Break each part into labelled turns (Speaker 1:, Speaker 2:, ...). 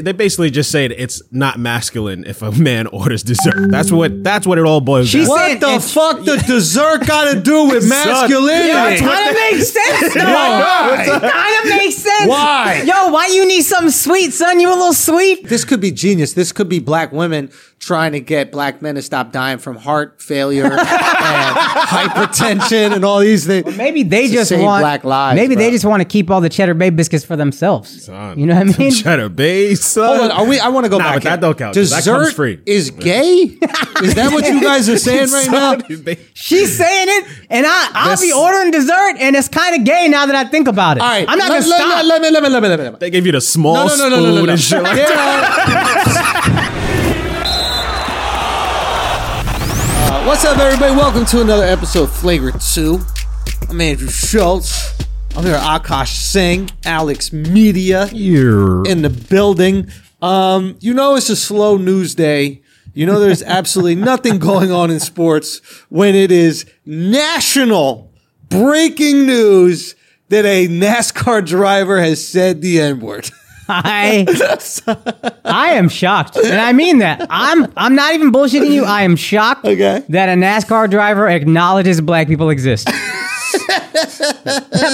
Speaker 1: They basically just said it's not masculine if a man orders dessert. That's what that's what it all boils
Speaker 2: She
Speaker 1: down. to.
Speaker 2: said-
Speaker 3: What
Speaker 2: Saying
Speaker 3: the
Speaker 2: it's-
Speaker 3: fuck the dessert got to do with masculinity?
Speaker 2: Yo, it kind of makes sense, though. It kind of makes sense.
Speaker 3: Why?
Speaker 2: Yo, why you need something sweet, son? You a little sweet?
Speaker 3: This could be genius. This could be black women trying to get black men to stop dying from heart failure and hypertension and all these things.
Speaker 2: Maybe they
Speaker 3: To
Speaker 2: just
Speaker 3: save
Speaker 2: want
Speaker 3: black lives.
Speaker 2: Maybe they
Speaker 3: bro.
Speaker 2: just want to keep all the cheddar bay biscuits for themselves.
Speaker 1: Son.
Speaker 2: You know what I mean?
Speaker 1: Cheddar Bay, son.
Speaker 3: Hold on, are we? I want to go
Speaker 1: Nah,
Speaker 3: back.
Speaker 1: but that
Speaker 3: here.
Speaker 1: don't count, 'cause
Speaker 3: Dessert
Speaker 1: that comes free.
Speaker 3: is gay. is that what you guys are saying right now?
Speaker 1: Son,
Speaker 2: She's saying it, and I I'll
Speaker 1: This-
Speaker 2: be ordering dessert, and it's kind of gay now that I think about it.
Speaker 3: All right,
Speaker 2: I'm not
Speaker 3: let,
Speaker 2: gonna
Speaker 3: let-
Speaker 2: stop.
Speaker 3: Let, let me, let me, let me, let me. Let me.
Speaker 1: They gave you the small
Speaker 3: No, no, no,
Speaker 1: spoon
Speaker 3: no, no, no, no.
Speaker 1: and shit like
Speaker 3: Yeah.
Speaker 1: that.
Speaker 3: Uh, what's up, everybody? Welcome to another episode of Flagrant Two. I'm Andrew Schultz. I'm here, with Akash Singh, Alex Media. in the building. Um, you know, it's a slow news day. You know, there's absolutely nothing going on in sports when it is national breaking news that a NASCAR driver has said the N word.
Speaker 2: I, I am shocked, and I mean that. I'm I'm not even bullshitting you. I am shocked
Speaker 3: Okay.
Speaker 2: that a NASCAR driver acknowledges black people exist. that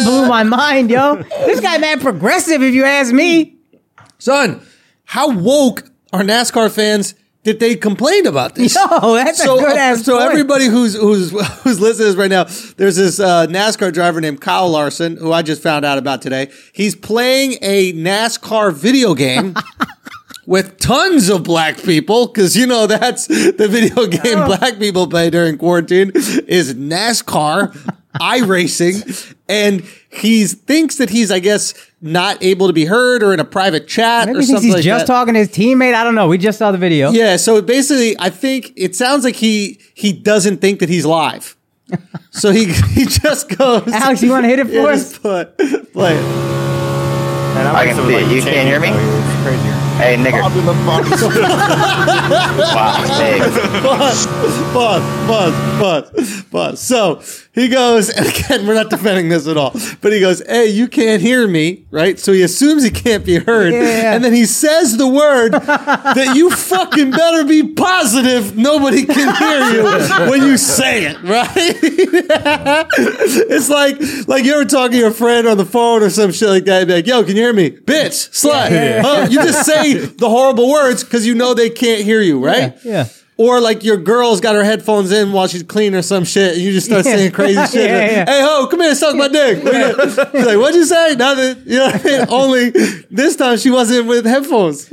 Speaker 2: blew my mind, yo. This guy mad progressive, if you ask me.
Speaker 3: Son, how woke are NASCAR fans that they complained about this?
Speaker 2: Yo, Oh, that's a good ass.
Speaker 3: so
Speaker 2: point.
Speaker 3: everybody who's who's who's listening to this right now, there's this uh, NASCAR driver named Kyle Larson who I just found out about today. He's playing a NASCAR video game. With tons of black people, because you know that's the video game
Speaker 2: Oh.
Speaker 3: black people play during quarantine is NASCAR, iRacing, and he thinks that he's, I guess, not able to be heard or in a private chat
Speaker 2: Maybe
Speaker 3: or
Speaker 2: he thinks
Speaker 3: something.
Speaker 2: he's
Speaker 3: like
Speaker 2: just
Speaker 3: that.
Speaker 2: talking to his teammate. I don't know. We just saw the video.
Speaker 3: Yeah, so basically, I think it sounds like he he doesn't think that he's live, so he he just goes.
Speaker 2: Alex, you wanna hit it for
Speaker 3: Yeah,
Speaker 2: us?
Speaker 3: just Play, play it.
Speaker 4: And I,
Speaker 5: can see it. You can't hear me?
Speaker 4: It's crazy.
Speaker 5: Hey, nigger.
Speaker 4: Popular fuck.
Speaker 5: Wow, hey.
Speaker 3: Pause, pause, pause, pause, pause. So he goes, and again, we're not defending this at all, but he goes, "Hey, you can't hear me, right?" So he assumes he can't be heard,
Speaker 2: Yeah.
Speaker 3: and then he says the word that you fucking better be positive nobody can hear you when you say it, right? It's like like you ever talking to your friend on the phone or some shit like that. And be like, yo, can you hear me? Bitch, slut. Huh? You just say the horrible words because you know they can't hear you, right?
Speaker 2: Yeah, yeah.
Speaker 3: Or like your girl's got her headphones in while she's cleaning or some shit, and you just start
Speaker 2: Yeah.
Speaker 3: saying crazy shit.
Speaker 2: Yeah, yeah.
Speaker 3: Hey ho, come here, suck my dick. She's like, what'd you say? Nothing. You know what I mean? Only this time she wasn't with headphones.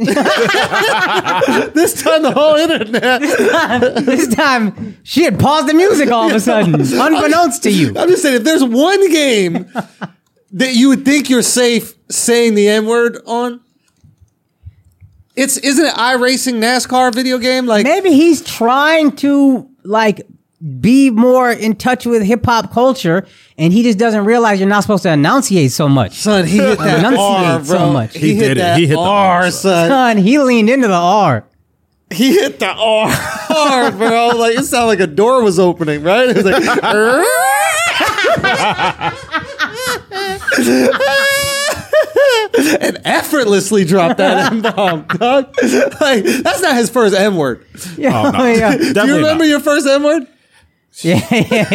Speaker 3: this time the whole internet.
Speaker 2: this time she had paused the music all of a sudden, unbeknownst to you.
Speaker 3: I'm just saying, if there's one game that you would think you're safe saying the N word on, it's isn't it iRacing NASCAR video game? Like,
Speaker 2: Maybe he's trying to like be more in touch with hip hop culture, and he just doesn't realize you're not supposed to enunciate so much.
Speaker 3: son, he hit that
Speaker 2: Enunciate
Speaker 3: R, bro.
Speaker 2: so much.
Speaker 3: He,
Speaker 1: He
Speaker 3: hit
Speaker 1: did it.
Speaker 3: that
Speaker 1: He hit the
Speaker 3: R,
Speaker 1: R,
Speaker 3: son.
Speaker 2: Son, he leaned into the R.
Speaker 3: He hit the R, R, bro. Like it sounded like a door was opening, right? It was like. "Er?" "Rrrr." and effortlessly dropped that M bomb, dog. Like that's not his first M word.
Speaker 2: Yeah,
Speaker 1: Oh, no.
Speaker 2: yeah.
Speaker 1: Definitely
Speaker 3: Do you remember your first M word?
Speaker 1: He tried to set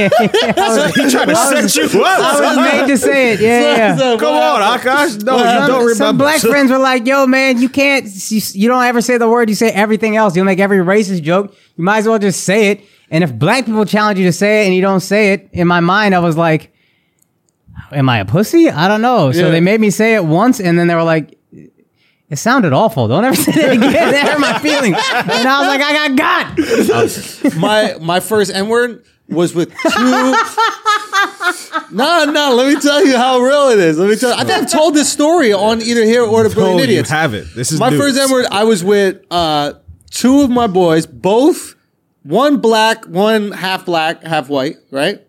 Speaker 1: you
Speaker 2: I was
Speaker 1: up.
Speaker 2: made to say it. Yeah, yeah.
Speaker 3: So,
Speaker 1: Come
Speaker 3: wow.
Speaker 1: on, Akash. No, you
Speaker 2: Um, some,
Speaker 1: don't remember.
Speaker 2: some black friends were like, "Yo, man, you can't. You, you don't ever say the word. You say everything else. You'll make every racist joke. You might as well just say it." And if black people challenge you to say it and you don't say it, in my mind, I was like, "Am I a pussy? I don't know." So
Speaker 3: Yeah.
Speaker 2: they made me say it once, and then they were like. It sounded awful. Don't ever say that again. That hurt my feelings. And I was like, I got got.
Speaker 3: my my first N word was with two. No, no. Let me tell you how real it is. Let me tell. You. I think I've told this story on either here or the Brilliant
Speaker 1: Oh, you
Speaker 3: Idiots.
Speaker 1: have it. This is
Speaker 3: my
Speaker 1: news.
Speaker 3: first N word. I was with uh, two of my boys, both one black, one half black, half white. Right.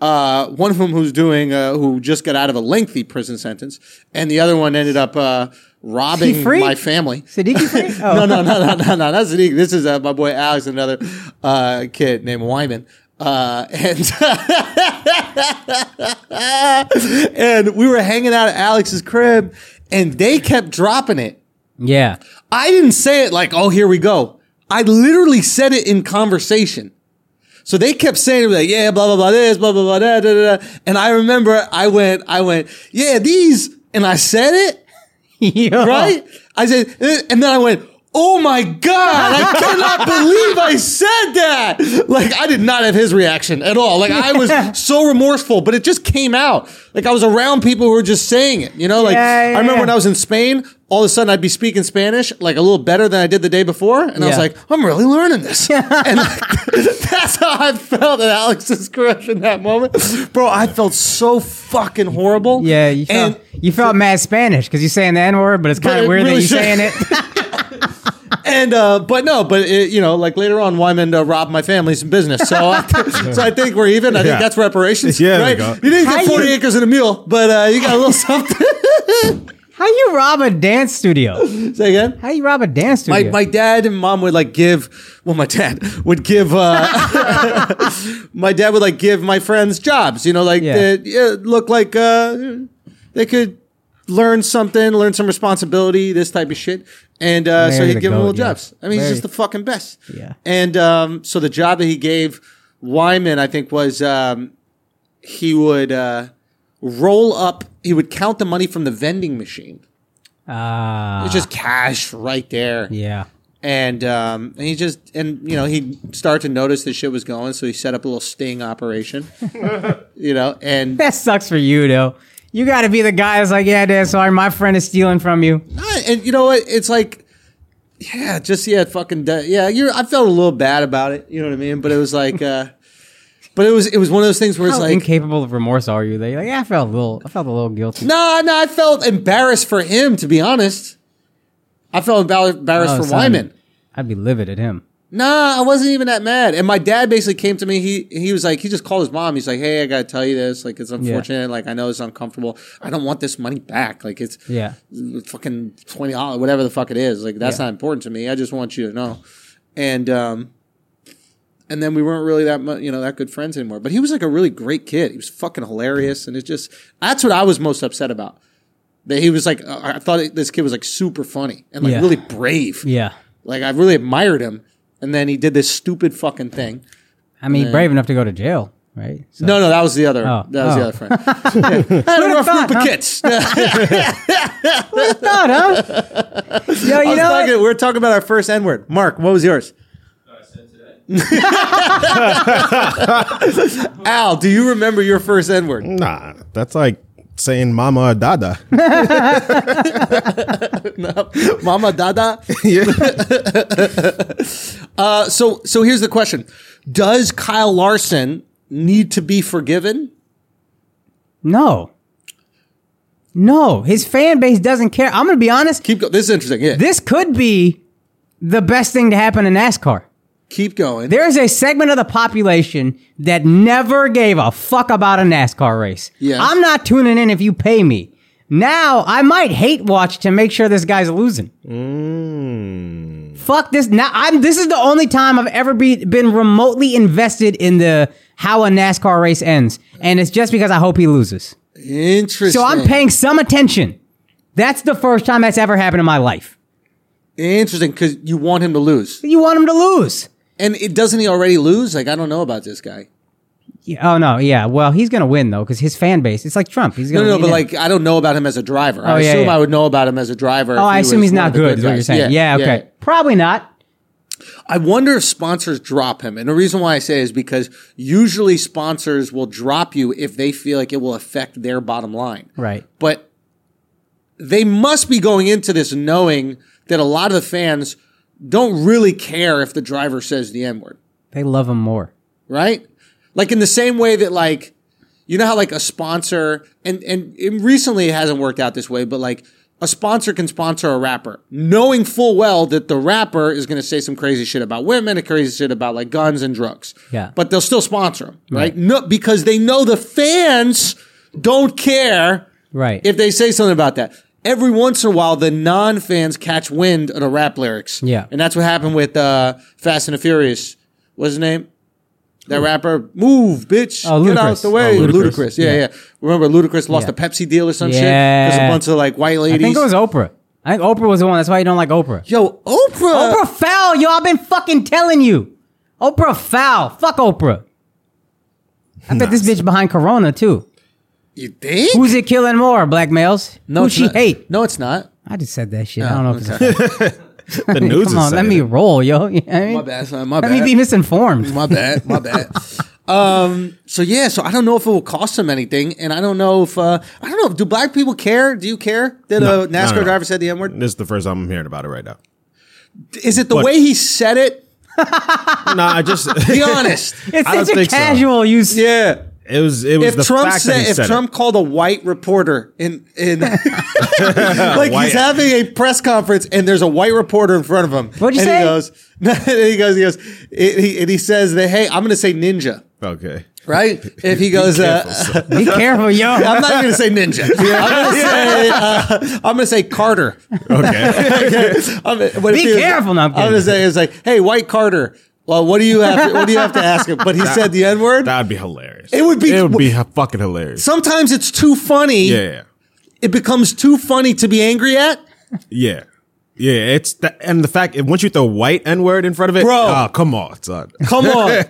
Speaker 3: Uh, one of them who's doing uh, who just got out of a lengthy prison sentence, and the other one ended up uh, robbing
Speaker 2: free?
Speaker 3: my family.
Speaker 2: Siddiqui free? Oh.
Speaker 3: No, no, no, no, no, no. That's Zanique. This is uh, my boy Alex, another uh, kid named Wyman. Uh, and and we were hanging out at Alex's crib, and they kept dropping it
Speaker 2: Yeah.
Speaker 3: I didn't say it like, oh, here we go. I literally said it in conversation. So they kept saying it like, yeah, blah, blah, blah, this, blah, blah, blah, da, da, da. And I remember I went, I went, yeah, these. And I said it,
Speaker 2: Yo.
Speaker 3: right? I said, eh, and then I went, oh my God, I cannot believe I said that. Like, I did not have his reaction at all. Like, I
Speaker 2: Yeah.
Speaker 3: was so remorseful, but it just came out. Like, I was around people who were just saying it, you know? Like,
Speaker 2: Yeah, yeah,
Speaker 3: I remember
Speaker 2: yeah.
Speaker 3: when I was in Spain, all of a sudden I'd be speaking Spanish like a little better than I did the day before. And I was
Speaker 2: Yeah.
Speaker 3: like, I'm really learning this. and that's how I felt at Alex's crush in that moment. Bro, I felt so fucking horrible.
Speaker 2: Yeah, you
Speaker 3: and
Speaker 2: felt, you felt mad Spanish because you're saying the N word, but it's
Speaker 3: But
Speaker 2: kind
Speaker 3: it
Speaker 2: of weird that
Speaker 3: really
Speaker 2: you're
Speaker 3: should-
Speaker 2: saying it.
Speaker 3: And uh, but no, but it, you know, like later on, Wyman uh, robbed my family some business, so I, so I think we're even. I
Speaker 1: Yeah.
Speaker 3: think that's reparations.
Speaker 1: Yeah, there
Speaker 3: right.
Speaker 1: you go.
Speaker 3: You didn't
Speaker 2: How
Speaker 3: get
Speaker 2: you-
Speaker 3: forty acres and a mule, but uh, you got a little something.
Speaker 2: How you rob a dance studio?
Speaker 3: Say again.
Speaker 2: How you rob a dance
Speaker 3: My,
Speaker 2: studio?
Speaker 3: my dad and mom would like give well my dad would give uh, my dad would like give my friends jobs you know like
Speaker 2: Yeah.
Speaker 3: that yeah, look like uh, they could learn something learn some responsibility this type of shit and uh, so
Speaker 2: Larry
Speaker 3: he'd
Speaker 2: the
Speaker 3: give them
Speaker 2: goat,
Speaker 3: little
Speaker 2: yeah.
Speaker 3: jobs I mean
Speaker 2: Larry-
Speaker 3: he's just the fucking best
Speaker 2: Yeah.
Speaker 3: and um, so the job that he gave Wyman I think was um, he would uh, roll up he would count the money from the vending machine
Speaker 2: Ah,
Speaker 3: it's just cash right there
Speaker 2: yeah.
Speaker 3: and um, and he just and you know he started to notice the shit was going, so he set up a little sting operation, you know, and
Speaker 2: That sucks for you though. You got to be the guy that's like, yeah, Dad, sorry, my friend is stealing from you.
Speaker 3: and you know what? It's like, yeah, just yeah, fucking de- yeah. You're I felt a little bad about it, you know what I mean? But it was like, uh, but it was it was one of those things where it's
Speaker 2: How
Speaker 3: like,
Speaker 2: incapable of remorse are you? They like, yeah, I felt a little, I felt a little guilty.
Speaker 3: No, no, I felt embarrassed for him to be honest. I felt embar- embarrassed
Speaker 2: Oh,
Speaker 3: for
Speaker 2: son.
Speaker 3: Wyman.
Speaker 2: I'd be livid at him.
Speaker 3: Nah, I wasn't even that mad. And my dad basically came to me. He he was like, he just called his mom. He's like, hey, I gotta tell you this. Like, it's unfortunate. Like, I know it's uncomfortable. I don't want this money back. Like, it's
Speaker 2: Yeah.
Speaker 3: fucking twenty dollars, whatever the fuck it is. Like, that's
Speaker 2: Yeah.
Speaker 3: not important to me. I just want you to know. And um, and then we weren't really that much, you know, that good friends anymore. But he was like a really great kid. He was fucking hilarious, and it just that's what I was most upset about. That he was like, I I thought this kid was like super funny and like
Speaker 2: Yeah.
Speaker 3: really brave.
Speaker 2: Yeah.
Speaker 3: Like I really admired him, and then he did this stupid fucking thing.
Speaker 2: I mean, brave enough to go to jail, right? So,
Speaker 3: No, no, that was the other.
Speaker 2: Oh.
Speaker 3: That was the
Speaker 2: Oh.
Speaker 3: other friend. Yeah. I had a
Speaker 2: have
Speaker 3: rough
Speaker 2: thought,
Speaker 3: group of
Speaker 2: huh?
Speaker 3: kids. I
Speaker 2: Not, huh? Yo, you
Speaker 3: was
Speaker 2: know,
Speaker 3: talking-
Speaker 2: what?
Speaker 3: we were talking about our first N word. Mark, what was yours? Al, do you remember your first N word?
Speaker 1: Nah, that's like saying mama or dada.
Speaker 3: Mama Dada. uh, so, so here's the question: Does Kyle Larson need to be forgiven?
Speaker 2: no, no, his fan base doesn't care. I'm gonna be honest.
Speaker 3: Keep going. This is interesting. Yeah.
Speaker 2: This could be the best thing to happen in NASCAR.
Speaker 3: Keep going.
Speaker 2: There is a segment of the population that never gave a fuck about a NASCAR race.
Speaker 3: Yes.
Speaker 2: I'm not tuning in if you pay me. Now I might hate watch to make sure this guy's losing.
Speaker 3: Mm.
Speaker 2: Fuck this. Now I'm this is the only time I've ever be, been remotely invested in the how a NASCAR race ends. And it's just because I hope he loses.
Speaker 3: Interesting.
Speaker 2: So I'm paying some attention. That's the first time that's ever happened in my life.
Speaker 3: Interesting, because you want him to lose,
Speaker 2: You want him to lose.
Speaker 3: and it doesn't he already lose? Like I don't know about this guy.
Speaker 2: Yeah, Oh no, yeah. Well, he's gonna win though because his fan base. It's like Trump. He's
Speaker 3: No,
Speaker 2: gonna.
Speaker 3: no, no,
Speaker 2: lean
Speaker 3: but
Speaker 2: in.
Speaker 3: like I don't know about him as a driver. I
Speaker 2: Oh, yeah,
Speaker 3: assume
Speaker 2: yeah.
Speaker 3: I would know about him as a driver.
Speaker 2: oh, I assume he's not good. Is what you're saying? Yeah. okay. Probably not.
Speaker 3: I wonder if sponsors drop him, and the reason why I say is because usually sponsors will drop you if they feel like it will affect their bottom line.
Speaker 2: Right.
Speaker 3: But they must be going into this knowing that a lot of the fans don't really care if the driver says the n word.
Speaker 2: They love him more.
Speaker 3: right? Like in the same way that like you know how like a sponsor and and it recently it hasn't worked out this way, but like a sponsor can sponsor a rapper, knowing full well that the rapper is going to say some crazy shit about women, and crazy shit about like guns and drugs.
Speaker 2: Yeah.
Speaker 3: but they'll still sponsor him, right? No, because they know the fans don't care
Speaker 2: Right.
Speaker 3: if they say something about that. Every once in a while, the non fans catch wind of the rap lyrics.
Speaker 2: Yeah.
Speaker 3: And that's what happened with uh, Fast and the Furious. What's his name? That rapper, move, bitch.
Speaker 2: Oh,
Speaker 3: Get out
Speaker 2: Ludacris.
Speaker 3: the way.
Speaker 1: Oh,
Speaker 3: Ludacris.
Speaker 1: Ludacris.
Speaker 3: Yeah, yeah, Remember, Ludacris lost
Speaker 2: Yeah.
Speaker 3: a Pepsi deal or some shit?
Speaker 2: Yeah.
Speaker 3: There's a bunch of like white
Speaker 2: I
Speaker 3: ladies.
Speaker 2: think it was Oprah. I think Oprah was the one. That's why you don't like Oprah.
Speaker 3: Yo, Oprah.
Speaker 2: Oprah foul, yo. I've been fucking telling you. Oprah foul. Fuck Oprah. I bet this bitch behind Corona too.
Speaker 3: You think?
Speaker 2: Who's it killing more, black males? Who
Speaker 3: it's
Speaker 2: she
Speaker 3: not. Oh,
Speaker 2: hate?
Speaker 3: No, it's not.
Speaker 2: I just said that shit. I don't know. If it's,
Speaker 1: The news is
Speaker 2: come on, let
Speaker 1: saying
Speaker 2: me
Speaker 1: it.
Speaker 2: roll, yo. You know what I mean?
Speaker 3: My bad, son. My
Speaker 2: Let
Speaker 3: bad.
Speaker 2: me be misinformed.
Speaker 3: my bad. My bad. Um. So yeah. So I don't know if it will cost them anything, and I don't know if uh, I don't know. Do black people care? Do you care that
Speaker 1: No,
Speaker 3: a
Speaker 1: no,
Speaker 3: NASCAR
Speaker 1: no, no.
Speaker 3: driver said the N word?
Speaker 1: This is the first time I'm hearing about it right now.
Speaker 3: Is it the
Speaker 1: What?
Speaker 3: way he said it?
Speaker 1: No, I just
Speaker 3: Be honest.
Speaker 2: It's
Speaker 1: I don't
Speaker 2: such a
Speaker 1: think so.
Speaker 2: casual use.
Speaker 3: yeah.
Speaker 1: it was it was
Speaker 3: If
Speaker 1: the
Speaker 3: Trump
Speaker 1: fact that
Speaker 3: said,
Speaker 1: he
Speaker 3: if
Speaker 1: said it.
Speaker 3: Trump called a white reporter in in like
Speaker 1: White.
Speaker 3: he's having a press conference and there's a white reporter in front of him.
Speaker 2: What'd you
Speaker 3: and
Speaker 2: say?
Speaker 3: He goes, and he goes, he goes, and he, and he says that, hey, I'm going to say ninja,
Speaker 1: okay.
Speaker 3: right? If he goes,
Speaker 1: careful,
Speaker 3: uh,
Speaker 1: son.
Speaker 2: Be careful, yo.
Speaker 3: I'm not going to say ninja. I'm going to say uh, I'm going to say Carter.
Speaker 1: okay.
Speaker 3: I'm, what
Speaker 2: Be
Speaker 3: if he was-
Speaker 2: careful, no, I'm
Speaker 3: I'm
Speaker 2: kidding.
Speaker 3: going to say it's like, hey, white Carter. Well, what do you have? To, what do you have to ask him? But he said the N word.
Speaker 1: That'd be hilarious.
Speaker 3: It would be-
Speaker 1: It would be h- fucking hilarious.
Speaker 3: Sometimes it's too funny.
Speaker 1: yeah.
Speaker 3: It becomes too funny to be angry at.
Speaker 1: Yeah. Yeah, it's that, and the fact once you throw white n word in front of it,
Speaker 3: Bro.
Speaker 1: oh, come on, son,
Speaker 3: Come on.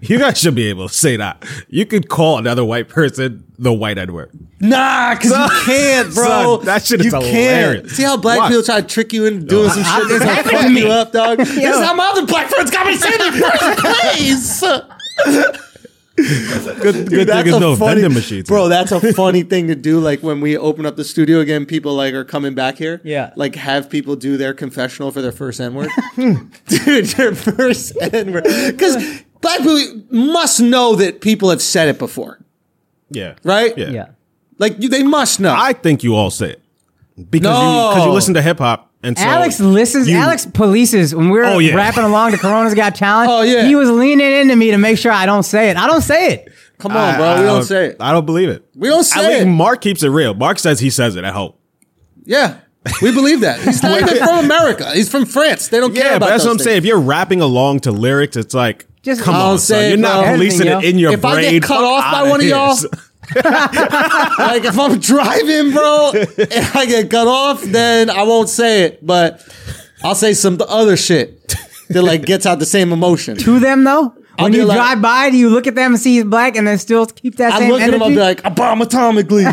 Speaker 1: you guys should be able to say that. You could call another white person the white n word.
Speaker 3: Nah, because you can't, bro.
Speaker 1: Son, that shit is
Speaker 3: you can't.
Speaker 1: hilarious.
Speaker 3: See how black
Speaker 1: Why?
Speaker 3: people try to trick you into doing some shit that's gonna
Speaker 2: happened to
Speaker 3: fuck
Speaker 2: me.
Speaker 3: you up, dog. This is how my other black friends got me saying the first place. Good,
Speaker 1: thing is no vending machines.
Speaker 3: bro. That's a funny thing to do. Like when we open up the studio again, people like are coming back here.
Speaker 2: Yeah.
Speaker 3: like have people do their confessional for their first N word, dude. Their first N word, because black people must know that people have said it before,
Speaker 1: Yeah,
Speaker 3: right?
Speaker 1: Yeah,
Speaker 2: Yeah.
Speaker 3: Like you, they must know.
Speaker 1: I think you all say it because you, 'cause you
Speaker 3: No.
Speaker 1: listen to hip hop and so
Speaker 2: Alex listens.
Speaker 1: you-
Speaker 2: Alex polices when we were
Speaker 1: Oh, yeah.
Speaker 2: rapping along to Corona's Got Talent.
Speaker 3: Oh, yeah.
Speaker 2: he was leaning into me to make sure I don't say it. I don't say it.
Speaker 3: Come on, bro. we don't, say it.
Speaker 1: I don't believe it.
Speaker 3: We don't
Speaker 1: I
Speaker 3: say
Speaker 1: think
Speaker 3: it.
Speaker 1: Mark keeps it real. Mark says he says it at home.
Speaker 3: Yeah, we believe that. He's not even from America. He's from France. They don't care
Speaker 1: Yeah,
Speaker 3: about
Speaker 1: but that's what I'm
Speaker 3: those
Speaker 1: saying.
Speaker 3: things.
Speaker 1: If you're rapping along to lyrics, it's like,
Speaker 2: Just-
Speaker 1: just come
Speaker 2: I'll
Speaker 1: on,
Speaker 3: say
Speaker 1: son. You're
Speaker 3: it,
Speaker 1: not
Speaker 2: bro.
Speaker 1: policing it
Speaker 2: Everything,
Speaker 1: in your
Speaker 3: If I
Speaker 1: brain.
Speaker 3: get cut
Speaker 1: Fuck
Speaker 3: off by
Speaker 1: outta
Speaker 3: one of
Speaker 1: here,
Speaker 3: y'all,
Speaker 1: son.
Speaker 3: Like if I'm driving, bro, and I get cut off, then I won't say it. But I'll say some other shit that like gets out the same emotion.
Speaker 2: To them though,
Speaker 3: I'll
Speaker 2: when
Speaker 3: be
Speaker 2: you
Speaker 3: like-
Speaker 2: drive by, do you look at them and see he's black, and then still keep that
Speaker 3: I
Speaker 2: same
Speaker 3: look at him, I'll
Speaker 2: energy?
Speaker 3: be like, I bomb atomically.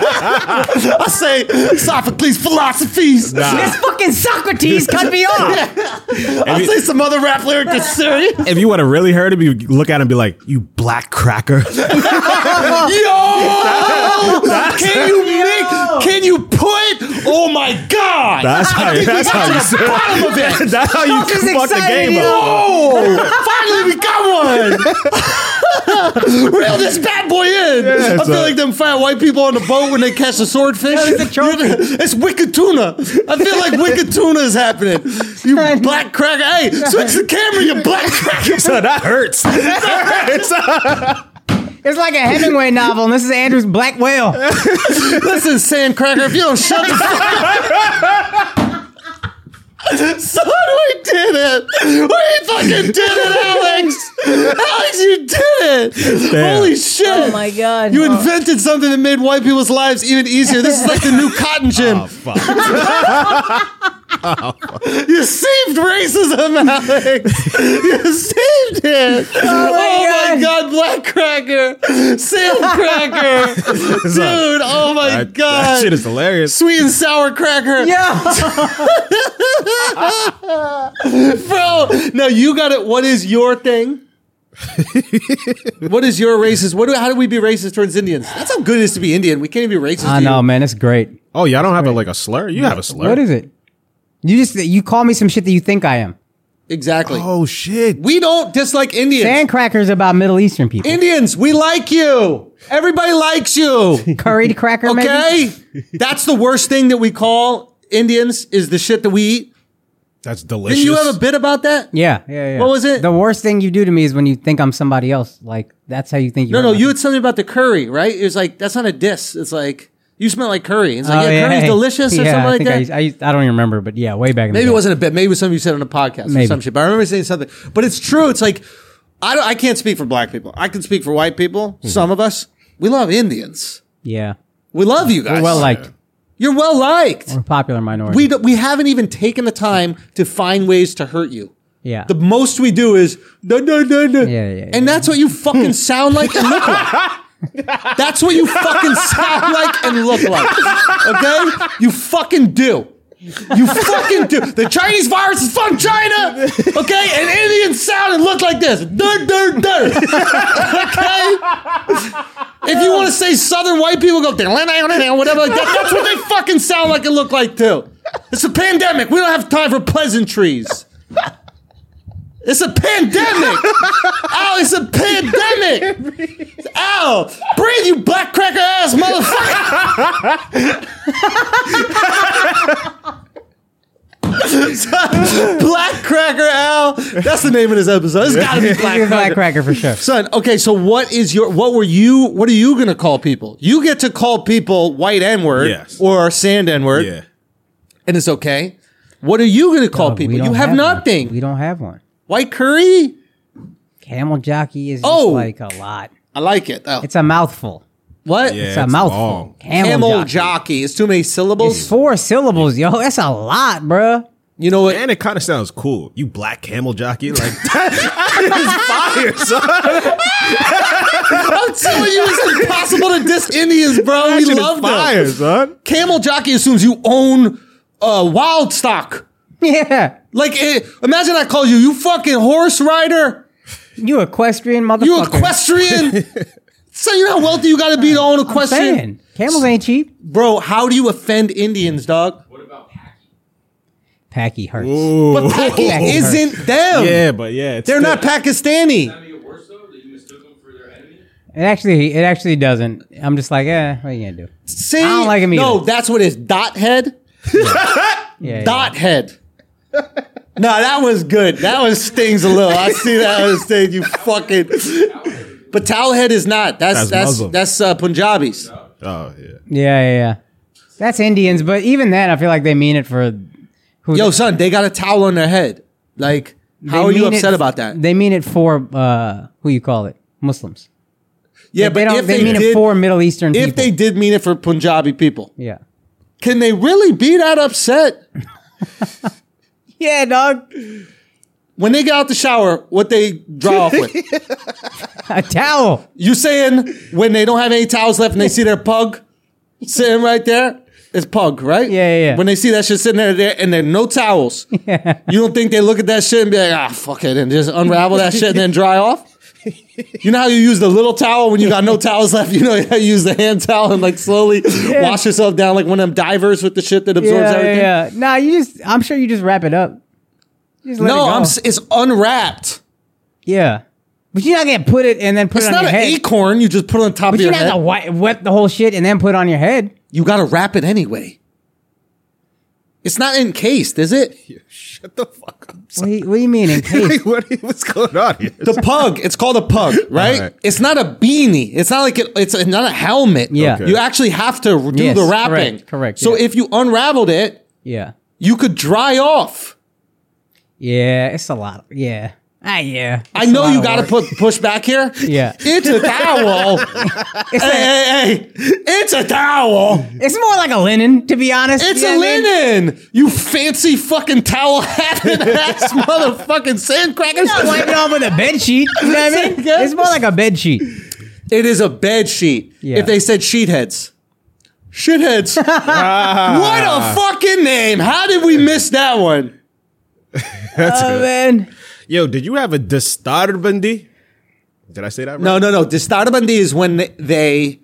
Speaker 3: I say Sophocles' philosophies.
Speaker 1: Nah.
Speaker 2: this fucking Socrates cut me off.
Speaker 3: I'll say some other rap lyric that's serious.
Speaker 1: if you would have really heard him, you would look at him and be like, "You black cracker."
Speaker 3: Yo! can you make? Can you put? Oh my god!
Speaker 1: That's how. That's how you.
Speaker 3: the bottom of it.
Speaker 1: That's how you
Speaker 2: is
Speaker 1: fuck the
Speaker 2: excited,
Speaker 1: game
Speaker 2: yo.
Speaker 1: up.
Speaker 3: Oh! Finally, we got one. Reel this bad boy in. I feel
Speaker 1: so-
Speaker 3: like them fat white people on the boat when they catch a swordfish.
Speaker 2: it's a trophy.
Speaker 3: It's wicked tuna. I feel like wicked tuna is happening. You
Speaker 2: I know.
Speaker 3: black cracker. Hey, switch the camera, you black cracker.
Speaker 1: So that hurts.
Speaker 2: It's like a Hemingway novel, and this is Andrew's Black Whale.
Speaker 3: Listen, sand cracker, if you don't shut the fuck up. Son, we did it. We fucking did it, Alex. Alex, you did it.
Speaker 1: Damn.
Speaker 3: Holy shit. Oh
Speaker 2: my God.
Speaker 3: You invented something that made white people's lives even easier. This is like the new cotton gin.
Speaker 1: Oh fuck!
Speaker 3: You saved racism, Alex. you saved it. Oh
Speaker 2: God.
Speaker 3: my, God, black cracker. Sand cracker. Dude, oh my
Speaker 1: That,
Speaker 3: God.
Speaker 1: that shit is hilarious.
Speaker 3: Sweet and sour cracker.
Speaker 2: Yeah,
Speaker 3: Bro, now you got it. What is your thing? what is your racist? What do, how do we be racist towards Indians? That's how good it is to be Indian. We can't even be racist.
Speaker 2: I
Speaker 3: to
Speaker 2: know,
Speaker 3: you.
Speaker 2: man. It's great.
Speaker 1: Oh, y'all don't have a, like a slur. You have a slur.
Speaker 2: What is it? You just you call me some shit that you think I am.
Speaker 3: exactly.
Speaker 1: Oh shit!
Speaker 3: We don't dislike Indians.
Speaker 2: Sandcrackers about Middle Eastern people.
Speaker 3: Indians, we like you. Everybody likes you.
Speaker 2: Curried cracker, maybe.
Speaker 3: Okay, that's the worst thing that we call Indians is the shit that we eat.
Speaker 1: That's
Speaker 3: Didn't
Speaker 1: delicious.
Speaker 3: you have a bit about that?
Speaker 2: Yeah, yeah, yeah.
Speaker 3: What was it?
Speaker 2: The worst thing you do to me is when you think I'm somebody else. Like that's how you think you.
Speaker 3: No,
Speaker 2: are.
Speaker 3: no, you had something about the curry, right? It was like that's not a diss. It's like you smell like curry. It's like
Speaker 2: Oh,
Speaker 3: yeah, curry's
Speaker 2: hey.
Speaker 3: delicious or
Speaker 2: Yeah,
Speaker 3: something
Speaker 2: I
Speaker 3: like
Speaker 2: think
Speaker 3: that.
Speaker 2: I, used- I, used- I don't even remember, but yeah, way back. In
Speaker 3: Maybe
Speaker 2: the
Speaker 3: it
Speaker 2: day.
Speaker 3: wasn't a bit. Maybe it was something you said on a podcast
Speaker 2: Maybe.
Speaker 3: or some shit. But I remember saying something. But it's true. It's like I don't. I can't speak for black people. I can speak for
Speaker 2: Mm-hmm.
Speaker 3: white people. Some of us we love Indians.
Speaker 2: Yeah,
Speaker 3: We love you guys.
Speaker 2: well liked.
Speaker 3: You're well liked.
Speaker 2: We're a popular minority.
Speaker 3: We don't, we haven't even taken the time to find ways to hurt you.
Speaker 2: yeah.
Speaker 3: The most we do is no no no no.
Speaker 2: Yeah, yeah, yeah.
Speaker 3: And that's what you fucking sound like and look like. That's what you fucking sound like and look like. Okay? You fucking do. You fucking do. The Chinese virus is from China. Okay? And Indians sound and look like this. Dur, dur, dur. Okay? If you want to say Southern white people go, whatever, like that, that's what they fucking sound like and look like too. It's a pandemic. We don't have time for pleasantries. It's a pandemic. Ow, it's a pandemic. Ow, breathe, you black cracker ass motherfucker. black cracker Al. That's the name of this episode. It's gotta be black
Speaker 2: You're a
Speaker 3: cracker.
Speaker 2: black cracker for sure.
Speaker 3: Son, okay, so what is your what were you what are you gonna call people? You get to call people white N word
Speaker 1: Yes.
Speaker 3: or sand N word,
Speaker 1: Yeah.
Speaker 3: and it's okay. What are you gonna call
Speaker 2: Uh, we
Speaker 3: people? You
Speaker 2: don't
Speaker 3: have,
Speaker 2: one.
Speaker 3: nothing.
Speaker 2: We don't have one.
Speaker 3: White curry?
Speaker 2: Camel jockey is just
Speaker 3: Oh.
Speaker 2: like a lot.
Speaker 3: I like it though.
Speaker 2: It's a mouthful.
Speaker 3: what?
Speaker 1: Yeah.
Speaker 2: It's
Speaker 1: it's
Speaker 2: a mouthful.
Speaker 1: long.
Speaker 2: Camel,
Speaker 3: Camel jockey.
Speaker 2: jockey.
Speaker 3: It's too many syllables.
Speaker 2: It's four syllables, yo. That's a lot, bruh.
Speaker 3: you know what?
Speaker 1: And it kind of sounds cool. You black camel jockey, like that is fire, son.
Speaker 3: I'm telling you, it's impossible to diss Indians, bro.
Speaker 1: That
Speaker 3: We
Speaker 1: shit is
Speaker 3: love
Speaker 1: fire,
Speaker 3: them.
Speaker 1: son.
Speaker 3: Camel jockey assumes you own uh, wild stock.
Speaker 2: Yeah.
Speaker 3: Like, eh, imagine I call you, you fucking horse rider.
Speaker 2: You equestrian motherfucker.
Speaker 3: You equestrian. so you know how wealthy you got to be to own
Speaker 2: I'm
Speaker 3: equestrian,
Speaker 2: saying. Camels ain't cheap.
Speaker 3: bro. How do you offend Indians, dog?
Speaker 2: Packy hurts.
Speaker 3: But Paki isn't them.
Speaker 1: Yeah, but yeah, it's
Speaker 3: They're not
Speaker 1: still-
Speaker 3: Pakistani.
Speaker 6: Make it worse though that you mistook them for their enemy.
Speaker 2: It actually, it actually doesn't. I'm just like, eh, what are you gonna do?
Speaker 3: See,
Speaker 2: I don't like 'em
Speaker 3: No,
Speaker 2: either.
Speaker 3: that's what it is. Dot head.
Speaker 2: Yeah,
Speaker 3: Dot head. no, that was good. That one stings a little. I see that one sting. You fucking. But towel head is not. That's
Speaker 1: That's
Speaker 3: that's
Speaker 1: Muslim.
Speaker 3: that's, uh, Punjabis.
Speaker 1: Oh yeah.
Speaker 2: yeah, yeah, yeah, yeah. That's Indians, but even then, I feel like they mean it for. Who,
Speaker 3: Yo, son, they got a towel on their head. Like,
Speaker 2: they
Speaker 3: how are you
Speaker 2: mean it-
Speaker 3: upset about that?
Speaker 2: They mean it for uh, who you call it, Muslims.
Speaker 3: yeah,
Speaker 2: they don't. They, mean it for Middle Eastern
Speaker 3: if
Speaker 2: people.
Speaker 3: they did mean it for Punjabi people,
Speaker 2: yeah,
Speaker 3: can they really be that upset
Speaker 2: yeah, dog.
Speaker 3: when they get out the shower? What they draw off with?
Speaker 2: A towel.
Speaker 3: You saying when they don't have any towels left and they see their pug sitting right there? It's pug, right?
Speaker 2: Yeah, yeah, yeah.
Speaker 3: When they see that shit sitting there, there and there are no towels, you don't think they look at that shit and be like, ah, fuck it, and just unravel that shit and then dry off? You know how you use the little towel when you got no towels left? You know how you use the hand towel and like slowly wash yourself down like one of them divers with the shit that
Speaker 2: Yeah,
Speaker 3: absorbs
Speaker 2: yeah,
Speaker 3: everything?
Speaker 2: yeah. Nah, you just. I'm sure you just wrap it up. You Just let
Speaker 3: No,
Speaker 2: it go.
Speaker 3: I'm, s- it's unwrapped.
Speaker 2: yeah, but you're not gonna put it and then put
Speaker 3: It's
Speaker 2: it on
Speaker 3: not
Speaker 2: your
Speaker 3: an
Speaker 2: head.
Speaker 3: acorn you just put on top
Speaker 2: But
Speaker 3: of
Speaker 2: you're
Speaker 3: your
Speaker 2: not
Speaker 3: head.
Speaker 2: gonna wi- wet the whole shit and then put it on your head.
Speaker 3: you got to wrap it anyway. It's not encased, is it?
Speaker 1: Shut the fuck up.
Speaker 2: What do you, what do you mean? In
Speaker 1: Like,
Speaker 2: case?
Speaker 1: what, what's going on here?
Speaker 3: The pug. It's called a pug, right?
Speaker 1: Alright.
Speaker 3: It's not a beanie. It's not like it, it's not a helmet.
Speaker 2: Yeah.
Speaker 1: Okay.
Speaker 3: You actually have to do
Speaker 2: Yes,
Speaker 3: the wrapping.
Speaker 2: correct, correct,
Speaker 3: So
Speaker 2: yeah.
Speaker 3: if you unraveled it,
Speaker 2: yeah,
Speaker 3: you could dry off.
Speaker 2: yeah, it's a lot. Yeah, ah, yeah.
Speaker 3: I
Speaker 2: It's a
Speaker 3: know
Speaker 2: lot
Speaker 3: you
Speaker 2: of
Speaker 3: got to
Speaker 2: work.
Speaker 3: put push back here.
Speaker 2: Yeah.
Speaker 3: It's a towel. hey, hey, hey. It's a towel.
Speaker 2: It's more like a linen, to be honest.
Speaker 3: It's
Speaker 2: You know
Speaker 3: a
Speaker 2: what I mean?
Speaker 3: linen. You fancy fucking towel hat and ass motherfucking sandcracker.
Speaker 2: It's not wiping off with a bed sheet. You know what I mean?
Speaker 3: Okay.
Speaker 2: It's more like a bed sheet.
Speaker 3: It is a bed sheet.
Speaker 2: Yeah.
Speaker 3: If they said sheet heads. Shit heads. what Ah. a fucking name. How did we miss that one?
Speaker 2: Oh man,
Speaker 1: Yo, did you have a disturbandi? Did I say that right?
Speaker 3: No, no, no. Distarabandi is when they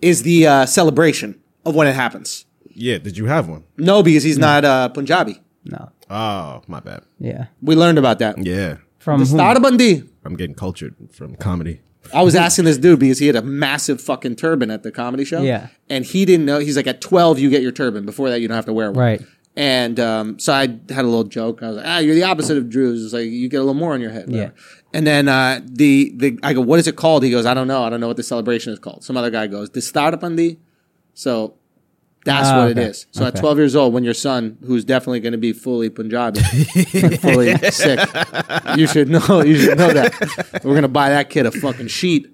Speaker 3: is the uh, celebration of when it happens.
Speaker 1: Yeah, did you have one?
Speaker 3: No, because he's not uh, Punjabi.
Speaker 2: no,
Speaker 1: Oh, my bad.
Speaker 2: yeah.
Speaker 3: We learned about that.
Speaker 1: Yeah.
Speaker 2: From whom?
Speaker 3: Distarabandi.
Speaker 1: I'm getting cultured from comedy.
Speaker 3: I was asking this dude because he had a massive fucking turban at the comedy show.
Speaker 2: Yeah.
Speaker 3: And he didn't know. He's like, at 12, you get your turban. Before that, you don't have to wear one.
Speaker 2: Right.
Speaker 3: And um, so I had a little joke. I was like, ah, you're the opposite of Drews. It's like, you get a little more on your head. whatever. And then uh, the, the, I go, what is it called? He goes, I don't know. I don't know what the celebration is called. Some other guy goes, Distarapandi. So that's
Speaker 2: Ah,
Speaker 3: what
Speaker 2: okay.
Speaker 3: it is. So at
Speaker 2: Okay.
Speaker 3: 12 years old, when your son, who's definitely going to be fully Punjabi, and fully sick, you should know. You should know that we're going to buy that kid a fucking sheet.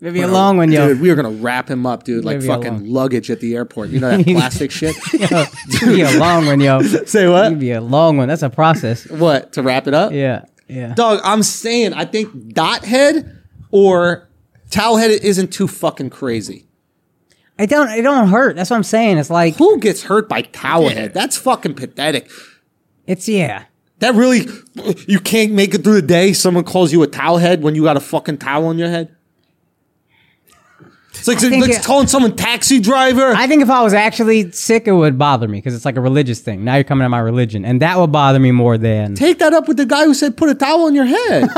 Speaker 2: Maybe a long one, yo.
Speaker 3: Dude, we were gonna wrap him up, dude, like
Speaker 2: Maybe a
Speaker 3: fucking
Speaker 2: long-
Speaker 3: luggage at the airport. You know that plastic shit.
Speaker 2: It'd be a long one, yo. It'd
Speaker 3: Say what?
Speaker 2: be a long one. That's a process.
Speaker 3: What to wrap it up?
Speaker 2: Yeah, yeah.
Speaker 3: Dog, I'm saying I think dot head or towel head isn't too fucking crazy.
Speaker 2: It don't. It don't hurt. That's what I'm saying. It's like
Speaker 3: Who gets hurt by towel head? That's fucking pathetic.
Speaker 2: it's yeah.
Speaker 3: That really, you can't make it through the day. Someone calls you a towel head when you got a fucking towel on your head. It's like, it's
Speaker 2: think
Speaker 3: like
Speaker 2: it-
Speaker 3: calling someone taxi driver.
Speaker 2: I think if I was actually sick, it would bother me because it's like a religious thing. Now you're coming at my religion, and that would bother me more than
Speaker 3: Take that up with the guy who said put a towel on your head.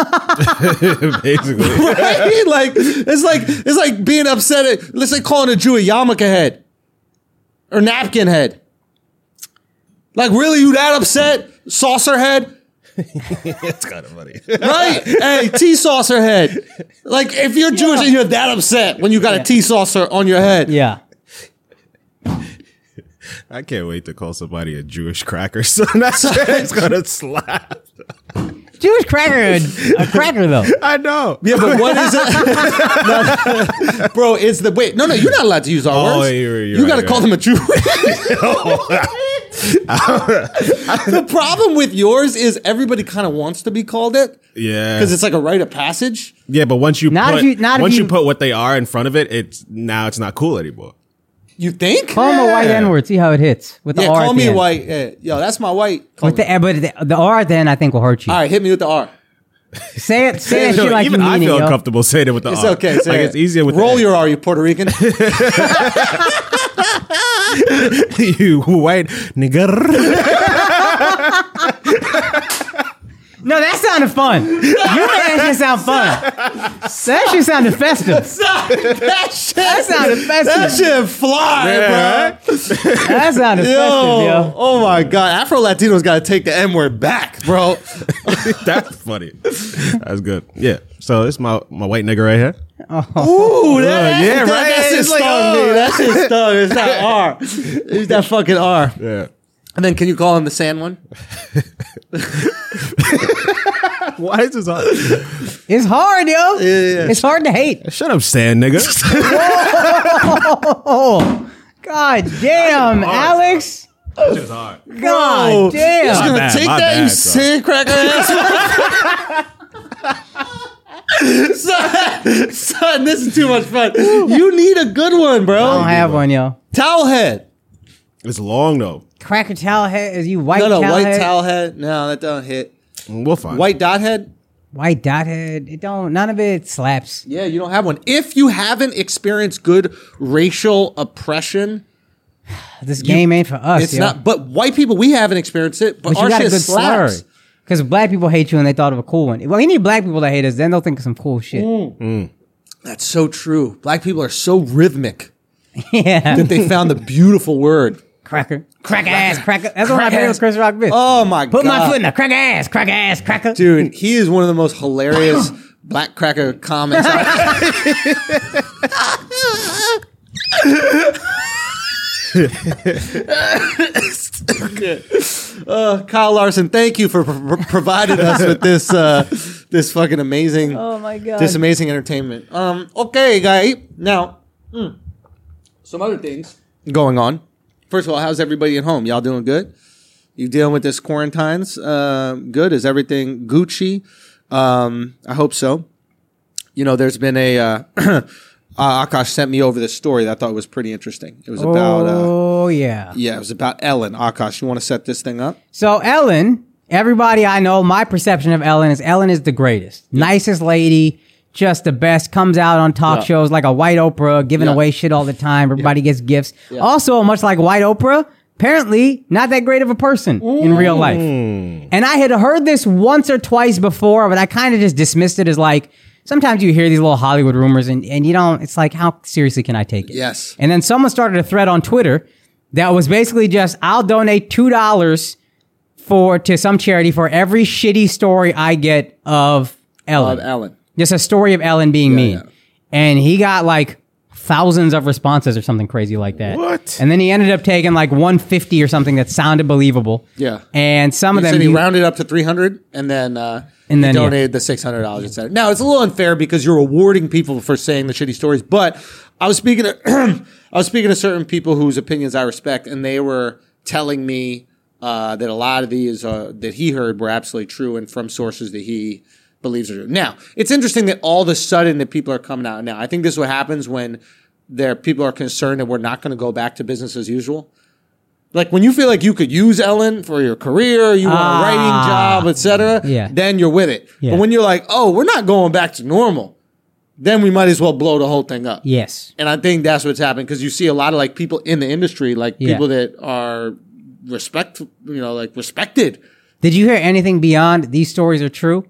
Speaker 1: Basically.
Speaker 3: right? Like it's like it's like being upset at let's say calling a Jew a yarmulke head or napkin head. Like really, you that upset? Saucer head,
Speaker 1: it's kind of funny.
Speaker 3: right? hey, tea saucer head. Like if you're Jewish and you're that upset when you got a tea saucer on your head,
Speaker 2: yeah.
Speaker 1: I can't wait to call somebody a Jewish cracker. So that's it's gonna slap.
Speaker 2: Jewish cracker, a cracker though.
Speaker 1: I know.
Speaker 3: Yeah, but what is it, No, bro? It's the wait. No, no, you're not allowed to use our
Speaker 1: Oh,
Speaker 3: words.
Speaker 1: you're- you're
Speaker 3: you
Speaker 1: right,
Speaker 3: got to
Speaker 1: you're
Speaker 3: call
Speaker 1: right.
Speaker 3: them a Jew. the problem with yours is everybody kind of wants to be called it
Speaker 1: Yeah.
Speaker 3: because it's like a rite of passage.
Speaker 1: yeah, but once you
Speaker 2: Not if
Speaker 1: put
Speaker 2: you- not if
Speaker 1: once you,
Speaker 2: you-
Speaker 1: put what they are in front of it, it's now it's not cool anymore.
Speaker 3: You think?
Speaker 2: Call him a white N word. See how it hits with the
Speaker 3: yeah,
Speaker 2: R.
Speaker 3: call
Speaker 2: at
Speaker 3: me
Speaker 2: the end.
Speaker 3: white. Yeah, yo, that's my white. Call
Speaker 2: With
Speaker 3: me.
Speaker 2: the, eh, but the, the R at the end, I think will hurt you.
Speaker 3: All right, hit me with the R.
Speaker 2: Say it. Say that
Speaker 1: No,
Speaker 2: shit like
Speaker 1: even
Speaker 2: you
Speaker 1: I
Speaker 2: mean it,
Speaker 1: feel
Speaker 2: yo.
Speaker 1: uncomfortable saying it with the
Speaker 3: It's
Speaker 2: Uh,
Speaker 1: R.
Speaker 3: okay.
Speaker 1: Like
Speaker 3: say it.
Speaker 1: it's easier with
Speaker 3: roll
Speaker 1: the
Speaker 3: your R. You Puerto Rican.
Speaker 1: you white nigga.
Speaker 2: No, that sounded fun. You made that shit sound fun. That shit sounded festive.
Speaker 3: that shit.
Speaker 2: That sounded festive.
Speaker 3: That shit fly, bro.
Speaker 2: That sounded festive,
Speaker 3: Yo,
Speaker 2: yo.
Speaker 3: oh my god, Afro Latinos got to take the M word back, bro.
Speaker 1: That's funny. That's good. Yeah. So it's my my white nigga right here.
Speaker 3: Ooh, that,
Speaker 1: yeah,
Speaker 3: that,
Speaker 1: right?
Speaker 3: That shit
Speaker 1: It's like,
Speaker 3: stung
Speaker 1: oh.
Speaker 3: me. That shit stung. It's that R. It's that fucking R.
Speaker 1: Yeah.
Speaker 3: And then can you call him the sand one?
Speaker 1: Why is this hard?
Speaker 2: It's hard, yo.
Speaker 3: yeah, yeah.
Speaker 2: It's hard to hate.
Speaker 1: Shut up, sand nigga.
Speaker 2: Oh, god damn, Alex. God
Speaker 3: Bro,
Speaker 2: damn.
Speaker 3: Just gonna
Speaker 1: My bad,
Speaker 3: take
Speaker 1: my
Speaker 3: that, you
Speaker 1: bad, son.
Speaker 3: sandcracker ass. son, son, this is too much fun. You need a good one, bro.
Speaker 2: I don't have one, yo.
Speaker 3: towel head.
Speaker 1: it's long though.
Speaker 2: Cracker towel head is you white
Speaker 3: No, no,
Speaker 2: towel
Speaker 3: white
Speaker 2: head?
Speaker 3: towel head. No, that don't hit.
Speaker 1: We'll find.
Speaker 3: White dot head.
Speaker 2: white dot head. It don't none of it slaps.
Speaker 3: Yeah, you don't have one. If you haven't experienced good racial oppression,
Speaker 2: This game ain't for us.
Speaker 3: it's
Speaker 2: yo.
Speaker 3: not. But white people, we haven't experienced it. But,
Speaker 2: But
Speaker 3: our
Speaker 2: you got a
Speaker 3: shit
Speaker 2: good
Speaker 3: slaps.
Speaker 2: slur. Because black people hate you and they thought of a cool one. Well, any black people that hate us, then they'll think of some cool shit.
Speaker 3: That's so true. Black people are so rhythmic
Speaker 2: Yeah.
Speaker 3: that they found the beautiful word.
Speaker 2: cracker. Cracker ass, cracker. That's one of my favorite Chris Rock bits.
Speaker 3: Oh my god!
Speaker 2: Put my foot in the cracker ass, cracker ass, cracker.
Speaker 3: dude. He is one of the most hilarious black cracker comments. I- uh, Kyle Larson, thank you for pro- providing us with this uh, this fucking amazing,
Speaker 2: Oh my God.
Speaker 3: this amazing entertainment. Um, okay, guy. Now, mm, some other things going on. First of all, how's everybody at home? Y'all doing good? You dealing with this quarantines? Uh, good. Is everything Gucci? Um, I hope so. You know, there's been a. Uh, uh, Akash sent me over this story that I thought was pretty interesting. It was about. Uh,
Speaker 2: oh, yeah.
Speaker 3: yeah, it was about Ellen. Akash, you want to set this thing up?
Speaker 2: So, Ellen, everybody I know, my perception of Ellen is Ellen is the greatest, nicest lady, just the best, comes out on talk
Speaker 3: Yeah.
Speaker 2: shows like a white Oprah, giving
Speaker 3: Yeah.
Speaker 2: away shit all the time. Everybody gets gifts. Also, much like white Oprah, apparently not that great of a person
Speaker 3: Mm.
Speaker 2: in real life. And I had heard this once or twice before, but I kind of just dismissed it as like, sometimes you hear these little Hollywood rumors and, and you don't, it's like, how seriously can I take it?
Speaker 3: Yes.
Speaker 2: And then someone started a thread on Twitter that was basically just, I'll donate $2 for, to some charity for every shitty story I get of Ellen.
Speaker 3: Of Ellen.
Speaker 2: Just a story of Ellen being mean.
Speaker 3: yeah.
Speaker 2: And he got like thousands of responses or something crazy like that.
Speaker 1: What?
Speaker 2: And then he ended up taking like 150 or something that sounded believable.
Speaker 3: Yeah.
Speaker 2: And some
Speaker 3: He
Speaker 2: of them
Speaker 3: said he
Speaker 2: you-
Speaker 3: rounded up to 300 and then uh,
Speaker 2: And then,
Speaker 3: he
Speaker 2: yeah.
Speaker 3: donated the $600 instead. Now, it's a little unfair because you're rewarding people for saying the shitty stories, but I was speaking to I was speaking to certain people whose opinions I respect and they were telling me uh, that a lot of these uh, that he heard were absolutely true and from sources that he believes are true. Now, it's interesting that all of a sudden that people are coming out now. I think this is what happens when there people are concerned that we're not going to go back to business as usual. Like when you feel like you could use Ellen for your career, you want a writing job, etc.
Speaker 2: Ah. Yeah.
Speaker 3: Then you're with it.
Speaker 2: Yeah.
Speaker 3: But when you're like, oh, we're not going back to normal, then we might as well blow the whole thing up.
Speaker 2: Yes.
Speaker 3: And I think that's what's happening because you see a lot of like people in the industry, like
Speaker 2: Yeah.
Speaker 3: people that are respect, you know, like respected,
Speaker 2: Did you hear anything beyond these stories are true?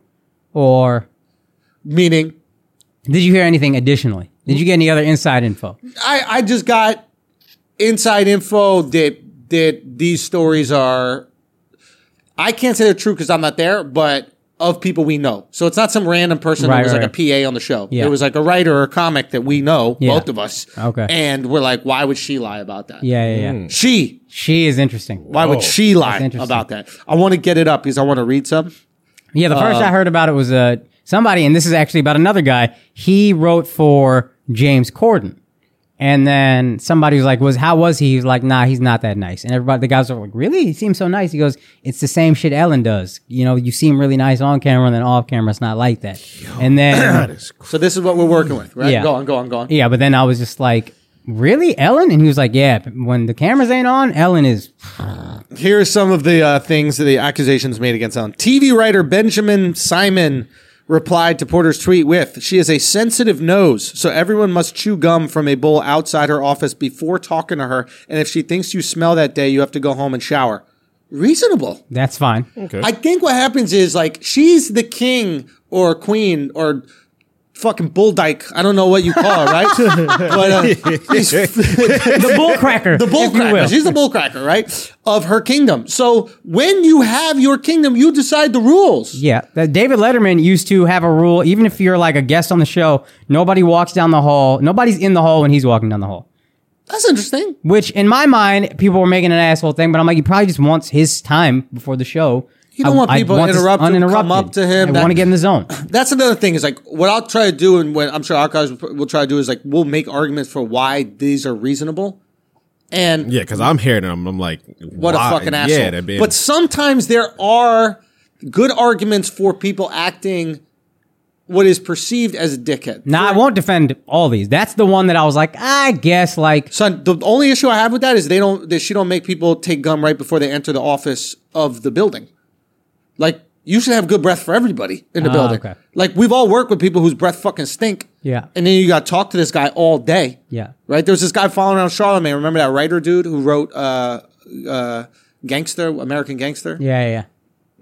Speaker 2: Or
Speaker 3: meaning
Speaker 2: did you hear anything additionally? Did you get any other inside info?
Speaker 3: I, I just got inside info that that these stories are I can't say they're true because I'm not there, but of people we know. So it's not some random person
Speaker 2: Right,
Speaker 3: that was
Speaker 2: right,
Speaker 3: like a PA on the show.
Speaker 2: Yeah.
Speaker 3: There was like a writer or a comic that we know,
Speaker 2: Yeah.
Speaker 3: both of us.
Speaker 2: Okay.
Speaker 3: And we're like, why would she lie about that?
Speaker 2: Yeah, yeah, yeah.
Speaker 3: She
Speaker 2: She is interesting.
Speaker 3: Hmm. why would she lie
Speaker 2: interesting.
Speaker 3: about that? I want to get it up because I want to read some.
Speaker 2: Yeah, the
Speaker 3: Um,
Speaker 2: first I heard about it was uh, somebody, and this is actually about another guy. He wrote for James Corden, and then somebody was like, "Was how was he?" He was like, "Nah, he's not that nice." And everybody, the guys were like, "Really? He seems so nice." He goes, "It's the same shit Ellen does. You know, you seem really nice on camera, and then off camera, it's not like that." and then
Speaker 3: So this is what we're working with, right?
Speaker 2: Yeah.
Speaker 3: Go on, go on, go on.
Speaker 2: Yeah, but then I was just like, "Really, Ellen?" And he was like, "Yeah, but when the cameras ain't on, Ellen is."
Speaker 3: Here are some of the uh, things that the accusations made against Ellen. TV writer Benjamin Simon replied to Porter's tweet with, "She has a sensitive nose, so everyone must chew gum from a bowl outside her office before talking to her, and if she thinks you smell that day, you have to go home and shower." Reasonable.
Speaker 2: That's fine.
Speaker 3: I think what happens is like she's the king or queen or fucking bull dyke. I don't know what you call her, right? but uh, she's-
Speaker 2: The bull cracker.
Speaker 3: the bull
Speaker 2: if you will.
Speaker 3: cracker. She's the bull cracker, right? Of her kingdom. So when you have your kingdom, you decide the rules.
Speaker 2: Yeah, that David Letterman used to have a rule. Even if you're like a guest on the show, nobody walks down the hall. Nobody's in the hall when he's walking down the hall.
Speaker 3: That's interesting.
Speaker 2: Which, in my mind, people were making an asshole thing. But I'm like, he probably just wants his time before the show.
Speaker 3: You don't want people
Speaker 2: this
Speaker 3: interrupt him, come up to him,
Speaker 2: I
Speaker 3: that-
Speaker 2: want to get in the zone.
Speaker 3: That's another thing is like what I'll try to do, and what I'm sure our guys will will try to do is like we'll make arguments for why these are reasonable. And
Speaker 1: Yeah, because I'm hearing them. I'm like,
Speaker 3: what
Speaker 1: why?
Speaker 3: a fucking asshole.
Speaker 1: Yeah, that being,
Speaker 3: But sometimes there are good arguments for people acting what is perceived as a dickhead.
Speaker 2: now I won't defend all these. That's the one that I was like, I guess like
Speaker 3: Son, the only issue I have with that is they don't that she don't make people take gum right before they enter the office of the building. Like you should have good breath for everybody in the
Speaker 2: Ah,
Speaker 3: building.
Speaker 2: okay.
Speaker 3: Like we've all worked with people whose breath fucking stink.
Speaker 2: Yeah.
Speaker 3: And then you got to talk to this guy all day.
Speaker 2: Yeah.
Speaker 3: Right? There was this guy following around Charlemagne. Remember that writer dude who wrote uh uh Gangster, American Gangster?
Speaker 2: yeah, yeah, yeah.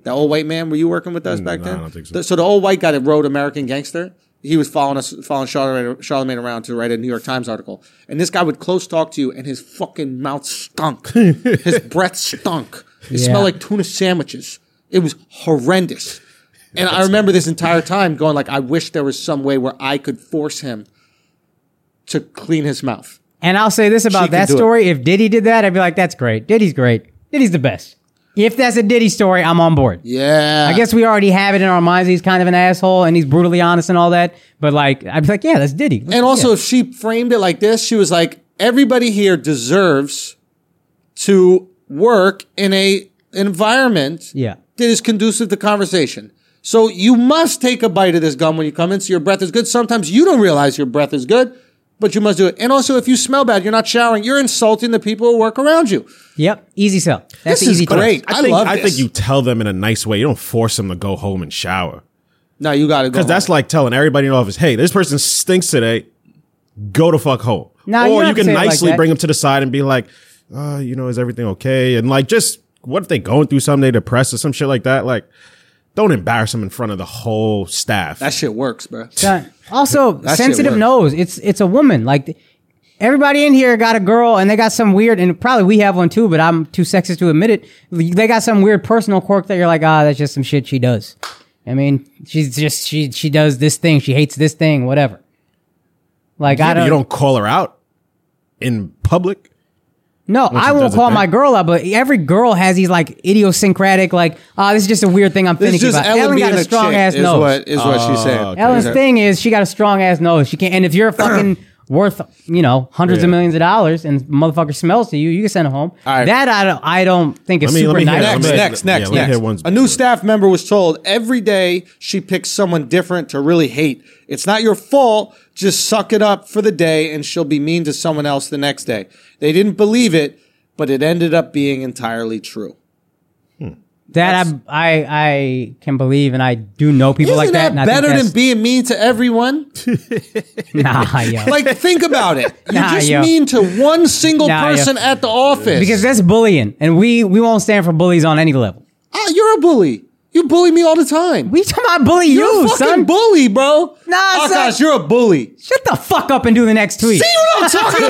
Speaker 3: That old white man, were you working with us back
Speaker 1: No, Mm, I
Speaker 3: then?
Speaker 1: don't think so.
Speaker 3: The- so the old white guy that wrote American Gangster, he was following us, following Charlemagne, Charlemagne around to write a New York Times article. And this guy would close talk to you, and his fucking mouth stunk. his breath stunk. It
Speaker 2: Yeah.
Speaker 3: smelled like tuna sandwiches. It was horrendous. And I remember this entire time going like, I wish there was some way where I could force him to clean his mouth.
Speaker 2: And I'll say this about
Speaker 3: can
Speaker 2: that
Speaker 3: do it.
Speaker 2: story: if Diddy did that, I'd be like, that's great. Diddy's great. Diddy's the best. If that's a Diddy story, I'm on board.
Speaker 3: Yeah.
Speaker 2: I guess we already have it in our minds. He's kind of an asshole and he's brutally honest and all that. But like, I'd be like, yeah, that's Diddy.
Speaker 3: And also, if she framed it like this, she was like, everybody here deserves to work in a environment
Speaker 2: Yeah.
Speaker 3: that is conducive to conversation. So you must take a bite of this gum when you come in, so your breath is good. Sometimes you don't realize your breath is good, but you must do it. And also, if you smell bad, you're not showering, you're insulting the people who work around you.
Speaker 2: yep, easy sell. That's
Speaker 3: This
Speaker 2: the
Speaker 3: is
Speaker 2: easy choice.
Speaker 3: great. I,
Speaker 1: I think,
Speaker 3: love
Speaker 1: I
Speaker 3: this.
Speaker 1: think you tell them in a nice way. You don't force them to go home and shower.
Speaker 3: No, you got to go.
Speaker 1: Because that's like telling everybody in the office, hey, this person stinks today. Go to fuck home.
Speaker 2: No, you don't
Speaker 1: or you
Speaker 2: have to
Speaker 1: can
Speaker 2: say it like
Speaker 1: nicely
Speaker 2: that.
Speaker 1: bring them to the side and be like, uh, you know, is everything okay? And like, just what if they going through something, they depressed or some shit like that? Like, don't embarrass them in front of the whole staff.
Speaker 3: that shit works, bro.
Speaker 2: Yeah. Also,
Speaker 3: shit
Speaker 2: sensitive
Speaker 3: works.
Speaker 2: nose. It's it's a woman. Like th- everybody in here got a girl, and they got some weird. And probably we have one too, but I'm too sexist to admit it. They got some weird personal quirk that you're like, ah, that's just some shit she does. I mean, she's just she she does this thing. She hates this thing. Whatever. Like
Speaker 1: Yeah,
Speaker 2: I
Speaker 1: but
Speaker 2: don't.
Speaker 1: you don't call her out in public.
Speaker 2: No,
Speaker 1: she
Speaker 2: I won't
Speaker 1: does a
Speaker 2: call
Speaker 1: thing.
Speaker 2: my girl out, but every girl has these like idiosyncratic, like, oh, this is just a weird thing I'm
Speaker 3: It's
Speaker 2: finicky
Speaker 3: just
Speaker 2: about.
Speaker 3: Ellen being
Speaker 2: got
Speaker 3: a
Speaker 2: a strong
Speaker 3: chick
Speaker 2: ass
Speaker 3: is
Speaker 2: nose.
Speaker 3: what is what she's saying.
Speaker 1: Oh, okay.
Speaker 2: Ellen's thing is she got a strong ass nose. She can't. And if you're fucking worth, you know, hundreds
Speaker 1: Yeah.
Speaker 2: of millions of dollars, and motherfucker smells to you, you can send him home.
Speaker 3: right.
Speaker 2: That I don't. I don't think is
Speaker 1: Let me-
Speaker 2: super
Speaker 1: let me hear
Speaker 2: nice.
Speaker 1: that.
Speaker 3: Next,
Speaker 1: Let me-
Speaker 3: next,
Speaker 1: yeah,
Speaker 3: next,
Speaker 1: let me
Speaker 3: next.
Speaker 1: hit one's-
Speaker 3: A new staff member was told every day she picks someone different to really hate. It's not your fault. Just suck it up for the day and she'll be mean to someone else the next day. They didn't believe it, but it ended up being entirely true.
Speaker 2: That I, I I can believe, and I do know people
Speaker 3: Isn't
Speaker 2: like that. and
Speaker 3: that,
Speaker 2: I think
Speaker 3: better
Speaker 2: that's-
Speaker 3: than being mean to everyone?
Speaker 2: Nah, yo.
Speaker 3: Like, think about it. You're
Speaker 2: Nah,
Speaker 3: just
Speaker 2: yo.
Speaker 3: mean to one single
Speaker 2: Nah, yo.
Speaker 3: person at the office.
Speaker 2: because that's bullying, and we we won't stand for bullies on any level.
Speaker 3: Ah, you're a bully. You bully me all the time.
Speaker 2: We talking about bully you,
Speaker 3: you're a fucking
Speaker 2: son.
Speaker 3: bully, bro.
Speaker 2: Nah,
Speaker 3: oh,
Speaker 2: son.
Speaker 3: gosh, you're a bully.
Speaker 2: Shut the fuck up and do the next tweet.
Speaker 3: See what I'm talking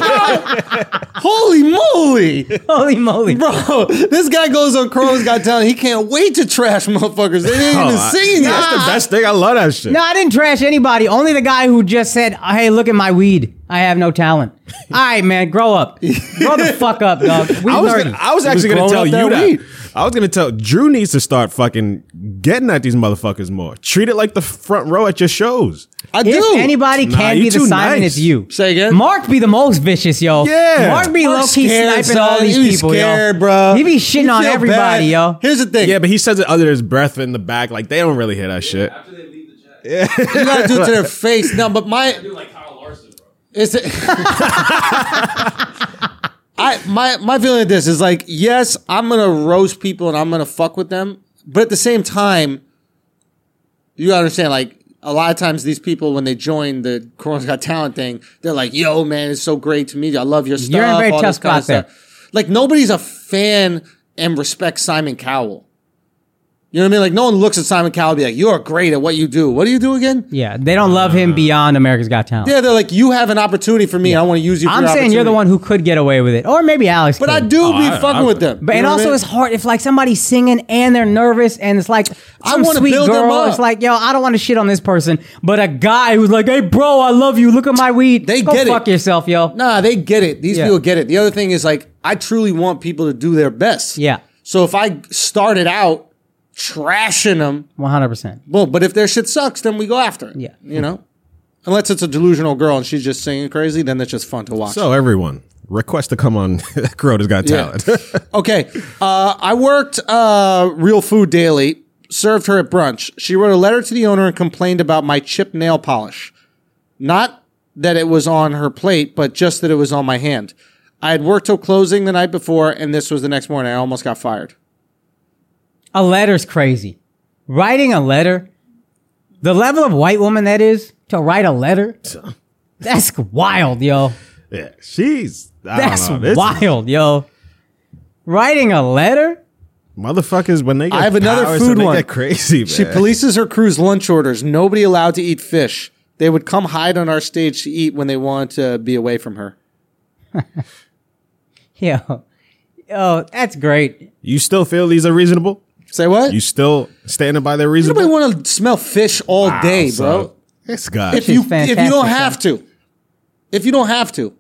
Speaker 3: about? Holy moly,
Speaker 2: Holy moly,
Speaker 3: bro! This guy goes on Crow's Got Talent. He can't wait to trash motherfuckers. They didn't
Speaker 1: Oh,
Speaker 3: even
Speaker 1: I-
Speaker 3: sing
Speaker 1: That's
Speaker 3: yet.
Speaker 1: the best thing. I love that shit.
Speaker 2: No, I didn't trash anybody. Only the guy who just said, "Hey, look at my weed. I have no talent." All right, man, grow up. Grow the fuck up, dog. We
Speaker 1: I was,
Speaker 2: nerdy.
Speaker 1: gonna, I was actually
Speaker 3: growing
Speaker 1: gonna
Speaker 3: up
Speaker 1: tell you
Speaker 3: that
Speaker 1: that.
Speaker 3: weed.
Speaker 1: I was gonna tell Drew needs to start fucking getting at these motherfuckers more. Treat it like the front row at your shows.
Speaker 3: I
Speaker 2: if
Speaker 3: do.
Speaker 2: anybody
Speaker 1: Nah,
Speaker 2: can
Speaker 1: you
Speaker 2: be the
Speaker 1: too
Speaker 2: Simon,
Speaker 1: nice.
Speaker 2: it's you.
Speaker 3: Say again?
Speaker 2: Mark be the most vicious, yo.
Speaker 1: Yeah.
Speaker 2: Mark be
Speaker 3: Mark's
Speaker 2: low key
Speaker 3: scared,
Speaker 2: sniping
Speaker 3: son.
Speaker 2: all these
Speaker 3: He be
Speaker 2: people,
Speaker 3: scared,
Speaker 2: yo.
Speaker 3: bro.
Speaker 2: He be shitting on
Speaker 3: feel
Speaker 2: everybody,
Speaker 3: bad.
Speaker 2: yo.
Speaker 3: Here's the thing.
Speaker 1: Yeah, but he says it under his breath in the back. Like they don't really hear that shit.
Speaker 6: After they leave the chat,
Speaker 3: you gotta do it to their face. No, but my
Speaker 6: do like Kyle Larson, bro.
Speaker 3: Is it? I my my feeling of this is like yes, I'm gonna roast people and I'm gonna fuck with them, but at the same time, you gotta understand like a lot of times these people when they join the Corona's Got Talent thing, they're like, "Yo, man, it's so great to meet you. I love your stuff."
Speaker 2: You're in a very
Speaker 3: all
Speaker 2: tough
Speaker 3: this kind of
Speaker 2: spot there.
Speaker 3: stuff." Like nobody's a fan and respects Simon Cowell. You know what I mean? Like no one looks at Simon Cowell and be like, "You are great at what you do. What do you do again?"
Speaker 2: Yeah, they don't love him beyond America's Got Talent.
Speaker 3: Yeah, they're like, "You have an opportunity for me. I want to use you." For
Speaker 2: I'm
Speaker 3: your
Speaker 2: saying you're the
Speaker 3: opportunity."
Speaker 2: one who could get away with it, or maybe Alex.
Speaker 3: But I
Speaker 2: could.
Speaker 3: do be
Speaker 1: Oh, I- I-
Speaker 3: fucking with them.
Speaker 2: But
Speaker 3: You
Speaker 2: and
Speaker 3: know what
Speaker 2: also
Speaker 3: I mean?
Speaker 2: it's hard if like somebody's singing and they're nervous and it's like some
Speaker 3: wanna
Speaker 2: sweet
Speaker 3: build them
Speaker 2: girl.
Speaker 3: up.
Speaker 2: It's like yo, I don't want to shit on this person, but a guy who's like, hey bro, I love you. Look at my weed.
Speaker 3: They
Speaker 2: Go
Speaker 3: get it.
Speaker 2: fuck yourself, yo.
Speaker 3: Nah, they get it. These
Speaker 2: Yeah.
Speaker 3: people get it. The other thing is like, I truly want people to do their best.
Speaker 2: Yeah.
Speaker 3: So if I started out trashing them,
Speaker 2: One hundred percent.
Speaker 3: well, but if their shit sucks, then we go after it.
Speaker 2: Yeah.
Speaker 3: You know, unless it's a delusional girl and she's just singing crazy, then it's just fun to watch.
Speaker 1: So everyone, request to come on. Corona's got
Speaker 3: Yeah.
Speaker 1: talent.
Speaker 3: okay. Uh, I worked uh, Real Food Daily, served her at brunch. She wrote a letter to the owner and complained about my chip nail polish. Not that it was on her plate, but just that it was on my hand. I had worked till closing the night before, and this was the next morning. I almost got fired.
Speaker 2: A letter's crazy. Writing a letter, the level of white woman that is to write a letter, that's wild, yo.
Speaker 1: yeah, she's I don't
Speaker 2: That's
Speaker 1: know. This is-
Speaker 2: wild, yo. Writing a letter.
Speaker 1: Motherfuckers, when they get
Speaker 3: I have another
Speaker 1: powers,
Speaker 3: food
Speaker 1: they
Speaker 3: one.
Speaker 1: Get crazy, man.
Speaker 3: She polices her crew's lunch orders. Nobody allowed to eat fish. They would come hide on our stage to eat when they wanted to be away from her.
Speaker 2: Yo, yo, that's great.
Speaker 1: you still feel these are reasonable?
Speaker 3: Say what?
Speaker 1: You still standing by their
Speaker 3: Nobody
Speaker 1: reasonable?
Speaker 3: want to smell fish all day,
Speaker 1: So,
Speaker 3: bro.
Speaker 1: This guy.
Speaker 3: if you if you
Speaker 2: fantastic,
Speaker 3: don't
Speaker 2: though.
Speaker 3: have to, if you don't have to,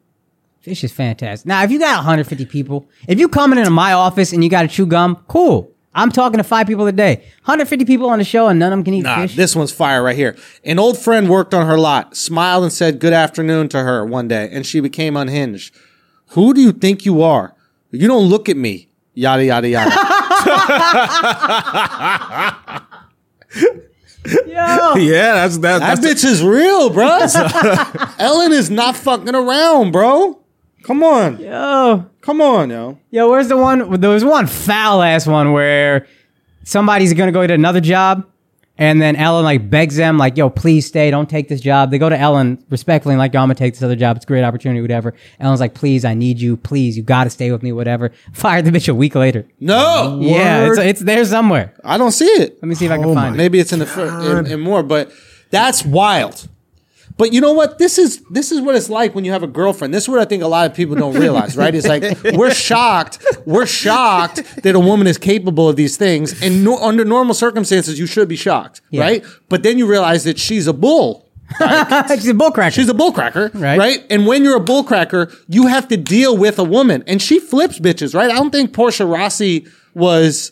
Speaker 2: Fish is fantastic. Now, if you got 150 people, if you coming into my office and you got to chew gum, cool. I'm talking to five people a day. 150 people on the show and none of them can eat
Speaker 3: ah,
Speaker 2: fish.
Speaker 3: this one's fire right here. An old friend worked on her lot, smiled and said good afternoon to her one day, and she became unhinged. Who do you think you are? You don't look at me. Yada yada yada.
Speaker 2: Yo,
Speaker 1: yeah, that's that,
Speaker 3: that
Speaker 1: that's
Speaker 3: bitch is real, bro. Ellen is not fucking around, bro. Come on,
Speaker 2: yo,
Speaker 3: come on, yo.
Speaker 2: yo, where's the one? There was one foul ass one where somebody's going to go to another job. And then Ellen like begs them, like, yo, please stay. Don't take this job. They go to Ellen respectfully, and like, yo, I'm going to take this other job. It's a great opportunity, whatever. Ellen's like, please, I need you. Please, you got to stay with me, whatever. Fired the bitch a week later.
Speaker 3: No,
Speaker 2: Yeah,
Speaker 3: Word. Oh
Speaker 2: it's, it's there somewhere.
Speaker 3: I don't see it.
Speaker 2: Let me see if I can find it.
Speaker 3: Maybe it's in the fir- in, in more, but that's wild. But you know what? This is this is what it's like when you have a girlfriend. This is what I think a lot of people don't realize, right? It's like we're shocked, we're shocked that a woman is capable of these things, and no, under normal circumstances, you should be shocked,
Speaker 2: Yeah.
Speaker 3: right? But then you realize that she's a bull.
Speaker 2: She's a bullcracker.
Speaker 3: She's a bullcracker,
Speaker 2: Right.
Speaker 3: right? Right? And when you're a bullcracker, you have to deal with a woman, and she flips bitches, right? I don't think Portia Rossi was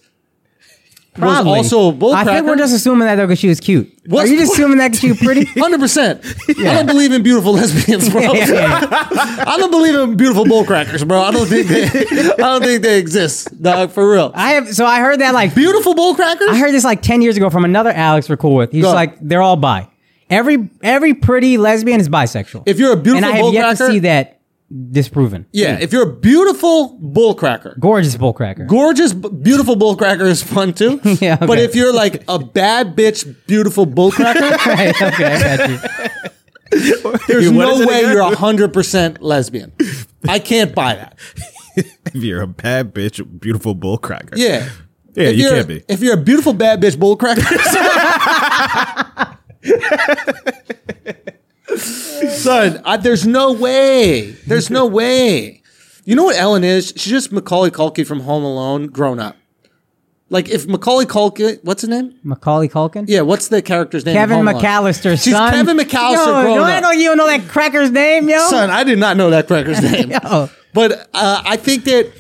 Speaker 2: Probably.
Speaker 3: was also a bullcracker.
Speaker 2: I think we're just assuming that though because she was cute.
Speaker 3: What's-
Speaker 2: Are you just assuming that 'cause she was pretty?
Speaker 3: Hundred percent. I don't believe in beautiful lesbians, bro.
Speaker 2: Yeah, yeah,
Speaker 3: I don't believe in beautiful bullcrackers, bro. I don't think they, I don't think they exist, dog. For real,
Speaker 2: I have. So I heard that like
Speaker 3: beautiful bullcrackers.
Speaker 2: I heard this like ten years ago from another Alex we're cool with. He's
Speaker 3: Go.
Speaker 2: like they're all bi. Every every pretty lesbian is bisexual.
Speaker 3: if you're a beautiful
Speaker 2: and I have
Speaker 3: bullcracker,
Speaker 2: yet to see that disproven.
Speaker 3: yeah, if you're a beautiful bullcracker,
Speaker 2: Gorgeous bullcracker.
Speaker 3: gorgeous, b- beautiful bullcracker is fun too.
Speaker 2: Yeah, okay.
Speaker 3: But if you're like a bad bitch, beautiful bullcracker,
Speaker 2: Right, okay, I got you.
Speaker 3: there's
Speaker 1: Dude, what
Speaker 3: no
Speaker 1: is it
Speaker 3: way
Speaker 1: again?
Speaker 3: you're hundred percent lesbian. I can't buy that.
Speaker 1: If you're a bad bitch, beautiful bullcracker.
Speaker 3: Yeah.
Speaker 1: Yeah,
Speaker 3: If
Speaker 1: you
Speaker 3: you're-
Speaker 1: can't be.
Speaker 3: If you're a beautiful bad bitch bullcracker. Son, I, there's no way. There's no way. You know what Ellen is? She's just Macaulay Culkin from Home Alone grown up. Like if Macaulay Culkin, what's his name?
Speaker 2: Macaulay Culkin.
Speaker 3: Yeah, what's the character's name? in
Speaker 2: Kevin
Speaker 3: Home Alone?
Speaker 2: McAllister,
Speaker 3: She's
Speaker 2: son.
Speaker 3: Kevin McAllister
Speaker 2: Yo,
Speaker 3: grown
Speaker 2: yo,
Speaker 3: up.
Speaker 2: I know you don't know that cracker's name, yo.
Speaker 3: Son, I did not know that cracker's name.
Speaker 2: Yo.
Speaker 3: But uh, I think that,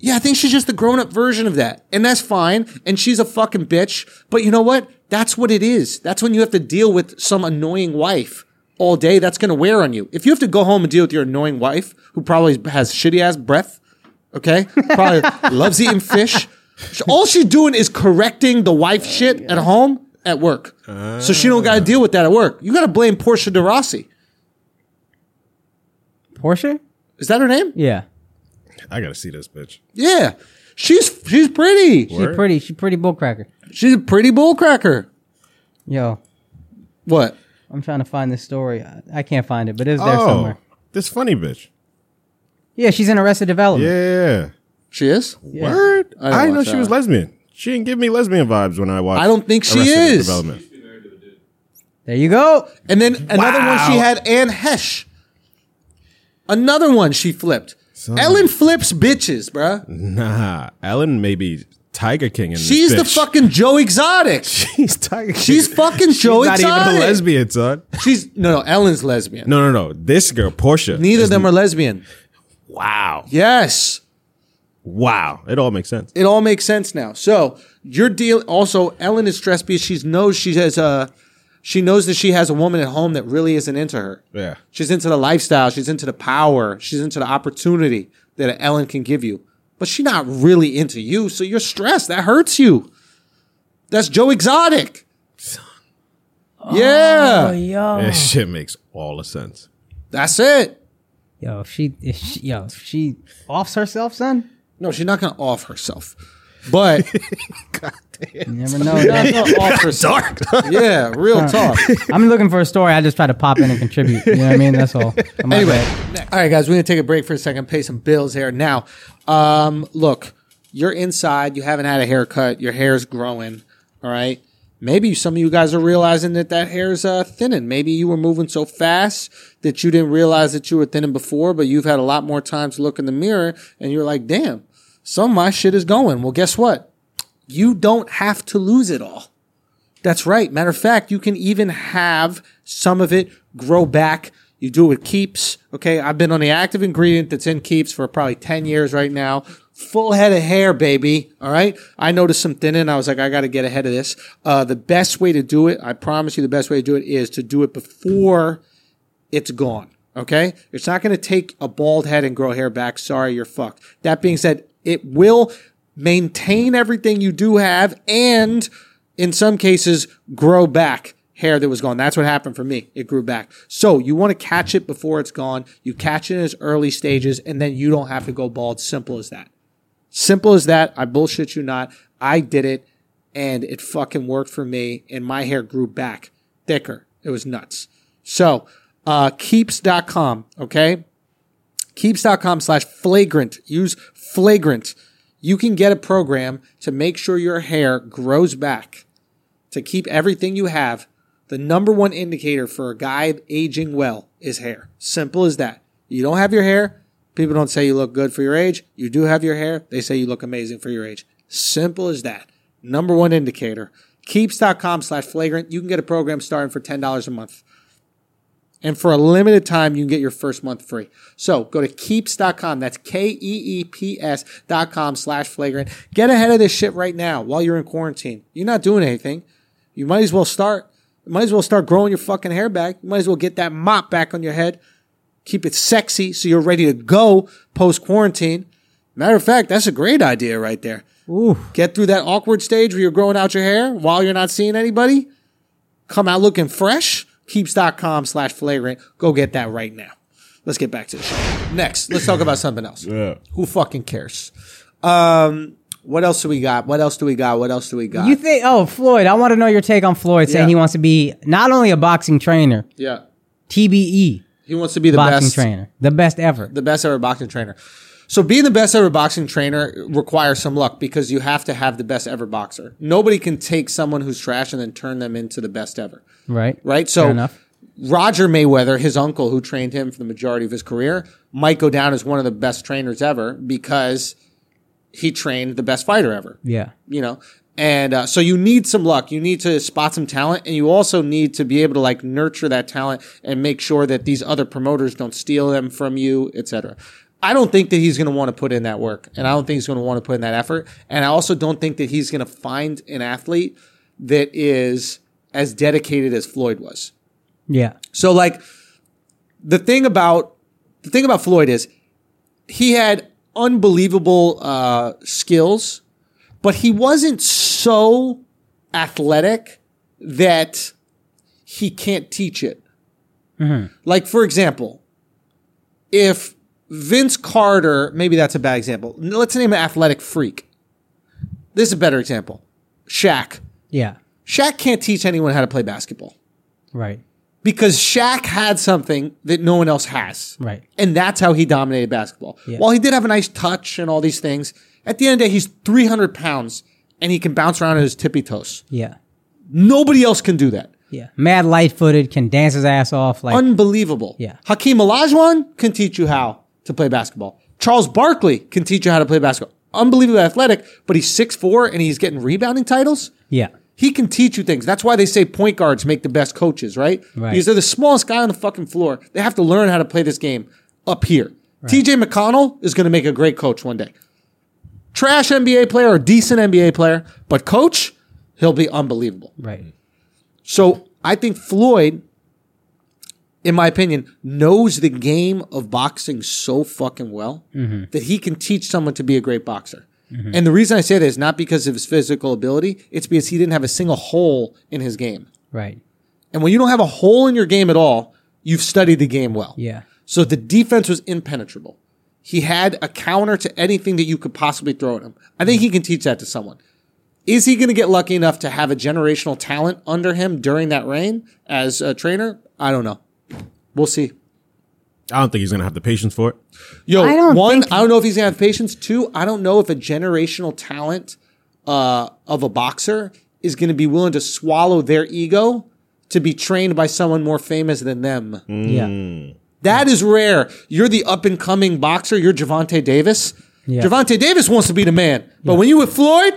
Speaker 3: yeah, I think she's just the grown up version of that. And that's fine. And she's a fucking bitch. But you know what? That's what it is. That's when you have to deal with some annoying wife all day that's going to wear on you. If you have to go home and deal with your annoying wife, who probably has shitty ass breath, okay? Probably loves eating fish. All she's doing is correcting the wife shit at home, at work. so she don't got to deal with that at work. You got to blame Portia de Rossi.
Speaker 2: Portia.
Speaker 3: Is that her name?
Speaker 2: Yeah,
Speaker 1: I gotta see this bitch.
Speaker 3: Yeah. She's she's pretty.
Speaker 2: she's
Speaker 1: Word.
Speaker 2: pretty. She's pretty bullcracker.
Speaker 3: She's a pretty bullcracker.
Speaker 2: Yo,
Speaker 3: What?
Speaker 2: I'm trying to find this story. I, I can't find it, but it's there
Speaker 1: Oh,
Speaker 2: somewhere.
Speaker 1: this funny bitch.
Speaker 2: Yeah, she's in Arrested Development.
Speaker 1: Yeah.
Speaker 3: She is?
Speaker 2: Yeah.
Speaker 1: Word.
Speaker 3: I didn't
Speaker 1: I, didn't know
Speaker 3: watch
Speaker 1: she
Speaker 3: that
Speaker 1: was
Speaker 3: one.
Speaker 1: lesbian. She didn't give me lesbian vibes when I watched.
Speaker 3: I don't think she
Speaker 1: Arrested
Speaker 3: is.
Speaker 1: Development.
Speaker 2: There you go.
Speaker 3: And then another one she
Speaker 1: Wow.
Speaker 3: had Anne Hesh. Another one she flipped.
Speaker 1: Son.
Speaker 3: Ellen flips bitches, bruh.
Speaker 1: Nah, Ellen may be Tiger King in
Speaker 3: She's
Speaker 1: this
Speaker 3: the
Speaker 1: bitch.
Speaker 3: fucking Joe Exotic.
Speaker 1: She's Tiger King.
Speaker 3: She's fucking
Speaker 1: She's
Speaker 3: Joe
Speaker 1: not even
Speaker 3: Exotic.
Speaker 1: a lesbian, son.
Speaker 3: She's no, no, Ellen's lesbian.
Speaker 1: No, no, no. This girl, Portia.
Speaker 3: Neither
Speaker 1: is-
Speaker 3: of them are lesbian.
Speaker 1: Wow.
Speaker 3: Yes.
Speaker 1: Wow. It all makes sense.
Speaker 3: It all makes sense now. So your deal. Also, Ellen is stressed because she knows she has a, she knows that she has a woman at home that really isn't into her.
Speaker 1: Yeah.
Speaker 3: She's into the lifestyle. She's into the power. She's into the opportunity that Ellen can give you. But she's not really into you, so you're stressed. That hurts you. That's Joe Exotic. Yeah,
Speaker 2: Yo,
Speaker 1: This shit makes all the sense.
Speaker 3: that's it.
Speaker 2: yo, if she, if she, yo, if she offs herself, son.
Speaker 3: No, she's not gonna off herself, but
Speaker 2: You never know. dog.
Speaker 3: she's gonna off herself.
Speaker 1: Dark.
Speaker 3: Yeah, real talk.
Speaker 2: I'm looking for a story. I just try to pop in and contribute. You know what I mean? That's all. I'm not
Speaker 3: Anyway,
Speaker 2: bad.
Speaker 3: all right, guys, we're gonna take a break for a second, pay some bills here. Now, um, look, you're inside, you haven't had a haircut, your hair's growing. All right, maybe some of you guys are realizing that that hair's uh, thinning. Maybe you were moving so fast that you didn't realize that you were thinning before, but you've had a lot more time to look in the mirror, and you're like, damn, some of my shit is going. Well, guess what? You don't have to lose it all. That's right. Matter of fact, you can even have some of it grow back. You do it with Keeps. Okay. I've been on the active ingredient that's in Keeps for probably 10 years right now. Full head of hair, baby. All right. I noticed some thinning. I was like, I got to get ahead of this. Uh, the best way to do it, I promise you, the best way to do it is to do it before it's gone. Okay? It's not going to take a bald head and grow hair back. Sorry, you're fucked. That being said, it will maintain everything you do have and in some cases grow back hair that was gone. That's what happened for me. It grew back. So you want to catch it before it's gone. You catch it in its early stages and then you don't have to go bald. Simple as that. Simple as that. I bullshit you not. I did it and it fucking worked for me and my hair grew back thicker. It was nuts. So, uh, keeps.com, okay? Keeps.com slash flagrant. Use flagrant. You can get a program to make sure your hair grows back, to keep everything you have. The number one indicator for a guy aging well is hair. Simple as that. You don't have your hair. People don't say you look good for your age. You do have your hair. They say you look amazing for your age. Simple as that. Number one indicator. Keeps.com slash flagrant. You can get a program starting for $10 a month. And for a limited time, you can get your first month free. So go to keeps.com. That's K E E P S.com slash flagrant. Get ahead of this shit right now while you're in quarantine. You're not doing anything. You might as well start. You might as well start growing your fucking hair back. You might as well get that mop back on your head. Keep it sexy so you're ready to go post quarantine. Matter of fact, that's a great idea right there.
Speaker 2: Ooh.
Speaker 3: Get through that awkward stage where you're growing out your hair while you're not seeing anybody. Come out looking fresh. Keeps.com slash flagrant. Go get that right now. Let's get back to the show. Next, let's talk about something else.
Speaker 1: Yeah.
Speaker 3: Who fucking cares? Um, what else do we got? What else do we got? What else do we got?
Speaker 2: You think? Oh, Floyd. I want to know your take on Floyd saying
Speaker 3: Yeah.
Speaker 2: he wants to be not only a boxing trainer,
Speaker 3: yeah.
Speaker 2: TBE
Speaker 3: He wants to be the
Speaker 2: boxing
Speaker 3: best
Speaker 2: trainer, the best ever.
Speaker 3: the best ever boxing trainer. So being the best ever boxing trainer requires some luck because you have to have the best ever boxer. Nobody can take someone who's trash and then turn them into the best ever.
Speaker 2: right.
Speaker 3: Right? So
Speaker 2: Fair enough.
Speaker 3: Roger Mayweather, his uncle who trained him for the majority of his career, might go down as one of the best trainers ever because he trained the best fighter ever
Speaker 2: Yeah.
Speaker 3: you know and uh, so you need some luck you need to spot some talent and you also need to be able to like nurture that talent and make sure that these other promoters don't steal them from you etc i don't think that he's going to want to put in that work and i don't think he's going to want to put in that effort and i also don't think that he's going to find an athlete that is as dedicated as floyd was
Speaker 2: Yeah.
Speaker 3: so like the thing about the thing about Floyd is he had unbelievable uh, skills, but he wasn't so athletic that he can't teach it. Like for example, if Vince Carter, maybe that's a bad example. Let's name an athletic freak. This is a better example. Shaq.
Speaker 2: Yeah.
Speaker 3: Shaq can't teach anyone how to play basketball
Speaker 2: Right.
Speaker 3: because Shaq had something that no one else has.
Speaker 2: Right.
Speaker 3: And that's how he dominated basketball.
Speaker 2: Yeah.
Speaker 3: While he did have a nice touch and all these things, at the end of the day, he's 300 pounds and he can bounce around on his tippy toes.
Speaker 2: Yeah.
Speaker 3: Nobody else can do that.
Speaker 2: Yeah. Mad light footed can dance his ass off like
Speaker 3: Unbelievable.
Speaker 2: Yeah.
Speaker 3: Hakeem Olajuwon can teach you how to play basketball. Charles Barkley can teach you how to play basketball. Unbelievably athletic, but he's 6'4 and he's getting rebounding titles.
Speaker 2: yeah.
Speaker 3: He can teach you things. That's why they say point guards make the best coaches, right?
Speaker 2: Right.
Speaker 3: Because they're the smallest guy on the fucking floor. They have to learn how to play this game up here. TJ McConnell is going to make a great coach one day. Trash NBA player or decent NBA player, but coach, he'll be unbelievable.
Speaker 2: Right.
Speaker 3: So I think Floyd, in my opinion, knows the game of boxing so fucking well that he can teach someone to be a great boxer. And the reason I say that is not because of his physical ability, it's because he didn't have a single hole in his game.
Speaker 2: Right.
Speaker 3: And when you don't have a hole in your game at all, you've studied the game well.
Speaker 2: Yeah.
Speaker 3: So the defense was impenetrable. He had a counter to anything that you could possibly throw at him. I think he can teach that to someone. Is he going to get lucky enough to have a generational talent under him during that reign as a trainer? I don't know. We'll see.
Speaker 1: I don't think he's gonna have the patience for it.
Speaker 3: Yo,
Speaker 2: I don't
Speaker 3: one,
Speaker 2: think-
Speaker 3: I don't know if he's gonna have patience. Two, I don't know if a generational talent uh, of a boxer is gonna be willing to swallow their ego to be trained by someone more famous than them.
Speaker 2: Yeah.
Speaker 3: That is rare. You're the up and coming boxer. You're Javante Davis.
Speaker 2: Yeah.
Speaker 3: Javante Davis wants to be the man, but when you with Floyd,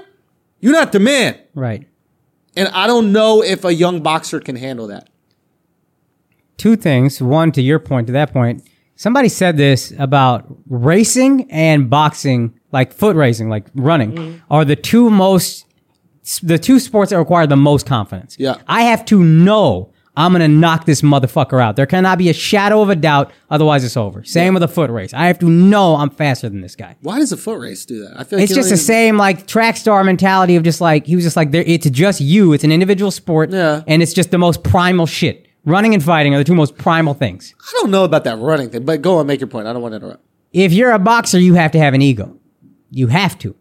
Speaker 3: you're not the man.
Speaker 2: Right.
Speaker 3: And I don't know if a young boxer can handle that.
Speaker 2: two things. One, to your point, to that point, somebody said this about racing and boxing, like foot racing, like running, are the two most, the two sports that require the most confidence.
Speaker 3: Yeah.
Speaker 2: I have to know I'm going to knock this motherfucker out. There cannot be a shadow of a doubt. Otherwise, it's over. Same with a foot race. I have to know I'm faster than this guy.
Speaker 3: Why does a foot race do that? I feel like
Speaker 2: It's
Speaker 3: you don't
Speaker 2: just the
Speaker 3: even-
Speaker 2: same like track star mentality of just like he was just like there. It's just you. It's an individual sport,
Speaker 3: Yeah.
Speaker 2: and it's just the most primal shit. Running and fighting are the two most primal things.
Speaker 3: I don't know about that running thing, but go on, make your point. I don't want to interrupt.
Speaker 2: if you're a boxer, you have to have an ego. You have to.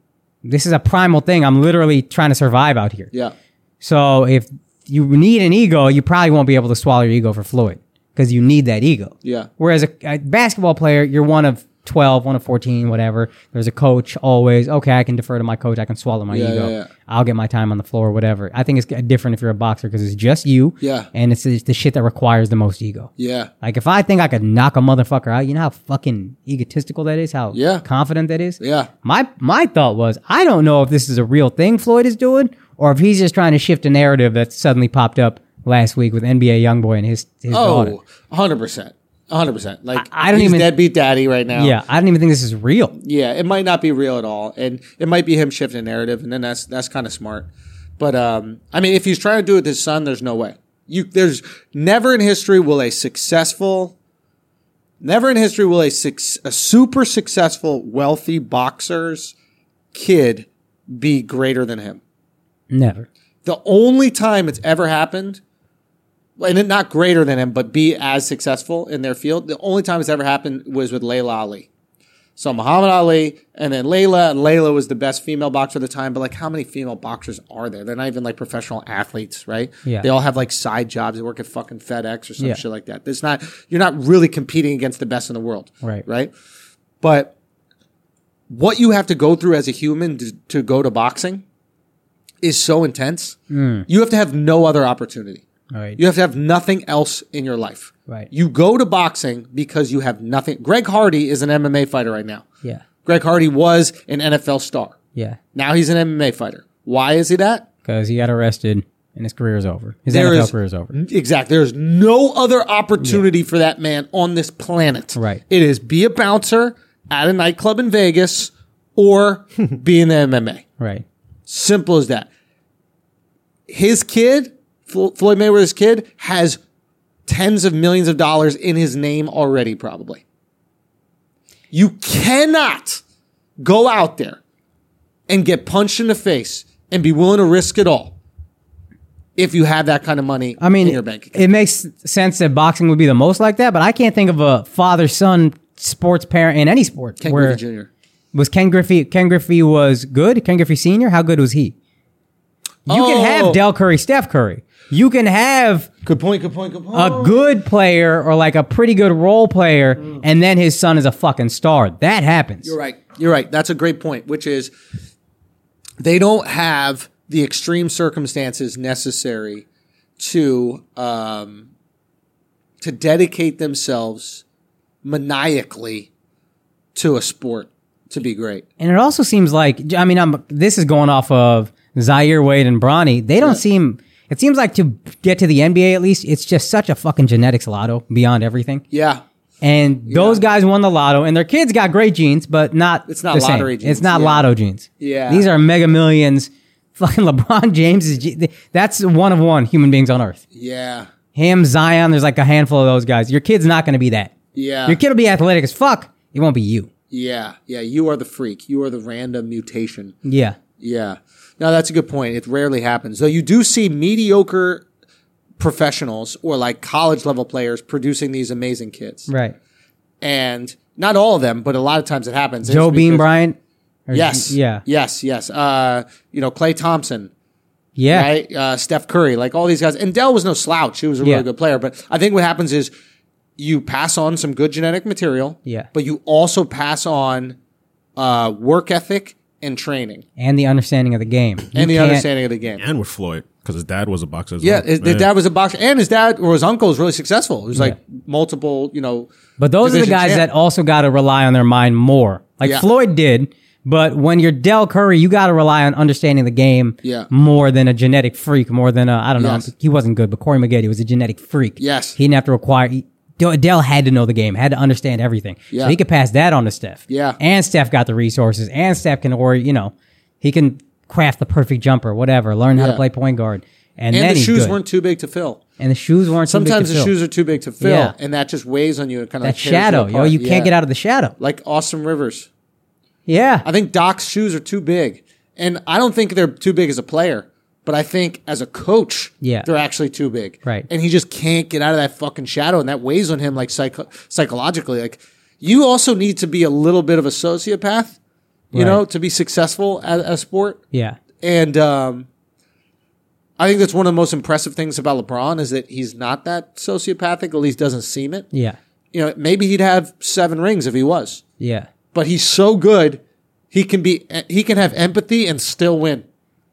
Speaker 2: This is a primal thing. I'm literally trying to survive out here.
Speaker 3: Yeah.
Speaker 2: So if you need an ego, you probably won't be able to swallow your ego for Floyd because you need that ego.
Speaker 3: Yeah.
Speaker 2: Whereas a, a basketball player, you're one of 12, one of 14, whatever. There's a coach always. Okay, I can defer to my coach. I can swallow my
Speaker 3: Yeah,
Speaker 2: ego.
Speaker 3: yeah, yeah.
Speaker 2: I'll get my time on the floor, whatever. I think it's different if you're a boxer because it's just you.
Speaker 3: Yeah.
Speaker 2: And it's, it's the shit that requires the most ego.
Speaker 3: Yeah.
Speaker 2: Like if I think I could knock a motherfucker out, you know how fucking egotistical that is, how
Speaker 3: Yeah.
Speaker 2: confident that is.
Speaker 3: Yeah.
Speaker 2: My my thought was, I don't know if this is a real thing Floyd is doing, or if he's just trying to shift a narrative that suddenly popped up last week with NBA YoungBoy and his his daughter.
Speaker 3: Oh, 100%. 100%. Like,
Speaker 2: I- I don't
Speaker 3: he's
Speaker 2: even-
Speaker 3: deadbeat daddy right now.
Speaker 2: Yeah, I don't even think this is real.
Speaker 3: Yeah, it might not be real at all, and it might be him shifting narrative, and then that's that's kind of smart. But um, I mean, if he's trying to do it with his son, there's no way. You there's never in history will a successful, never in history will a suc a super successful wealthy boxer's kid be greater than him.
Speaker 2: Never.
Speaker 3: The only time it's ever happened, and it- not greater than him, but be as successful in their field, the only time it's ever happened was with Layla Ali. So Muhammad Ali and then Layla, and Layla was the best female boxer at the time, but like how many female boxers are there? They're not even like professional athletes, right?
Speaker 2: Yeah.
Speaker 3: They all have like side jobs. They work at fucking FedEx or some
Speaker 2: Yeah.
Speaker 3: shit like that. It's not, you're not really competing against the best in the world.
Speaker 2: Right.
Speaker 3: Right. But what you have to go through as a human to, to go to boxing is so intense. You have to have no other opportunity.
Speaker 2: Right.
Speaker 3: You have to have nothing else in your life.
Speaker 2: Right.
Speaker 3: You go to boxing because you have nothing. Greg Hardy is an MMA fighter right now.
Speaker 2: Yeah.
Speaker 3: Greg Hardy was an NFL star.
Speaker 2: Yeah.
Speaker 3: Now he's an MMA fighter. Why is he that?
Speaker 2: Because he got arrested and his career is over. His
Speaker 3: There
Speaker 2: NFL
Speaker 3: is-
Speaker 2: career is over.
Speaker 3: Exactly. There's no other opportunity for that man on this planet.
Speaker 2: Right.
Speaker 3: It is be a bouncer at a nightclub in Vegas or be in the MMA.
Speaker 2: Right.
Speaker 3: Simple as that. His kid, Flo- Floyd Mayweather's kid, has tens of millions of dollars in his name already, probably. You cannot go out there and get punched in the face and be willing to risk it all if you have that kind of money
Speaker 2: I mean,
Speaker 3: in your bank account.
Speaker 2: it makes sense that boxing would be the most like that, but I can't think of a father son sports parent in any sport.
Speaker 3: Ken
Speaker 2: where
Speaker 3: Griffey Jr.
Speaker 2: was Ken Griffey? Ken Griffey was good. Ken Griffey Senior. How good was he? You
Speaker 3: Oh.
Speaker 2: can have Del Curry, Steph Curry. You can have
Speaker 3: Good point, good point, good point.
Speaker 2: a good player or like a pretty good role player, and then his son is a fucking star. That happens.
Speaker 3: Mm. You're right. You're right. That's a great point, which is they don't have the extreme circumstances necessary to um, to dedicate themselves maniacally to a sport to be great.
Speaker 2: And it also seems like I mean, I'm this is going off of Zaire Wade and Bronny. They don't seem. It seems like to get to the NBA at least, it's just such a fucking genetics lotto beyond everything.
Speaker 3: Yeah.
Speaker 2: And those guys won the lotto, and their kids got great genes, but not
Speaker 3: It's not
Speaker 2: the same.
Speaker 3: lottery genes,
Speaker 2: It's not
Speaker 3: yeah.
Speaker 2: lotto genes.
Speaker 3: Yeah.
Speaker 2: these are mega millions. Fucking LeBron James is ge- that's one of one human beings on earth.
Speaker 3: Yeah.
Speaker 2: Him, Zion. There's like a handful of those guys. Your kid's not going to be that.
Speaker 3: Yeah.
Speaker 2: Your kid will be athletic as fuck. It won't be you.
Speaker 3: Yeah. Yeah. You are the freak. You are the random mutation.
Speaker 2: Yeah.
Speaker 3: Yeah. No, that's a good point. It rarely happens. Though you do see mediocre professionals or like college level players producing these amazing kids.
Speaker 2: Right.
Speaker 3: and not all of them, but a lot of times it happens.
Speaker 2: Joe
Speaker 3: It's
Speaker 2: Bean
Speaker 3: because-
Speaker 2: Bryant. Or-
Speaker 3: Yes.
Speaker 2: Yeah.
Speaker 3: Yes. Yes. Uh, you know, Clay Thompson,
Speaker 2: Yeah.
Speaker 3: right? Uh, Steph Curry, like all these guys. And Dell was no slouch. He was a really
Speaker 2: Yeah.
Speaker 3: good player. But I think what happens is you pass on some good genetic material.
Speaker 2: Yeah.
Speaker 3: But you also pass on uh, work ethic and training
Speaker 2: And the understanding of the game. You
Speaker 3: and the
Speaker 2: can't-
Speaker 3: understanding of the game.
Speaker 1: and with Floyd because his dad was a boxer. As
Speaker 3: Yeah,
Speaker 1: well.
Speaker 3: his, his dad was a boxer, and his dad or his uncle was really successful. He was like multiple, you know.
Speaker 2: But those are the
Speaker 3: division
Speaker 2: guys
Speaker 3: champ.
Speaker 2: that also got to rely on their mind more. Like
Speaker 3: Yeah.
Speaker 2: Floyd did. But when you're Del Curry, you got to rely on understanding the game
Speaker 3: Yeah.
Speaker 2: more than a genetic freak, more than a, I don't know,
Speaker 3: Yes.
Speaker 2: he wasn't good, but Corey Maggette was a genetic freak.
Speaker 3: Yes.
Speaker 2: He didn't have to acquire, he- Del Del had to know the game, had to understand everything.
Speaker 3: Yeah.
Speaker 2: So he could pass that on to Steph.
Speaker 3: Yeah.
Speaker 2: And Steph got the resources, and Steph can, or, you know, he can craft the perfect jumper, whatever, learn how
Speaker 3: Yeah.
Speaker 2: to play point guard. And,
Speaker 3: and
Speaker 2: then
Speaker 3: the
Speaker 2: he's
Speaker 3: shoes
Speaker 2: good.
Speaker 3: weren't too big to fill.
Speaker 2: and the shoes weren't too big to
Speaker 3: Sometimes the
Speaker 2: fill.
Speaker 3: shoes are too big to fill,
Speaker 2: Yeah.
Speaker 3: and that just weighs on you and kind of
Speaker 2: that shadow, yo, you can't get out of the shadow.
Speaker 3: Like Austin Rivers,
Speaker 2: Yeah,
Speaker 3: I think Doc's shoes are too big, and I don't think they're too big as a player, but I think as a coach,
Speaker 2: Yeah.
Speaker 3: they're actually too big,
Speaker 2: Right.
Speaker 3: And he just can't get out of that fucking shadow, and that weighs on him like psycho- psychologically. Like you also need to be a little bit of a sociopath, you
Speaker 2: Right.
Speaker 3: know, to be successful at a sport.
Speaker 2: yeah,
Speaker 3: And um, I think that's one of the most impressive things about LeBron is that he's not that sociopathic, at least doesn't seem it.
Speaker 2: yeah,
Speaker 3: You know, maybe he'd have seven rings if he was,
Speaker 2: yeah,
Speaker 3: but he's so good, he can be he can have empathy and still win.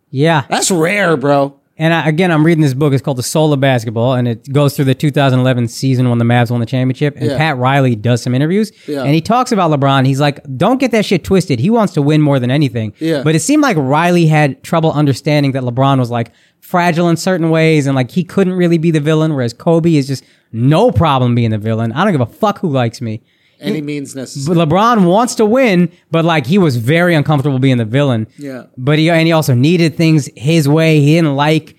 Speaker 2: yeah.
Speaker 3: That's rare, bro.
Speaker 2: And I, again, I'm reading this book. It's called The Soul of Basketball, and it goes through the 2011 season when the Mavs won the championship. And
Speaker 3: Yeah.
Speaker 2: Pat Riley does some interviews,
Speaker 3: Yeah.
Speaker 2: and he talks about LeBron. He's like, "Don't get that shit twisted. He wants to win more than anything."
Speaker 3: Yeah.
Speaker 2: But it seemed like Riley had trouble understanding that LeBron was like fragile in certain ways, and like he couldn't really be the villain, whereas Kobe is just no problem being the villain. I don't give a fuck who likes me.
Speaker 3: Any means necessary.
Speaker 2: But LeBron wants to win, but like he was very uncomfortable being the villain.
Speaker 3: Yeah.
Speaker 2: But he and he also needed things his way. He didn't like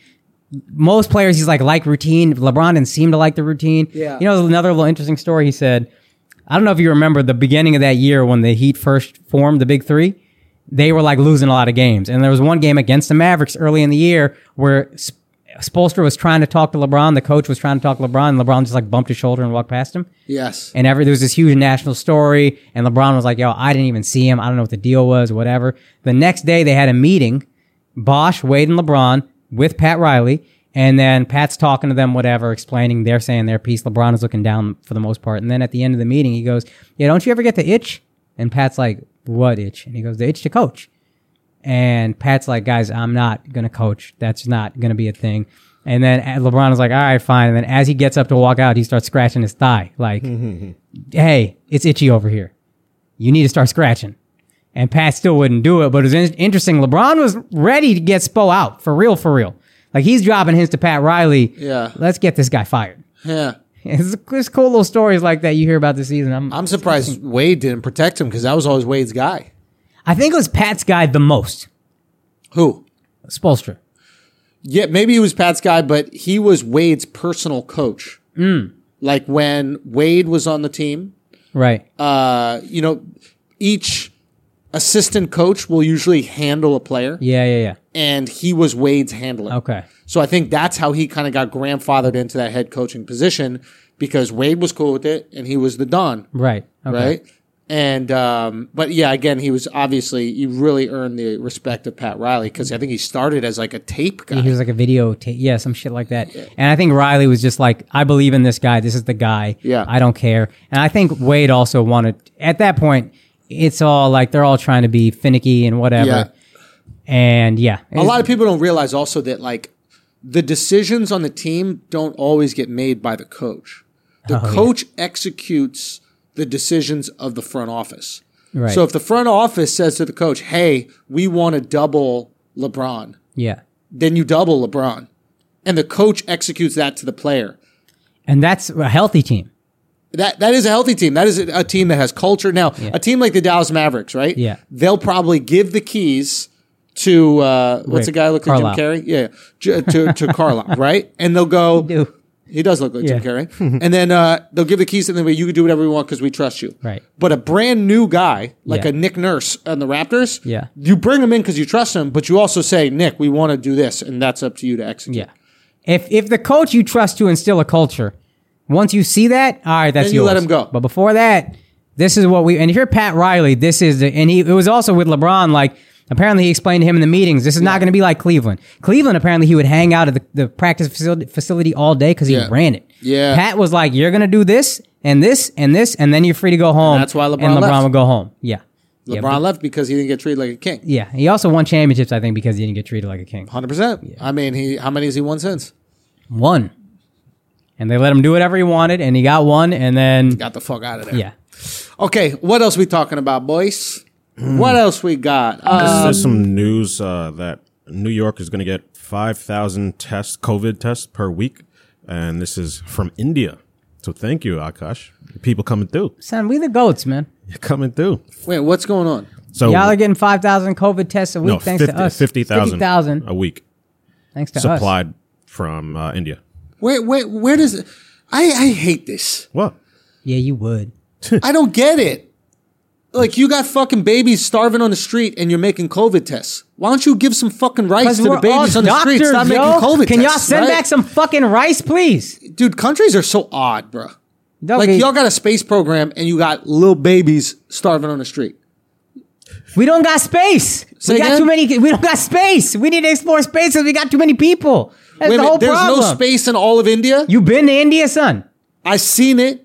Speaker 2: most players. He's like like routine. LeBron didn't seem to like the routine.
Speaker 3: Yeah.
Speaker 2: You know, another little interesting story. He said, I don't know if you remember the beginning of that year when the Heat first formed the Big Three. They were like losing a lot of games, and there was one game against the Mavericks early in the year where. Sp- Spolstra was trying to talk to LeBron. The coach was trying to talk to LeBron. And LeBron just like bumped his shoulder and walked past him.
Speaker 3: Yes.
Speaker 2: And every there was this huge national story, and LeBron was like, "Yo, I didn't even see him. I don't know what the deal was, whatever." The next day, they had a meeting, Bosch, Wade, and LeBron with Pat Riley, and then Pat's talking to them, whatever, explaining. They're saying their piece. LeBron is looking down for the most part, and then at the end of the meeting, he goes, "Yeah, don't you ever get the itch?" And Pat's like, "What itch?" And he goes, "The itch to coach." And Pat's like, guys, I'm not going to coach. That's not going to be a thing. And then uh, LeBron is like, all right, fine. And then as he gets up to walk out, he starts scratching his thigh. Like, hey, it's itchy over here. You need to start scratching. And Pat still wouldn't do it. But it was in- interesting. LeBron was ready to get Spo out for real, for real. Like, he's dropping hints to Pat Riley.
Speaker 3: Yeah.
Speaker 2: Let's get this guy fired.
Speaker 3: yeah.
Speaker 2: It's, it's cool little stories like that you hear about this season. I'm,
Speaker 3: I'm surprised Wade didn't protect him because that was always Wade's guy.
Speaker 2: I think it was Pat's guy the most,
Speaker 3: Who?
Speaker 2: Spolstra.
Speaker 3: Yeah, maybe he was Pat's guy, but he was Wade's personal coach.
Speaker 2: Hmm.
Speaker 3: Like when Wade was on the team,
Speaker 2: Right.
Speaker 3: uh, you know, each assistant coach will usually handle a player,
Speaker 2: yeah, yeah,
Speaker 3: and he was Wade's handler.
Speaker 2: yeah. Okay.
Speaker 3: So I think that's how he kind of got grandfathered into that head coaching position because Wade was cool with it and he was the Don.
Speaker 2: Right. Okay.
Speaker 3: right? And um, but yeah, again, he was obviously he really earned the respect of Pat Riley because I think he started as like a tape guy.
Speaker 2: He was like a video tape, yeah, some shit like that. And I think Riley was just like, I believe in this guy. This is the guy.
Speaker 3: Yeah.
Speaker 2: I don't care. And I think Wade also wanted at that point. It's all like they're all trying to be finicky and whatever.
Speaker 3: Yeah.
Speaker 2: And yeah,
Speaker 3: A lot of people don't realize also that like the decisions on the team don't always get made by the coach. The coach executes the decisions of the front office.
Speaker 2: Right.
Speaker 3: So if the front office says to the coach, "Hey, we want to double LeBron,"
Speaker 2: yeah.
Speaker 3: then you double LeBron, and the coach executes that to the player.
Speaker 2: And that's a healthy team.
Speaker 3: that that is a healthy team. That is a, a team that has culture. Now, a team like the Dallas Mavericks, right?
Speaker 2: Yeah.
Speaker 3: they'll probably give the keys to uh,
Speaker 2: Rick
Speaker 3: what's the guy look like
Speaker 2: Carlisle.
Speaker 3: Jim Carrey? Yeah, J- to to Carlisle, right? And they'll go.
Speaker 2: do.
Speaker 3: He does look like Jim
Speaker 2: Yeah.
Speaker 3: Carrey. and then uh, they'll give the keys to them. You can do whatever you want because we trust you.
Speaker 2: Right.
Speaker 3: But a brand new guy like
Speaker 2: Yeah.
Speaker 3: a Nick Nurse on the Raptors.
Speaker 2: Yeah.
Speaker 3: You bring him in because you trust him, but you also say, Nick, we want to do this, and that's up to you to execute.
Speaker 2: Yeah. If if the coach you trust to instill a culture, once you see that, all right, that's
Speaker 3: Then you let
Speaker 2: yours.
Speaker 3: him go.
Speaker 2: But before that, this is what we and if you're Pat Riley, this is the and he it was also with LeBron like apparently he explained to him in the meetings this is not going to be like Cleveland. Cleveland apparently he would hang out at the, the practice facility, facility all day cuz he
Speaker 3: Yeah.
Speaker 2: ran it.
Speaker 3: Yeah.
Speaker 2: Pat was like you're going to do this and this and this and then you're free to go home.
Speaker 3: that's why LeBron
Speaker 2: and LeBron
Speaker 3: left.
Speaker 2: would go home. Yeah.
Speaker 3: LeBron
Speaker 2: Yeah, but-
Speaker 3: left because he didn't get treated like a king.
Speaker 2: yeah, he also won championships I think because he didn't get treated like a king.
Speaker 3: Hundred percent. I mean, he how many has he won since?
Speaker 2: one. And they let him do whatever he wanted, and he got one, and then
Speaker 3: Got the fuck out of there.
Speaker 2: yeah,
Speaker 3: Okay, what else we talking about, boys? What else we got? Uh,
Speaker 2: Um,
Speaker 1: There's some news uh, that New York is going to get 5,000 tests, COVID tests per week. And this is from India. So thank you, Akash. People coming through.
Speaker 2: son, we the goats, man.
Speaker 1: You're coming through.
Speaker 3: wait, what's going on?
Speaker 1: So
Speaker 2: Y'all are getting five thousand COVID tests a week,
Speaker 1: no,
Speaker 2: thanks
Speaker 1: 50
Speaker 2: to us.
Speaker 1: 50,000
Speaker 2: 50,000,
Speaker 1: a week
Speaker 2: thanks to us.
Speaker 1: supplied from uh, India.
Speaker 3: Where where where does I I hate this.
Speaker 1: What?
Speaker 2: Yeah, you would.
Speaker 3: I don't get it. Like you got fucking babies starving on the street and you're making COVID tests. Why don't you give some fucking rice
Speaker 2: Because
Speaker 3: to
Speaker 2: we're
Speaker 3: the babies
Speaker 2: all
Speaker 3: on the
Speaker 2: doctors,
Speaker 3: street? Stop
Speaker 2: yo.
Speaker 3: making COVID
Speaker 2: Can y'all
Speaker 3: tests,
Speaker 2: send
Speaker 3: right?
Speaker 2: back some fucking rice, please?
Speaker 3: dude? Countries are so odd, bro.
Speaker 2: Don't
Speaker 3: Like
Speaker 2: be-
Speaker 3: y'all got a space program and you got little babies starving on the street.
Speaker 2: we don't got space.
Speaker 3: Say
Speaker 2: we got
Speaker 3: again?
Speaker 2: too many. We don't got space. We need to explore space because we got too many people. That's
Speaker 3: Wait a
Speaker 2: the whole
Speaker 3: minute, there's
Speaker 2: problem.
Speaker 3: no space in all of India.
Speaker 2: You been to India, son?
Speaker 3: I seen it.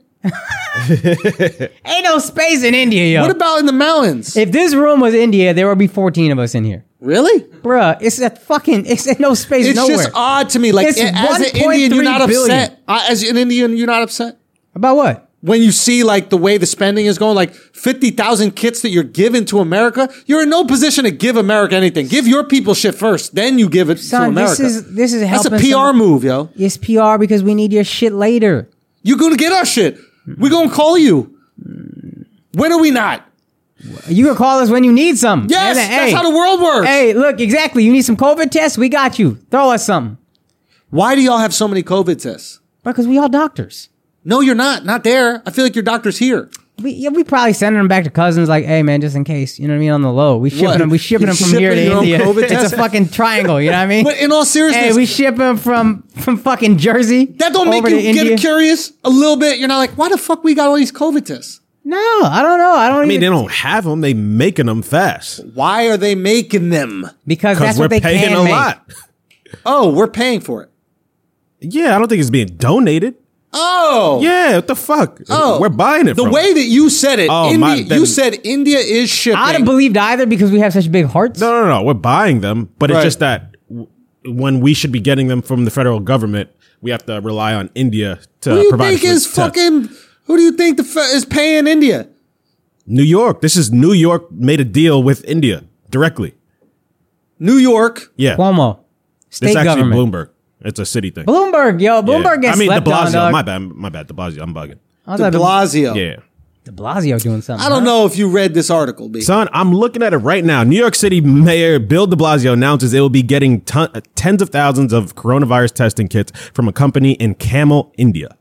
Speaker 2: Ain't no space in India, yo.
Speaker 3: What about in the mountains?
Speaker 2: if this room was India, there would be fourteen of us in here.
Speaker 3: Really?
Speaker 2: Bruh, it's a fucking, it's in no space
Speaker 3: It's
Speaker 2: nowhere.
Speaker 3: just odd to me. Like
Speaker 2: It's
Speaker 3: a- as an
Speaker 2: 1.3
Speaker 3: Indian, you're not
Speaker 2: billion.
Speaker 3: upset. Uh, as an Indian, you're not upset
Speaker 2: About what?
Speaker 3: when you see like the way the spending is going. Like fifty thousand kits that you're giving to America, you're in no position to give America anything. Give your people shit first, then you give it to
Speaker 2: Son,
Speaker 3: America.
Speaker 2: this is, this is
Speaker 3: That's
Speaker 2: helping.
Speaker 3: a PR
Speaker 2: someone-
Speaker 3: move, yo.
Speaker 2: It's PR because we need your shit later.
Speaker 3: You're gonna get our shit. We're gonna call you. When are we not?
Speaker 2: You can call us when you need some. And
Speaker 3: Yes,
Speaker 2: then, hey,
Speaker 3: that's how the world works.
Speaker 2: Hey, look, exactly. You need some COVID tests? We got you. Throw us some.
Speaker 3: Why do y'all have so many COVID tests?
Speaker 2: Because we all doctors.
Speaker 3: No, you're not. Not there. I feel like your doctor's here.
Speaker 2: We, yeah, we probably sending them back to cousins like, hey man, just in case. You know what I mean? On the low, we shipping
Speaker 3: What?
Speaker 2: them. We shipping
Speaker 3: You
Speaker 2: them from here to
Speaker 3: shipping your own
Speaker 2: India.
Speaker 3: COVID
Speaker 2: It's
Speaker 3: test?
Speaker 2: a fucking triangle. You know what I mean?
Speaker 3: But in all seriousness,
Speaker 2: hey, we ship them from from fucking Jersey.
Speaker 3: that don't make
Speaker 2: over
Speaker 3: you
Speaker 2: to
Speaker 3: get
Speaker 2: India.
Speaker 3: curious a little bit. You're not like, why the fuck we got all these COVID tests?
Speaker 2: No, I don't know. I don't.
Speaker 1: I mean,
Speaker 2: even,
Speaker 1: they don't have them. They making them fast
Speaker 3: Why are they making them?
Speaker 2: because
Speaker 1: because
Speaker 2: that's
Speaker 1: we're
Speaker 2: what they
Speaker 1: paying
Speaker 2: can
Speaker 1: a
Speaker 2: make.
Speaker 1: lot.
Speaker 3: Oh, we're paying for it.
Speaker 1: Yeah, I don't think it's being donated.
Speaker 3: Oh,
Speaker 1: Yeah, what the fuck?
Speaker 3: Oh,
Speaker 1: we're buying it.
Speaker 3: The
Speaker 1: from
Speaker 3: way
Speaker 1: them.
Speaker 3: that you said it,
Speaker 1: Oh,
Speaker 3: India,
Speaker 1: my- then-
Speaker 3: you said India is shipping.
Speaker 2: I don't believe either because we have such big hearts.
Speaker 1: no, no, no, we're buying them, but
Speaker 3: Right.
Speaker 1: it's just that w- when we should be getting them from the federal government, we have to rely on India to
Speaker 3: who do you
Speaker 1: provide
Speaker 3: think
Speaker 1: us with
Speaker 3: is
Speaker 1: tests.
Speaker 3: fucking? Who do you think the fe- is paying India?
Speaker 1: New York. This is New York made a deal with India directly.
Speaker 3: New York.
Speaker 1: Yeah,
Speaker 2: Cuomo,
Speaker 1: this
Speaker 2: state
Speaker 1: is actually
Speaker 2: government.
Speaker 1: Bloomberg. It's a city thing.
Speaker 2: Bloomberg, yo,
Speaker 1: Yeah.
Speaker 2: Bloomberg gets
Speaker 1: I mean, De
Speaker 2: slept on.
Speaker 1: Blasio.
Speaker 2: Dog.
Speaker 1: my bad, my bad. De Blasio. I'm bugging.
Speaker 2: I was
Speaker 3: De
Speaker 2: like,
Speaker 3: Blasio.
Speaker 1: Yeah.
Speaker 2: De Blasio doing something.
Speaker 3: I don't
Speaker 2: huh?
Speaker 3: know if you read this article, B.
Speaker 1: Son, I'm looking at it right now. New York City Mayor Bill de Blasio announces it will be getting ton- tens of thousands of coronavirus testing kits from a company in Camel, India.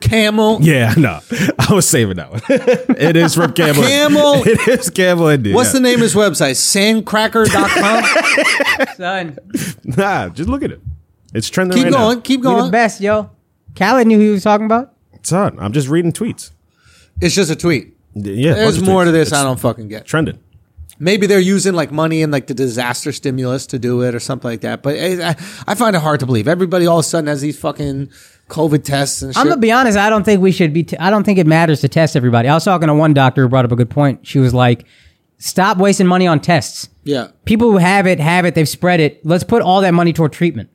Speaker 3: Camel.
Speaker 1: Yeah, no, I was saving that one. it is from Camel.
Speaker 3: Camel.
Speaker 1: It is Camel, India.
Speaker 3: What's
Speaker 1: yeah.
Speaker 3: the name of his website? Sandcracker.com.
Speaker 2: Son,
Speaker 1: Nah, just look at it. It's trending
Speaker 3: keep
Speaker 1: right
Speaker 3: going.
Speaker 1: now.
Speaker 3: Keep
Speaker 2: you the
Speaker 3: going.
Speaker 2: best, yo. Khaled knew who he was talking about.
Speaker 1: Son, I'm just reading tweets.
Speaker 3: It's just a tweet.
Speaker 1: Yeah,
Speaker 3: There's
Speaker 1: bunch of
Speaker 3: more
Speaker 1: tweets.
Speaker 3: to this
Speaker 1: It's
Speaker 3: I don't fucking get.
Speaker 1: Trending.
Speaker 3: Maybe they're using like money and like the disaster stimulus to do it or something like that. But I, I- I find it hard to believe. Everybody all of a sudden has these fucking COVID tests and shit.
Speaker 2: I'm gonna be honest. I don't think we should be. T- I don't think it matters to test everybody. I was talking to one doctor who brought up a good point. She was like, "Stop wasting money on tests.
Speaker 3: yeah.
Speaker 2: People who have it have it. They've spread it. Let's put all that money toward treatment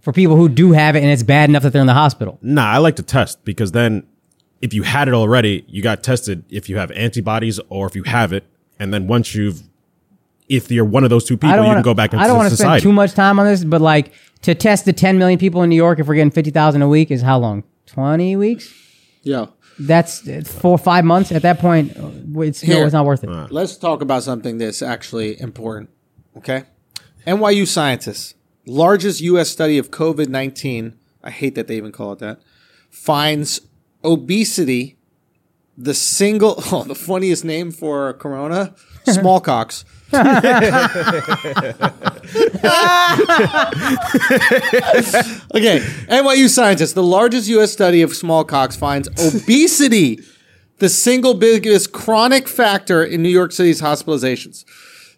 Speaker 2: for people who do have it, and it's bad enough that they're in the hospital."
Speaker 1: Nah, I like to test because then if you had it already, you got tested if you have antibodies or if you have it. And then once you've, if you're one of those two people,
Speaker 2: I
Speaker 1: you
Speaker 2: don't
Speaker 1: can
Speaker 2: want
Speaker 1: go back into
Speaker 2: I don't want to
Speaker 1: society.
Speaker 2: spend too much time on this, but like to test the 10 million people in New York, if we're getting 50,000 a week, is how long? 20 weeks?
Speaker 3: Yeah.
Speaker 2: That's uh, four, five months. At that point, uh, it's no,
Speaker 3: Here.
Speaker 2: it's not worth it.
Speaker 3: Let's talk about something that's actually important. Okay. NYU scientists, largest U.S. study of COVID 19, I hate that they even call it that, finds obesity the single, oh, the funniest name for corona, smallpox. okay, NYU scientists, the largest U.S. study of smallpox finds obesity the single biggest chronic factor in New York City's hospitalizations.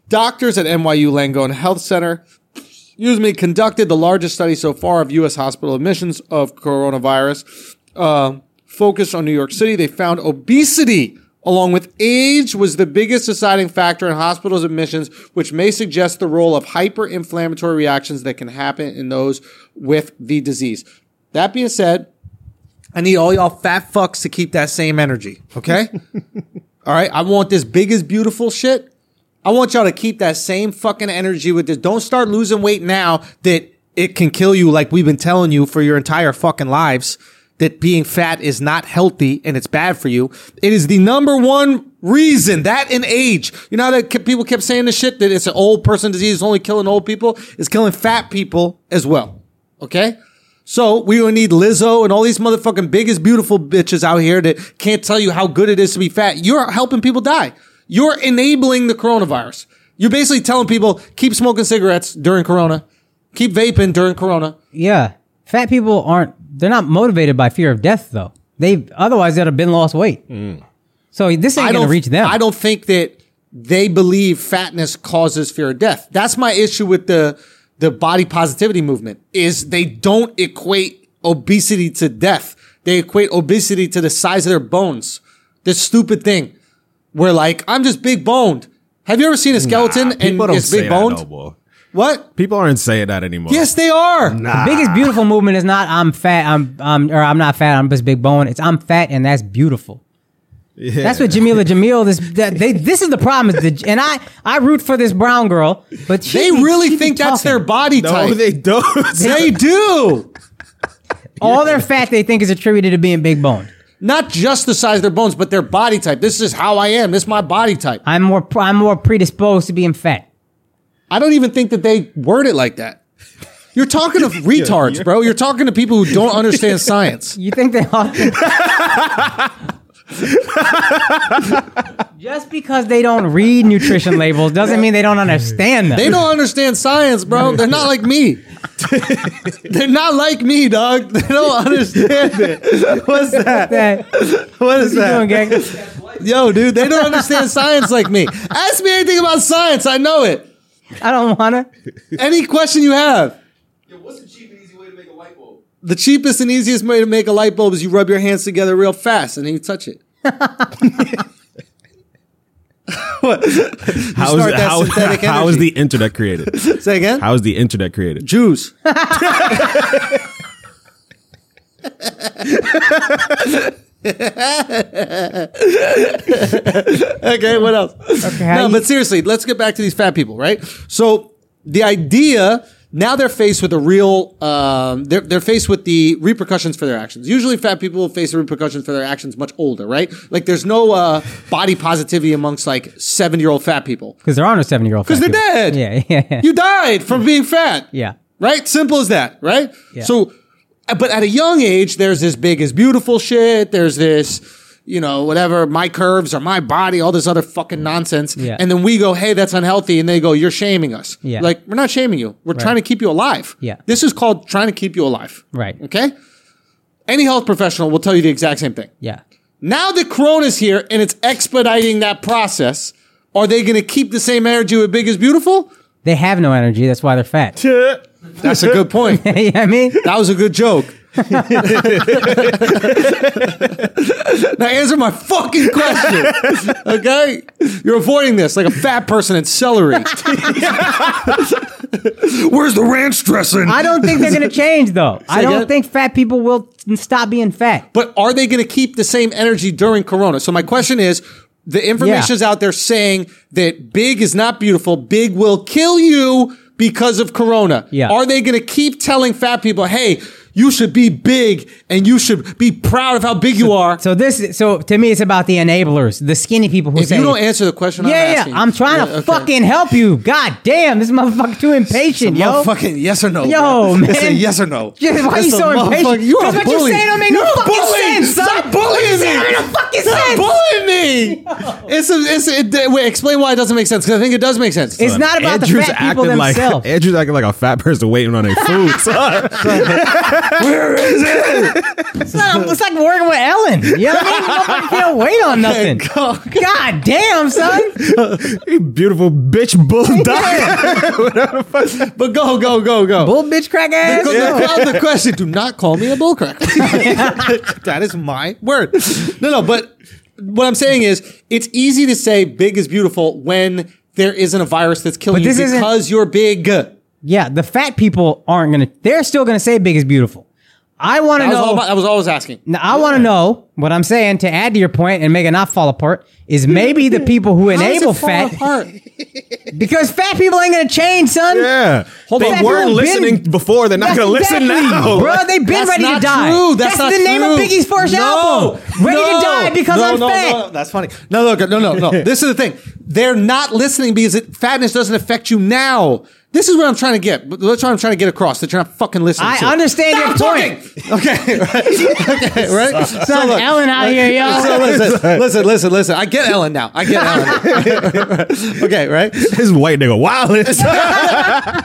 Speaker 3: Doctors at NYU Langone Health Center, excuse me, conducted the largest study so far of U.S. hospital admissions of coronavirus. Uh, focused on New York City, they found obesity along with age was the biggest deciding factor in hospitals admissions, which may suggest the role of hyperinflammatory reactions that can happen in those with the disease. That being said, I need all y'all fat fucks to keep that same energy. Okay. all right. I want this big is beautiful shit. I want y'all to keep that same fucking energy with this. Don't start losing weight now that it can kill you, like we've been telling you for your entire fucking lives. That being fat is not healthy and it's bad for you. It is the number one reason that in age, you know, how that ke- people kept saying this shit that it's an old person disease, it's only killing old people, it's killing fat people as well. Okay. So we gonna need Lizzo and all these motherfucking biggest beautiful bitches out here that can't tell you how good it is to be fat. You're helping people die. You're enabling the coronavirus. You're basically telling people keep smoking cigarettes during Corona, keep vaping during Corona.
Speaker 2: Yeah. Fat people aren't, they're not motivated by fear of death, though. They otherwise they'd have been lost weight. So this ain't going to reach them.
Speaker 3: Mm. I don't think that they believe fatness causes fear of death. That's my issue with the the body positivity movement is they don't equate obesity to death. They equate obesity to the size of their bones. This stupid thing where like I'm just big boned. Have you ever seen a skeleton and
Speaker 1: people don't
Speaker 3: it's
Speaker 1: say
Speaker 3: big
Speaker 1: that
Speaker 3: boned?
Speaker 1: no more.
Speaker 3: what?
Speaker 1: People aren't saying that anymore.
Speaker 3: Yes, they are.
Speaker 1: Nah.
Speaker 2: Biggest beautiful movement is not I'm fat, I'm um or I'm not fat, I'm just big bone. It's I'm fat and that's beautiful.
Speaker 1: Yeah.
Speaker 2: That's what Jamila Jamil this that they this is the problem is the, and I I root for this brown girl, but she
Speaker 3: They
Speaker 2: be-
Speaker 3: really
Speaker 2: she be
Speaker 3: think that's their
Speaker 2: talking.
Speaker 3: body
Speaker 1: No,
Speaker 3: type.
Speaker 1: they don't.
Speaker 3: They do.
Speaker 2: all their fat they think is attributed to being big boned.
Speaker 3: Not just the size of their bones, but their body type. This is how I am. This is my body type.
Speaker 2: I'm more I'm more predisposed to being fat.
Speaker 3: I don't even think that they word it like that. You're talking to retards, bro. You're talking to people who don't understand science.
Speaker 2: You think they all Just because they don't read nutrition labels doesn't mean they don't understand them.
Speaker 3: They don't understand science, bro. They're not like me. They're not like me, dog. They don't understand it. What's that? What
Speaker 2: What
Speaker 3: is
Speaker 2: you
Speaker 3: that?
Speaker 2: doing, gang?
Speaker 3: Yo, dude, they don't understand science like me. Ask me anything about science. I know it.
Speaker 2: I don't wanna.
Speaker 3: Any question you have.
Speaker 6: Yo, what's the cheap and easy way to make a light bulb?
Speaker 3: The cheapest and easiest way to make a light bulb is you rub your hands together real fast and then you touch it. what?
Speaker 1: How is,
Speaker 3: start that
Speaker 1: how-
Speaker 3: synthetic
Speaker 1: how is
Speaker 3: energy.
Speaker 1: the internet created?
Speaker 3: Say again?
Speaker 1: How is the internet created?
Speaker 3: Jews. okay, what else?
Speaker 2: Okay, how
Speaker 3: No,
Speaker 2: you-
Speaker 3: but seriously, let's get back to these fat people, right? So the idea now they're faced with a real um, they're, they're faced with the repercussions for their actions usually fat people face the repercussions for their actions much older right like there's no uh, body positivity amongst like seven year old fat people
Speaker 2: Because there are no seven year old.
Speaker 3: because they're dead
Speaker 2: Yeah, yeah, yeah.
Speaker 3: you died from being fat
Speaker 2: yeah.
Speaker 3: Right? Simple as that, right?
Speaker 2: Yeah.
Speaker 3: So, uh, but at a young age, there's this big is beautiful shit. There's this, you know, whatever, my curves or my body, all this other fucking nonsense.
Speaker 2: Yeah.
Speaker 3: And then we go, hey, that's unhealthy. And they go, you're shaming us.
Speaker 2: Yeah.
Speaker 3: Like, we're not shaming you. We're trying to keep you alive.
Speaker 2: Yeah.
Speaker 3: This is called trying to keep you alive.
Speaker 2: Right.
Speaker 3: Okay? Any health professional will tell you the exact same thing.
Speaker 2: Yeah.
Speaker 3: Now that Corona's here and it's expediting that process, are they going to keep the same energy with Big is Beautiful?
Speaker 2: They have no energy. That's why they're fat. you
Speaker 3: That's a good point.
Speaker 2: know what I mean?
Speaker 3: That was a good joke. now answer my fucking question. Okay? You're avoiding this like a fat person in celery. Where's the ranch dressing?
Speaker 2: I don't think they're going to change, though. I don't
Speaker 3: again?
Speaker 2: think fat people will t- stop being fat.
Speaker 3: But are they going to keep the same energy during Corona? So my question is, the information's out there saying that big is not beautiful. Big will kill you because of Corona.
Speaker 2: Yeah.
Speaker 3: Are they going to keep telling fat people, hey, you should be big and you should be proud of how big you are?
Speaker 2: So this, so to me, it's about the enablers, the skinny people who
Speaker 3: if
Speaker 2: say,
Speaker 3: you don't answer the question, I'm
Speaker 2: "Yeah,
Speaker 3: asking,
Speaker 2: yeah, I'm trying to
Speaker 3: Yeah, okay.
Speaker 2: fucking help you." God damn, this motherfucker too impatient, yo.
Speaker 3: Motherfucking yes or no.
Speaker 2: Yo,
Speaker 3: bro.
Speaker 2: man.
Speaker 3: It's a yes or no.
Speaker 2: Yeah, why are you
Speaker 3: It's a
Speaker 2: so impatient?
Speaker 3: motherfucking- You're a
Speaker 2: Because what you
Speaker 3: bully.
Speaker 2: say don't make no
Speaker 3: You're a
Speaker 2: fucking
Speaker 3: bully.
Speaker 2: sense, son.
Speaker 3: Stop
Speaker 2: What you
Speaker 3: bullying
Speaker 2: say
Speaker 3: me.
Speaker 2: don't make no fucking
Speaker 3: Stop
Speaker 2: sense.
Speaker 3: bullying me. It's a, it's a, it, wait, explain why it doesn't make sense because I think it does make sense.
Speaker 2: It's not about
Speaker 1: Andrew's
Speaker 2: the fat people
Speaker 1: acting
Speaker 2: themselves.
Speaker 1: Like, Andrew's acting like a fat person waiting on their food. son.
Speaker 2: it's, not, it's like working with Ellen. You know what I mean? Motherfucker can't wait on nothing.
Speaker 3: God.
Speaker 2: God damn, son.
Speaker 1: you beautiful bitch bull dog.
Speaker 3: But go, go, go, go.
Speaker 2: Bull bitch crack ass.
Speaker 3: Because the, the question, do not call me a bullcrack. that is my word. No, no, but what I'm saying is it's easy to say big is beautiful when there isn't a virus that's killing
Speaker 2: But
Speaker 3: you
Speaker 2: this isn't-
Speaker 3: because you're big. That
Speaker 2: Yeah, the fat people aren't gonna. They're still gonna say big is beautiful. I want to
Speaker 3: was, all,
Speaker 2: know.
Speaker 3: I was always asking.
Speaker 2: now, I want to know what I'm saying to add to your point and make it not fall apart is maybe the people who
Speaker 3: How does
Speaker 2: enable
Speaker 3: it fall
Speaker 2: fat
Speaker 3: apart?
Speaker 2: because fat people ain't gonna change, son.
Speaker 1: Yeah.
Speaker 3: Hold
Speaker 1: they
Speaker 3: on.
Speaker 1: weren't
Speaker 2: Been-
Speaker 1: listening before. They're not
Speaker 2: That's
Speaker 1: going to
Speaker 2: exactly,
Speaker 1: listen now.
Speaker 2: bro. They've been
Speaker 3: That's
Speaker 2: ready to
Speaker 3: not
Speaker 2: die.
Speaker 3: true. That's not
Speaker 2: the name of
Speaker 3: true.
Speaker 2: Biggie's first
Speaker 3: No.
Speaker 2: album. Ready
Speaker 3: No.
Speaker 2: to die because
Speaker 3: No,
Speaker 2: I'm
Speaker 3: no,
Speaker 2: fat.
Speaker 3: no. That's funny. No, look, no, no, no. this is the thing. They're not listening because it, fatness doesn't affect you now. This is what I'm trying to get. That's what I'm trying to get across. That you're not fucking listening.
Speaker 2: I
Speaker 3: to.
Speaker 2: understand your
Speaker 3: Stop
Speaker 2: point.
Speaker 3: talking. Okay, right. okay, right. So
Speaker 2: Son,
Speaker 3: look,
Speaker 2: Ellen out here, yo.
Speaker 3: so listen, listen, listen, listen. I get Ellen now. I get Ellen. okay, right.
Speaker 1: This white nigga wild.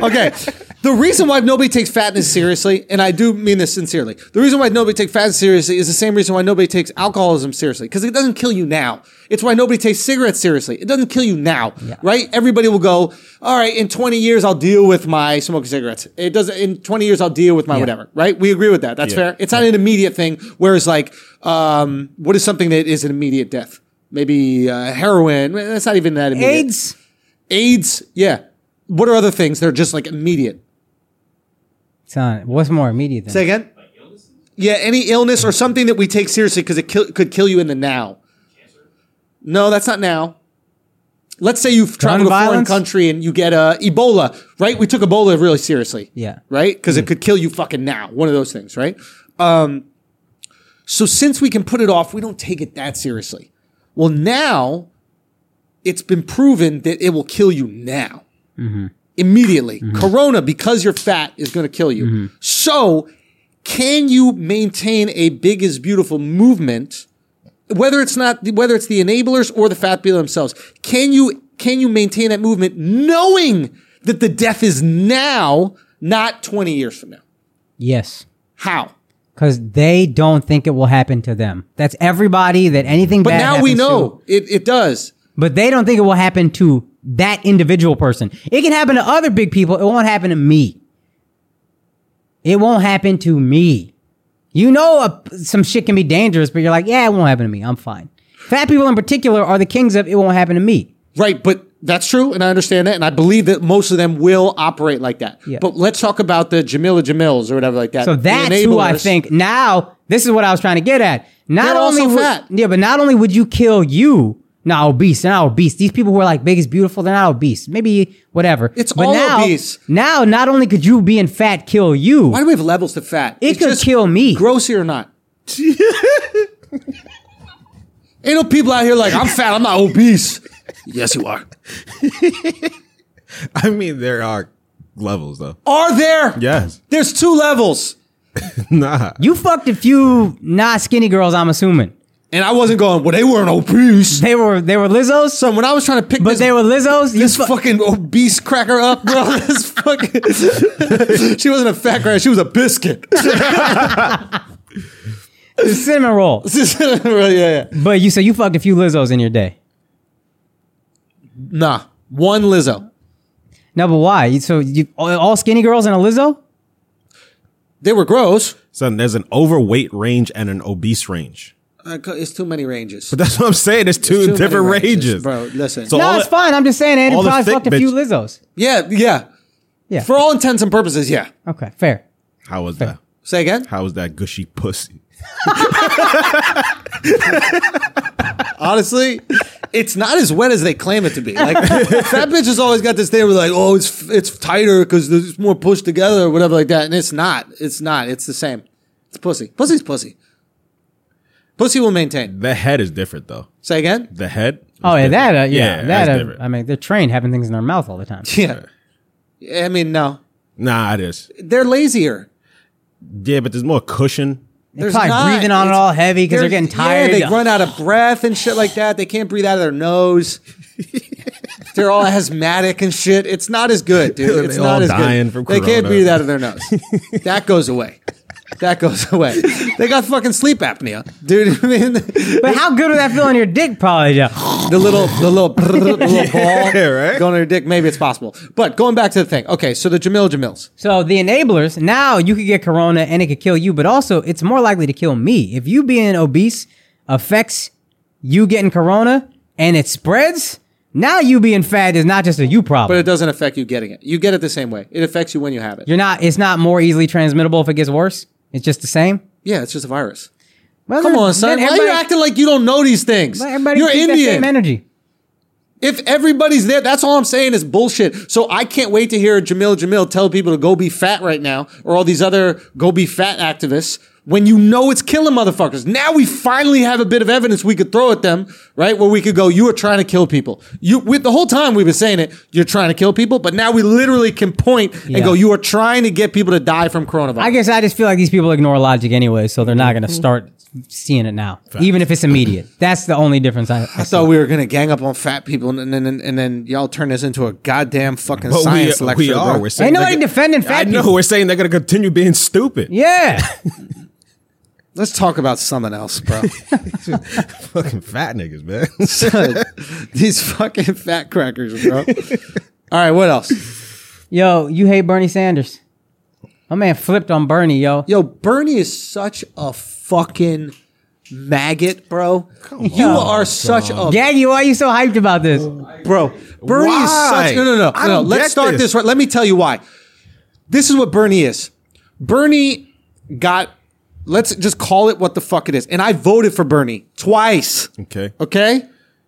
Speaker 3: Okay. The reason why nobody takes fatness seriously, and I do mean this sincerely, the reason why nobody takes fatness seriously is the same reason why nobody takes alcoholism seriously, because it doesn't kill you now. It's why nobody takes cigarettes seriously. It doesn't kill you now, right? Everybody will go, all right, in 20 years, I'll deal with my smoking cigarettes. It doesn't, in 20 years, I'll deal with my whatever, right? We agree with that. That's fair. It's not an immediate thing. Whereas like, um, what is something that is an immediate death? maybe uh, heroin. That's not even that immediate.
Speaker 2: AIDS.
Speaker 3: AIDS, yeah. What are other things that are just like immediate?
Speaker 2: Son, what's more immediate than
Speaker 3: Say again. Yeah, any illness or something that we take seriously because it kill, could kill you in the now. No, that's not now. Let's say you've traveled to a foreign
Speaker 2: violence?
Speaker 3: country and you get uh, Ebola, right? We took Ebola really seriously.
Speaker 2: Yeah.
Speaker 3: Right? Because it could kill you fucking now. One of those things, right? Um, so since we can put it off, we don't take it that seriously. Well, now it's been proven that it will kill you now immediately. Corona, because you're fat, is going to kill you. So, can you maintain a big is beautiful movement? Whether it's not whether it's the enablers or the fat people themselves, can you can you maintain that movement knowing that the death is now, not 20 years from now?
Speaker 2: Yes.
Speaker 3: How?
Speaker 2: Because they don't think it will happen to them. That's everybody that anything
Speaker 3: But
Speaker 2: bad
Speaker 3: now
Speaker 2: happens
Speaker 3: we
Speaker 2: to.
Speaker 3: know it, it does.
Speaker 2: But they don't think it will happen to that individual person. It can happen to other big people. It won't happen to me. It won't happen to me. You know, uh, some shit can be dangerous, but you're like, yeah, it won't happen to me. I'm fine. Fat people in particular are the kings of it won't happen to me.
Speaker 3: Right, but that's true, and I understand that, and I believe that most of them will operate like that.
Speaker 2: Yeah.
Speaker 3: But let's talk about the Jamila Jamils or whatever like that.
Speaker 2: So
Speaker 3: the
Speaker 2: that's who I
Speaker 3: enablers.
Speaker 2: think now. This is what I was trying to get at. Not
Speaker 3: They're
Speaker 2: only
Speaker 3: also
Speaker 2: would-
Speaker 3: fat.
Speaker 2: yeah, but not only would you kill you, not obese, they're not obese. These people who are like big is beautiful, they're not obese. Maybe whatever.
Speaker 3: It's
Speaker 2: but
Speaker 3: all
Speaker 2: now,
Speaker 3: obese.
Speaker 2: Now, not only could you being fat kill you,
Speaker 3: Why do we have levels to fat?
Speaker 2: It could kill me.
Speaker 3: Grossy or not. Ain't no people out here like, I'm fat, I'm not obese. yes, you are.
Speaker 1: I mean, there are levels though.
Speaker 3: Are there?
Speaker 1: Yes.
Speaker 3: There's two levels.
Speaker 1: Nah.
Speaker 2: you fucked a few not skinny girls. I'm assuming
Speaker 3: And I wasn't going, well, they weren't obese.
Speaker 2: they were they were Lizzo's,
Speaker 3: Son, when I was trying to pick
Speaker 2: but
Speaker 3: this,
Speaker 2: they were Lizzo's. You
Speaker 3: this
Speaker 2: fu-
Speaker 3: fucking obese cracker up, bro, this fucking. she wasn't a fat cracker, she was a biscuit.
Speaker 2: cinnamon roll.
Speaker 3: yeah, yeah.
Speaker 2: But you said you fucked a few Lizzo's in your day.
Speaker 3: Nah, one Lizzo.
Speaker 2: No, but why? You- So you all- all skinny girls and a Lizzo?
Speaker 3: They were gross.
Speaker 1: Son, there's an overweight range and an obese range.
Speaker 3: Uh, It's too many ranges.
Speaker 1: But that's what I'm saying. There's two
Speaker 3: too many
Speaker 1: different
Speaker 3: ranges,
Speaker 1: ranges,
Speaker 3: bro. Listen.
Speaker 1: So
Speaker 2: No,
Speaker 1: all
Speaker 2: it's
Speaker 1: the-
Speaker 2: fine. I'm just saying Andy
Speaker 1: all the
Speaker 2: probably
Speaker 1: thick
Speaker 2: fucked a few
Speaker 1: bitch-
Speaker 2: Lizzo's.
Speaker 3: Yeah, yeah.
Speaker 2: Yeah.
Speaker 3: For all intents and purposes, yeah.
Speaker 2: okay, fair.
Speaker 1: How was that?
Speaker 3: Say again.
Speaker 1: How was that gushy pussy?
Speaker 3: Honestly, it's not as wet as they claim it to be. Like fat bitch has always got this thing where like, oh, it's it's tighter because there's more pushed together or whatever like that, and it's not. It's not. It's the same. It's pussy. Pussy's pussy. Pussy will maintain.
Speaker 1: The head is different though.
Speaker 3: Say again.
Speaker 1: The head. is
Speaker 2: Oh yeah,
Speaker 1: different.
Speaker 2: that uh, yeah, that
Speaker 1: that's
Speaker 2: uh,
Speaker 1: different.
Speaker 2: I mean, they're trained having things in their mouth all the time.
Speaker 3: Yeah. I mean, no,
Speaker 1: nah, it is.
Speaker 3: they're lazier.
Speaker 1: Yeah, but there's more cushion.
Speaker 2: They're probably breathing on it
Speaker 3: It's-
Speaker 2: all heavy because they're,
Speaker 3: They're-
Speaker 2: getting tired.
Speaker 3: Yeah, they run out of breath and shit like that. They can't breathe out of their nose. they're all asthmatic and shit. It's not as good, dude. It's
Speaker 1: They're
Speaker 3: not
Speaker 1: all
Speaker 3: as
Speaker 1: dying
Speaker 3: good.
Speaker 1: from
Speaker 3: they can't
Speaker 1: corona.
Speaker 3: breathe out of their nose. that goes away. That goes away. They got fucking sleep apnea, dude. I mean,
Speaker 2: But how good would that feel on your dick? Probably yeah.
Speaker 3: the little, the little, brrr, the little ball
Speaker 1: Yeah, right?
Speaker 3: going to their dick. Maybe it's possible. But going back to the thing. Okay, so the Jamil Jamils.
Speaker 2: So the enablers now you could get corona and it could kill you, but also it's more likely to kill me if you being obese affects you getting corona and it spreads. Now you being fat is not just a you problem.
Speaker 3: But it doesn't affect you getting it. You get it the same way. It affects you when you have it.
Speaker 2: You're not. It's not more easily transmittable if it gets worse. It's just the same.
Speaker 3: Yeah, it's just a virus.
Speaker 2: Well,
Speaker 3: Come
Speaker 2: then-
Speaker 3: on,
Speaker 2: then
Speaker 3: son. Why are you
Speaker 2: everybody-
Speaker 3: acting like you don't know these things?
Speaker 2: Let everybody
Speaker 3: You're
Speaker 2: keep That same
Speaker 3: Indian.
Speaker 2: energy.
Speaker 3: If everybody's there, that's all I'm saying is bullshit. So I can't wait to hear Jamil Jamil tell people to go be fat right now, or all these other go be fat activists. When you know it's killing motherfuckers. Now we finally have a bit of evidence we could throw at them, right? Where we could go, you are trying to kill people. You, with the whole time we've been saying it, you're trying to kill people, but now we literally can point
Speaker 2: Yeah.
Speaker 3: and go, you are trying to get people to die from coronavirus.
Speaker 2: I guess I just feel like these people ignore logic anyway, so they're not
Speaker 3: Mm-hmm.
Speaker 2: going to start seeing it now, even if it's immediate. That's the only difference. I, I
Speaker 3: I thought we were gonna gang up on fat people, and then and, then y'all turn this into a goddamn fucking
Speaker 1: But
Speaker 3: science
Speaker 1: we,
Speaker 3: lecture.
Speaker 1: we are.
Speaker 3: bro.
Speaker 1: We're saying
Speaker 2: Ain't nobody
Speaker 1: they're-
Speaker 2: defending fat
Speaker 1: I know.
Speaker 2: people.
Speaker 1: We're saying they're gonna continue being stupid.
Speaker 2: yeah,
Speaker 3: Let's talk about something else, bro.
Speaker 1: Fucking fat niggas, man.
Speaker 3: These fucking fat crackers, bro. All right, what else?
Speaker 2: yo, you hate Bernie Sanders. My man flipped on Bernie, yo.
Speaker 3: Yo, Bernie is such a fucking maggot, bro. you are such a
Speaker 2: Gaggy, why are you so hyped about this?
Speaker 3: bro. Bernie
Speaker 1: Why?
Speaker 3: is such no no no
Speaker 1: I
Speaker 3: no.
Speaker 1: don't
Speaker 3: Let's
Speaker 1: get
Speaker 3: start
Speaker 1: this.
Speaker 3: this. right. Let me tell you why. This is what Bernie is. Bernie got. Let's just call it what the fuck it is. And I voted for Bernie twice.
Speaker 1: Okay.
Speaker 3: Okay.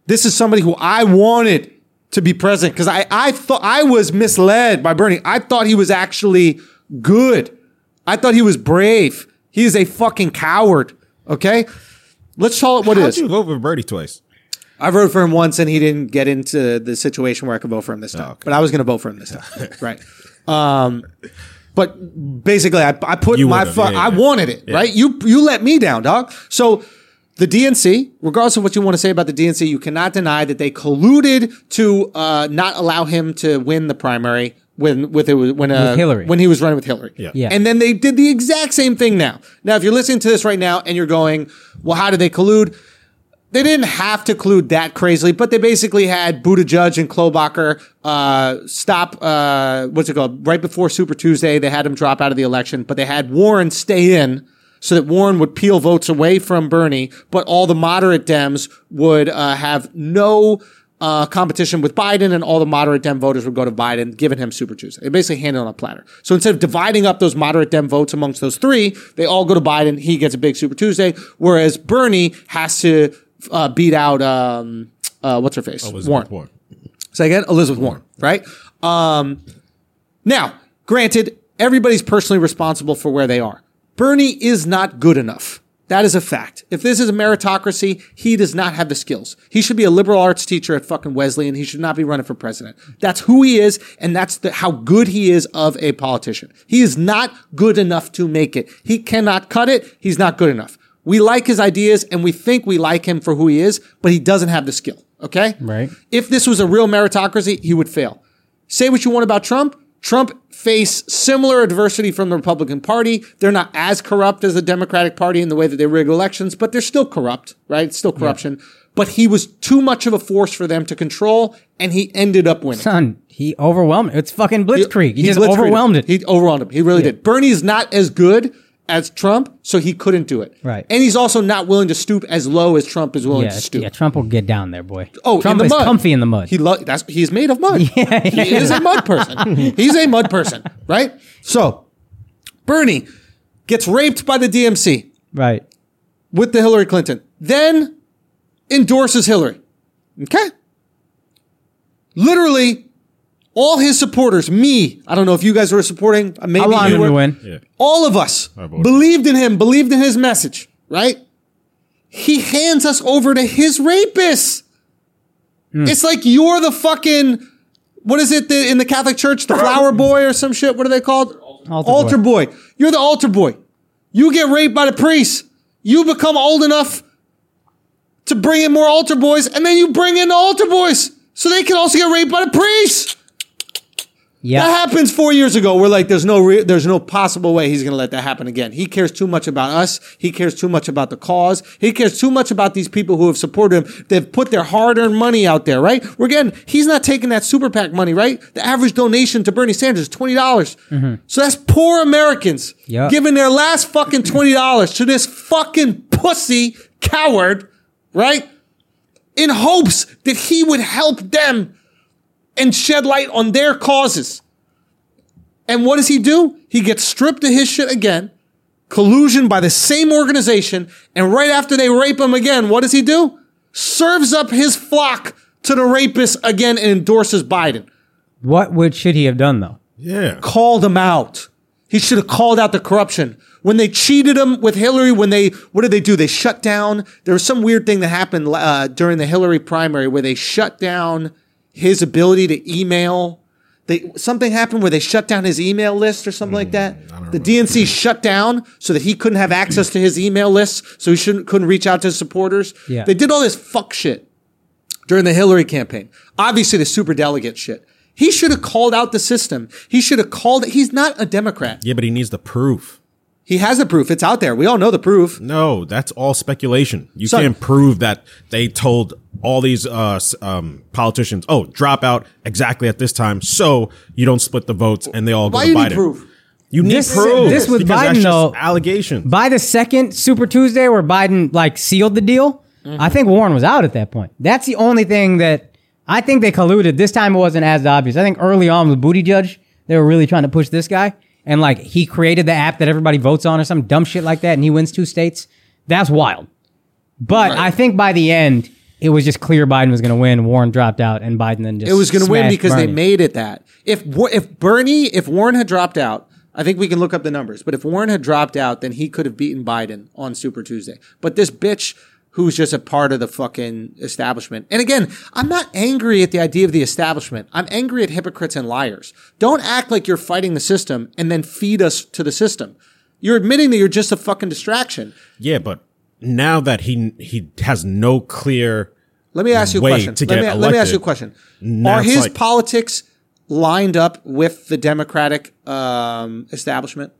Speaker 3: This is somebody who I wanted to be president because I I thought I was misled by Bernie. I thought he was actually good. I thought he was brave. He is a fucking coward. Okay. Let's call it what it
Speaker 1: How'd
Speaker 3: is.
Speaker 1: you vote for Birdie twice?
Speaker 3: I voted for him once, and he didn't get into the situation where I could vote for him this time.
Speaker 1: Oh, okay.
Speaker 3: But I was going to vote for him this time, right? Um, but basically, I, I put
Speaker 1: You
Speaker 3: my
Speaker 1: would've,
Speaker 3: fu-
Speaker 1: yeah,
Speaker 3: I
Speaker 1: yeah.
Speaker 3: wanted it, right? You you let me down, dog. So the DNC, regardless of what you want to say about the DNC, you cannot deny that they colluded to uh, not allow him to win the primary when with it was- when uh,
Speaker 2: With Hillary.
Speaker 3: when he was running with Hillary.
Speaker 2: Yeah.
Speaker 3: And then they did the exact same thing now. Now, if you're listening to this right now and you're going, well, how did they collude? They didn't have to collude that crazily, but they basically had Buttigieg and Klobuchar uh, stop, uh, what's it called? Right before Super Tuesday, they had him drop out of the election, but they had Warren stay in so that Warren would peel votes away from Bernie, but all the moderate Dems would uh, have no uh, competition with Biden, and all the moderate Dem voters would go to Biden, giving him Super Tuesday. They basically hand it on a platter. So instead of dividing up those moderate Dem votes amongst those three, they all go to Biden. He gets a big Super Tuesday, whereas Bernie has to uh, beat out um, uh, what's her face, Warren.
Speaker 1: Oh, Warren.
Speaker 3: Say again, Elizabeth Warren, right? Um, now, granted, everybody's personally responsible for where they are. Bernie is not good enough. That is a fact. If this is a meritocracy, he does not have the skills. He should be a liberal arts teacher at fucking Wesleyan. He should not be running for president. That's who he is, and that's the, how good he is of a politician. He is not good enough to make it. He cannot cut it. He's not good enough. We like his ideas, and we think we like him for who he is, but he doesn't have the skill. Okay?
Speaker 2: Right.
Speaker 3: If this was a real meritocracy, he would fail. Say what you want about Trump. Trump faced similar adversity from the Republican Party. They're not as corrupt as the Democratic Party in the way that they rig elections, but they're still corrupt, right? It's still corruption. But he was too much of a force for them to control, and he ended up winning.
Speaker 2: Son, he overwhelmed. It's fucking Blitzkrieg. He, just
Speaker 3: blitzkrieged
Speaker 2: overwhelmed
Speaker 3: him.
Speaker 2: it.
Speaker 3: He overwhelmed him. He really did. Bernie's not as good as Trump, so he couldn't do it.
Speaker 2: Right.
Speaker 3: And he's also not willing to stoop as low as Trump is willing
Speaker 2: yeah,
Speaker 3: to stoop.
Speaker 2: yeah, Trump will get down there, boy.
Speaker 3: Oh,
Speaker 2: Trump
Speaker 3: in the
Speaker 2: is
Speaker 3: mud.
Speaker 2: comfy in the mud.
Speaker 3: He lo- that's he's made of mud. he is a mud person. He's a mud person, right? So, Bernie gets raped by the DMC
Speaker 2: right.
Speaker 3: with the Hillary Clinton, then endorses Hillary. Okay. Literally, all his supporters, me, I don't know if you guys were supporting, uh, maybe
Speaker 2: I want
Speaker 3: you
Speaker 2: him
Speaker 3: were,
Speaker 2: to win.
Speaker 1: Yeah.
Speaker 3: all of us
Speaker 1: voted.
Speaker 3: believed in him, believed in his message, right? He hands us over to his rapists.
Speaker 2: Hmm.
Speaker 3: It's like you're the fucking what is it the, in the Catholic Church, the flower boy or some shit? What are they called?
Speaker 2: Altar
Speaker 3: altar
Speaker 2: boy.
Speaker 3: boy. You're the altar boy. You get raped by the priest. You become old enough to bring in more altar boys, and then you bring in the altar boys so they can also get raped by the priest.
Speaker 2: Yeah.
Speaker 3: That happens four years ago. We're like, there's no, re- there's no possible way he's going to let that happen again. He cares too much about us. He cares too much about the cause. He cares too much about these people who have supported him. They've put their hard-earned money out there, right? We're getting, he's not taking that super PAC money, right? The average donation to Bernie Sanders is twenty dollars. So that's poor Americans
Speaker 2: Yeah.
Speaker 3: giving their last fucking twenty dollars to this fucking pussy coward, right? In hopes that he would help them and shed light on their causes. And what does he do? He gets stripped of his shit again, collusion by the same organization, and right after they rape him again, what does he do? Serves up his flock to the rapists again and endorses Biden.
Speaker 2: What would should he have done though?
Speaker 1: Yeah.
Speaker 3: Called him out. He should have called out the corruption. When they cheated him with Hillary, when they, what did they do? They shut down. There was some weird thing that happened uh, during the Hillary primary where they shut down his ability to email. They, something happened where they shut down his email list or something like that. The DNC shut down so that he couldn't have access to his email list, so he shouldn't couldn't reach out to his supporters.
Speaker 2: Yeah.
Speaker 3: They did all this fuck shit during the Hillary campaign. Obviously, the superdelegate shit. He should have called out the system. He should have called. He's not a Democrat.
Speaker 1: Yeah, but he needs the proof.
Speaker 3: He has the proof. It's out there. We all know the proof.
Speaker 1: No, that's all speculation. You
Speaker 3: Son-
Speaker 1: can't prove that they told all these uh, s- um, politicians, "Oh, drop out exactly at this time," so you don't split the votes and they all
Speaker 3: Why
Speaker 1: go
Speaker 3: you
Speaker 1: to
Speaker 3: need
Speaker 1: Biden.
Speaker 3: proof?
Speaker 1: You need
Speaker 2: This is-
Speaker 1: proof.
Speaker 2: this with
Speaker 1: because
Speaker 2: Biden,
Speaker 1: that's just
Speaker 2: though-
Speaker 1: allegations.
Speaker 2: by the second Super Tuesday where Biden like sealed the deal,
Speaker 3: Mm-hmm.
Speaker 2: I think Warren was out at that point. That's the only thing that I think they colluded. This time it wasn't as obvious. I think early on with Booty Judge, they were really trying to push this guy. And like he created the app that everybody votes on or some dumb shit like that, and he wins two states. That's wild. But I think by the end, it was just clear Biden was going to win. Warren dropped out, and Biden then just
Speaker 3: It was going to win
Speaker 2: smashed
Speaker 3: because they
Speaker 2: Bernie.
Speaker 3: made it that. If Wa- if Bernie, if Warren had dropped out, I think we can look up the numbers. But if Warren had dropped out, then he could have beaten Biden on Super Tuesday. But this bitch who's just a part of the fucking establishment. And again, I'm not angry at the idea of the establishment. I'm angry at hypocrites and liars. Don't act like you're fighting the system and then feed us to the system. You're admitting that you're just a fucking distraction.
Speaker 1: yeah, but now that he he has no clear
Speaker 3: Let me ask you a
Speaker 1: way
Speaker 3: question.
Speaker 1: to
Speaker 3: let,
Speaker 1: get
Speaker 3: me, let me
Speaker 1: elected.
Speaker 3: ask you a question.
Speaker 1: Now
Speaker 3: Are
Speaker 1: it's
Speaker 3: his
Speaker 1: like-
Speaker 3: politics lined up with the Democratic um, establishment?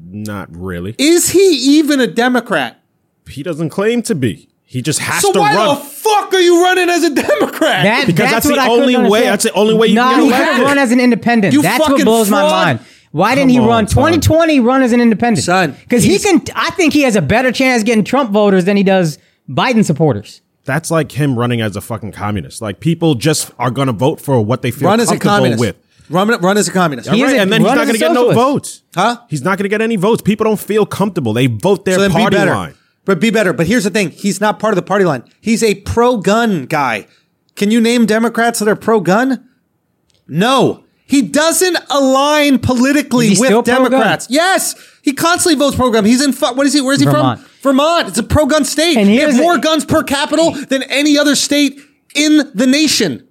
Speaker 1: not really.
Speaker 3: Is he even a Democrat?
Speaker 1: he doesn't claim to be. He just has
Speaker 3: So
Speaker 1: to
Speaker 3: why
Speaker 1: run.
Speaker 3: the fuck are you running as a Democrat?
Speaker 2: That,
Speaker 1: Because that's
Speaker 2: what
Speaker 1: the
Speaker 2: I couldn't
Speaker 1: only way-
Speaker 2: understand.
Speaker 1: that's the only way you
Speaker 2: nah,
Speaker 1: can get
Speaker 2: he had
Speaker 1: elected.
Speaker 2: run as an independent.
Speaker 3: You
Speaker 2: that's what
Speaker 3: fucking
Speaker 2: blows my
Speaker 3: fraud.
Speaker 2: mind. Why didn't he
Speaker 1: Come
Speaker 2: run
Speaker 1: on, son.
Speaker 2: 2020? Run as an independent,
Speaker 3: Son,
Speaker 2: Because he
Speaker 3: he's-
Speaker 2: can. I think he has a better chance getting Trump voters than he does Biden supporters.
Speaker 1: That's like him running as a fucking communist. Like people just are gonna vote for what they feel
Speaker 3: run as a
Speaker 1: comfortable
Speaker 3: communist.
Speaker 1: with.
Speaker 3: Run, run as a communist.
Speaker 2: He is
Speaker 1: Right,
Speaker 2: a-
Speaker 1: and then he's
Speaker 2: run
Speaker 1: not
Speaker 2: as a
Speaker 1: gonna get no
Speaker 2: socialist.
Speaker 1: votes.
Speaker 3: Huh?
Speaker 1: He's not gonna get any votes. People don't feel comfortable. They vote their
Speaker 3: So then be
Speaker 1: party
Speaker 3: better.
Speaker 1: line.
Speaker 3: But be better. But here's the thing: he's not part of the party line. He's a pro-gun guy. Can you name Democrats that are pro-gun? No. He doesn't align politically
Speaker 2: Is he
Speaker 3: with
Speaker 2: still pro-gun?
Speaker 3: Democrats. Yes, he constantly votes pro-gun. He's in fu- what is he? Where is he
Speaker 2: Vermont.
Speaker 3: from? Vermont. It's a pro-gun state.
Speaker 2: And
Speaker 3: they have
Speaker 2: here's the-
Speaker 3: more guns per capita than any other state in the nation.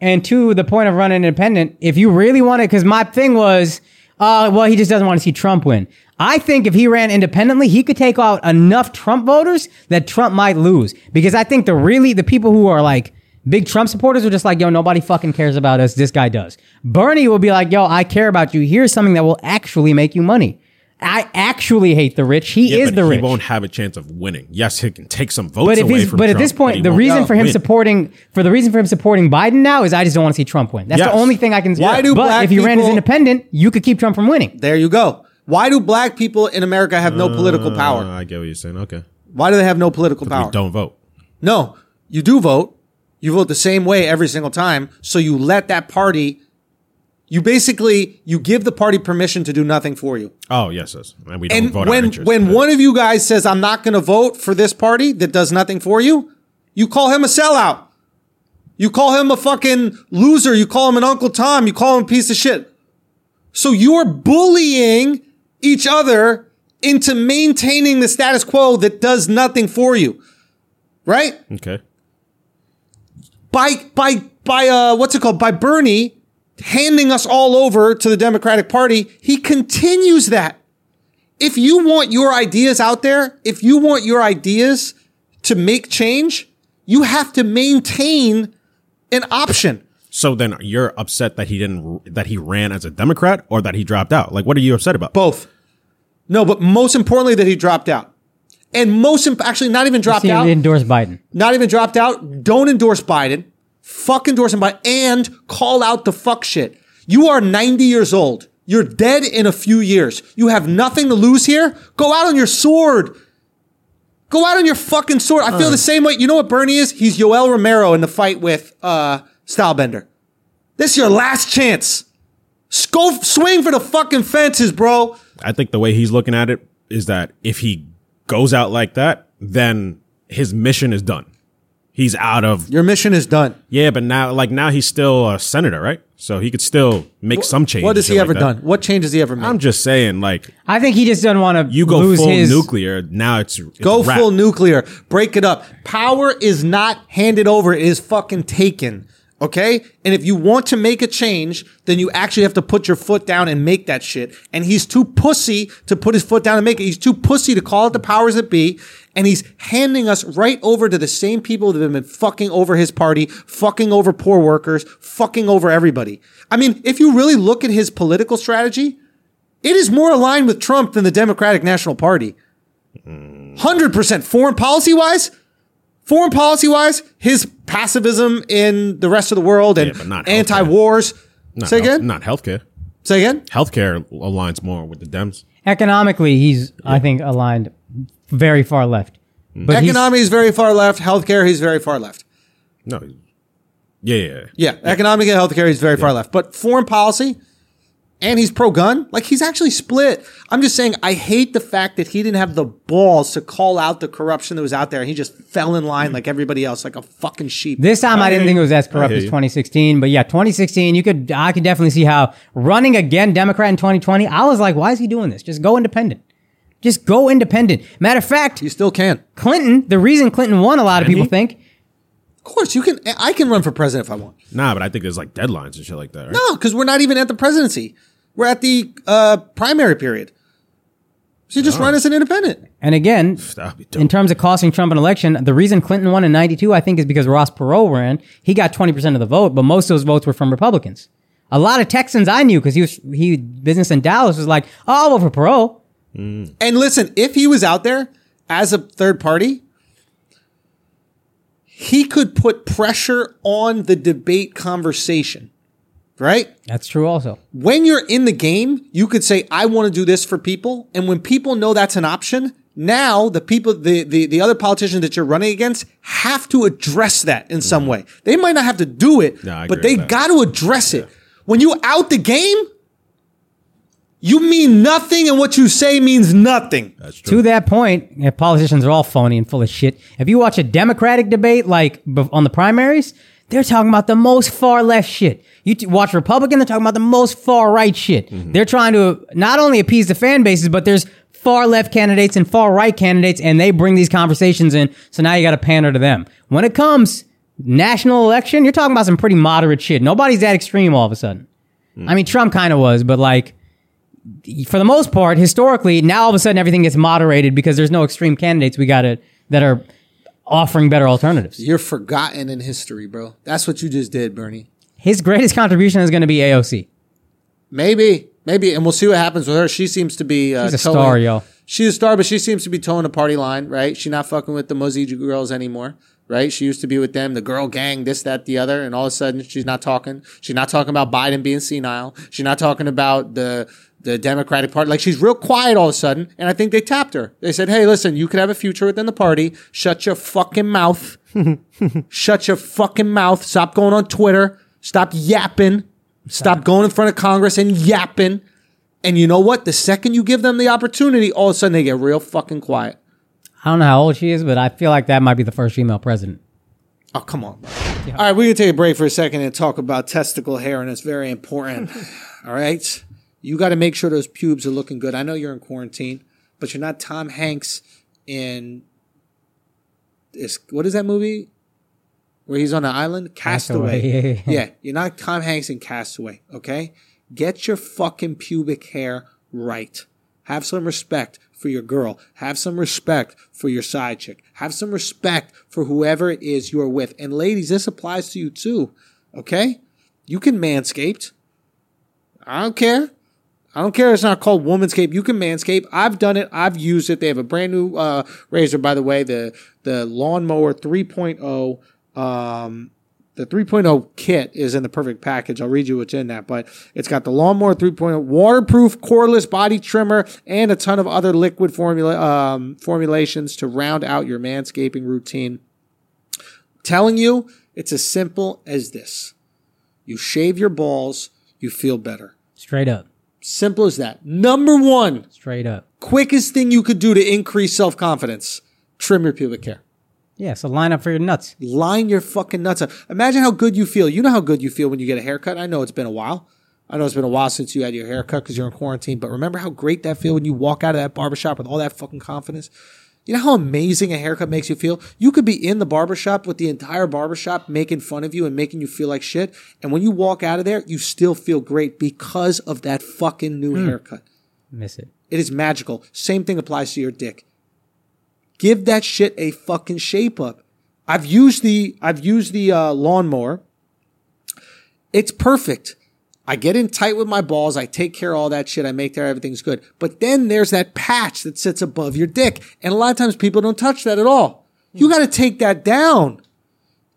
Speaker 2: And two, the point of running independent, if you really want it, because my thing was, uh, well, he just doesn't want to see Trump win. I think if he ran independently, he could take out enough Trump voters that Trump might lose. Because I think the really, the people who are like big Trump supporters are just like, yo, nobody fucking cares about us. This guy does. Bernie will be like, yo, I care about you. Here's something that will actually make you money. I actually hate the rich. He
Speaker 1: Yeah,
Speaker 2: is
Speaker 1: but
Speaker 2: the
Speaker 1: he
Speaker 2: rich.
Speaker 1: won't have a chance of winning. Yes, he can take some votes
Speaker 2: But if
Speaker 1: away
Speaker 2: he's,
Speaker 1: from
Speaker 2: but at this
Speaker 1: Trump, he
Speaker 2: point, the
Speaker 1: won't
Speaker 2: reason for him
Speaker 1: win.
Speaker 2: supporting for the reason for him supporting Biden now is I just don't want to see Trump win. That's
Speaker 1: Yes.
Speaker 2: the only thing I can.
Speaker 3: Why do
Speaker 2: but
Speaker 3: black
Speaker 2: if you ran as
Speaker 3: people-
Speaker 2: independent, you could keep Trump from winning.
Speaker 3: There you go. Why do black people in America have no political
Speaker 1: Uh,
Speaker 3: power?
Speaker 1: I get what you're saying. Okay,
Speaker 3: Why do they have no political power?
Speaker 1: we don't vote.
Speaker 3: No, you do vote. You vote the same way every single time. So you let that party. You basically you give the party permission to do nothing for you.
Speaker 1: Oh yes, yes. and we don't
Speaker 3: And
Speaker 1: vote. our
Speaker 3: when
Speaker 1: interest.
Speaker 3: when
Speaker 1: Yeah.
Speaker 3: one of you guys says I'm not going to vote for this party that does nothing for you, you call him a sellout. You call him a fucking loser. You call him an Uncle Tom. You call him a piece of shit. So you're bullying each other into maintaining the status quo that does nothing for you, right?
Speaker 1: okay,
Speaker 3: by by by uh what's it called by Bernie handing us all over to the Democratic Party, he continues that. If you want your ideas out there, if you want your ideas to make change, you have to maintain an option.
Speaker 1: so then you're upset that he didn't that he ran as a Democrat or that he dropped out. Like, what are you upset about?
Speaker 3: Both. No, but most importantly that he dropped out. And most imp- actually not even dropped
Speaker 2: See,
Speaker 3: out.
Speaker 2: endorse Biden.
Speaker 3: not even dropped out. Don't endorse Biden. Fuck endorsing Biden and call out the fuck shit. You are 90 years old. You're dead in a few years. You have nothing to lose here. Go out on your sword. Go out on your fucking sword. I feel the same way. You know what Bernie is? He's Yoel Romero in the fight with uh, Stylebender. This is your last chance. S- Go f- swing for the fucking fences, bro.
Speaker 1: I think the way he's looking at it is that if he goes out like that, then his mission is done. He's out of
Speaker 3: Your mission is done.
Speaker 1: yeah, but now like now he's still a senator, right? So he could still make some changes.
Speaker 3: What has he
Speaker 1: and
Speaker 3: ever
Speaker 1: like that.
Speaker 3: done? What change has he ever made?
Speaker 1: I'm just saying, like
Speaker 2: I think he just doesn't want to
Speaker 1: you go
Speaker 2: lose
Speaker 1: full
Speaker 2: his.
Speaker 1: nuclear. Now it's, it's
Speaker 3: Go
Speaker 1: a wrap.
Speaker 3: full nuclear. Break it up. Power is not handed over. It is fucking taken. Okay? And if you want to make a change, then you actually have to put your foot down and make that shit. And he's too pussy to put his foot down and make it. He's too pussy to call it the powers that be. And he's handing us right over to the same people that have been fucking over his party, fucking over poor workers, fucking over everybody. I mean, if you really look at his political strategy, it is more aligned with Trump than the Democratic National Party hundred percent foreign policy wise. Foreign policy wise, his passivism in the rest of the world and
Speaker 1: Yeah, but not healthcare.
Speaker 3: anti wars.
Speaker 1: Not
Speaker 3: Say
Speaker 1: health-
Speaker 3: again.
Speaker 1: not healthcare.
Speaker 3: Say again?
Speaker 1: Healthcare aligns more with the Dems.
Speaker 2: Economically, he's I think aligned very far left.
Speaker 1: Mm.
Speaker 2: But he's-
Speaker 3: Economy is very far left. Healthcare, he's very far left.
Speaker 1: No. Yeah, yeah, yeah.
Speaker 3: Yeah, economic and healthcare, he's very far left. But foreign policy, and he's pro gun. Like he's actually split. I'm just saying, I hate the fact that he didn't have the balls to call out the corruption that was out there. He just fell in line like everybody else, like a fucking sheep.
Speaker 2: This time I, didn't think it was as corrupt
Speaker 1: hear
Speaker 2: as
Speaker 1: you.
Speaker 2: 2016, but yeah, 2016 you could I could definitely see how running again Democrat in 2020. I was like, why is he doing this? Just go independent. Just go independent. Matter of fact,
Speaker 3: you still can.
Speaker 2: Clinton. The reason Clinton won, a lot of people
Speaker 1: he?
Speaker 2: think.
Speaker 3: Of course, you can. I can run for president if I want.
Speaker 1: Nah, but I think there's like deadlines and shit like that. Right?
Speaker 3: No, because we're not even at the presidency. We're at the uh, primary period. So you just run as an independent.
Speaker 2: And again,
Speaker 1: That'd be dope.
Speaker 2: in terms of costing Trump an election, the reason Clinton won in 92, I think, is because Ross Perot ran. He got 20% of the vote, but most of those votes were from Republicans. A lot of Texans I knew because he was, he, business in Dallas was like, oh, I'll vote for Perot.
Speaker 3: And listen, if he was out there as a third party, he could put pressure on the debate conversation, right?
Speaker 2: That's true also.
Speaker 3: When you're in the game, you could say, I want to do this for people. And when people know that's an option, now the people, the, the, the other politicians that you're running against have to address that in some way. They might not have to do it,
Speaker 1: Yeah, Mm-hmm. I
Speaker 3: but
Speaker 1: agree
Speaker 3: they
Speaker 1: with that.
Speaker 3: got to address it. When you out the game, you mean nothing and what you say means nothing.
Speaker 1: That's
Speaker 2: To that point, yeah, politicians are all phony and full of shit. If you watch a Democratic debate, like bef- on the primaries, they're talking about the most far left shit. You t- watch Republican, they're talking about the most far right shit. They're trying to not only appease the fan bases, but there's far left candidates and far right candidates, and they bring these conversations in. So now you got to pander to them. When it comes national election, you're talking about some pretty moderate shit. Nobody's that extreme all of a sudden. I mean, Trump kind of was, but like for the most part, historically, now all of a sudden everything gets moderated because there's no extreme candidates we got to that are offering better alternatives.
Speaker 3: You're forgotten in history, bro. That's what you just did, Bernie.
Speaker 2: His greatest contribution is going to be AOC.
Speaker 3: Maybe, maybe, and we'll see what happens with her. She seems to be uh,
Speaker 2: She's a star, yo.
Speaker 3: She's a star, but she seems to be towing the party line, right? She's not fucking with the Moziju girls anymore, right? She used to be with them, the girl gang, this, that, the other, and all of a sudden she's not talking. She's not talking about Biden being senile. She's not talking about the the Democratic Party. Like she's real quiet all of a sudden, and I think they tapped her. They said, "Hey, listen, you could have a future within the party. Shut your fucking mouth. Shut your fucking mouth. Stop going on Twitter. Stop yapping. Stop going in front of Congress and yapping." And you know what? The second you give them the opportunity, all of a sudden they get real fucking quiet.
Speaker 2: I don't know how old she is, but I feel like that might be the first female president.
Speaker 3: Oh, come on. All right, we're going to take a break for a second and talk about testicle hair, and it's very important. all right? You got to make sure those pubes are looking good. I know you're in quarantine, but you're not Tom Hanks in this. What is that movie? Where he's on an island? Castaway.
Speaker 2: Castaway, yeah.
Speaker 3: yeah, you're not Tom Hanks in Castaway, okay? Get your fucking pubic hair right. Have some respect for your girl. Have some respect for your side chick. Have some respect for whoever it is you are with. And ladies, this applies to you too, okay? You can manscaped. I don't care. I don't care. It's not called Womanscape. You can manscape. I've done it. I've used it. They have a brand new uh, razor, by the way, the the lawnmower 3.0. Um, the 3.0 kit is in the perfect package. I'll read you what's in that, but it's got the lawnmower 3.0 waterproof cordless body trimmer and a ton of other liquid formula um, formulations to round out your manscaping routine. Telling you, it's as simple as this: you shave your balls, you feel better.
Speaker 2: Straight up,
Speaker 3: Simple as that. Number one,
Speaker 2: straight up.
Speaker 3: quickest thing you could do to increase self confidence trim your pubic hair.
Speaker 2: Yeah, so line up for your nuts.
Speaker 3: Line your fucking nuts up. Imagine how good you feel. You know how good you feel when you get a haircut. I know it's been a while. I know it's been a while since you had your haircut because you're in quarantine, but remember how great that feel when you walk out of that barbershop with all that fucking confidence? You know how amazing a haircut makes you feel? You could be in the barbershop with the entire barbershop making fun of you and making you feel like shit. And when you walk out of there, you still feel great because of that fucking new haircut.
Speaker 2: Miss it.
Speaker 3: It is magical. Same thing applies to your dick. Give that shit a fucking shape up. I've used the I've used the uh, lawnmower. It's perfect. I get in tight with my balls. I take care of all that shit. I make sure everything's good. But then there's that patch that sits above your dick, and a lot of times people don't touch that at all. You got to take that down.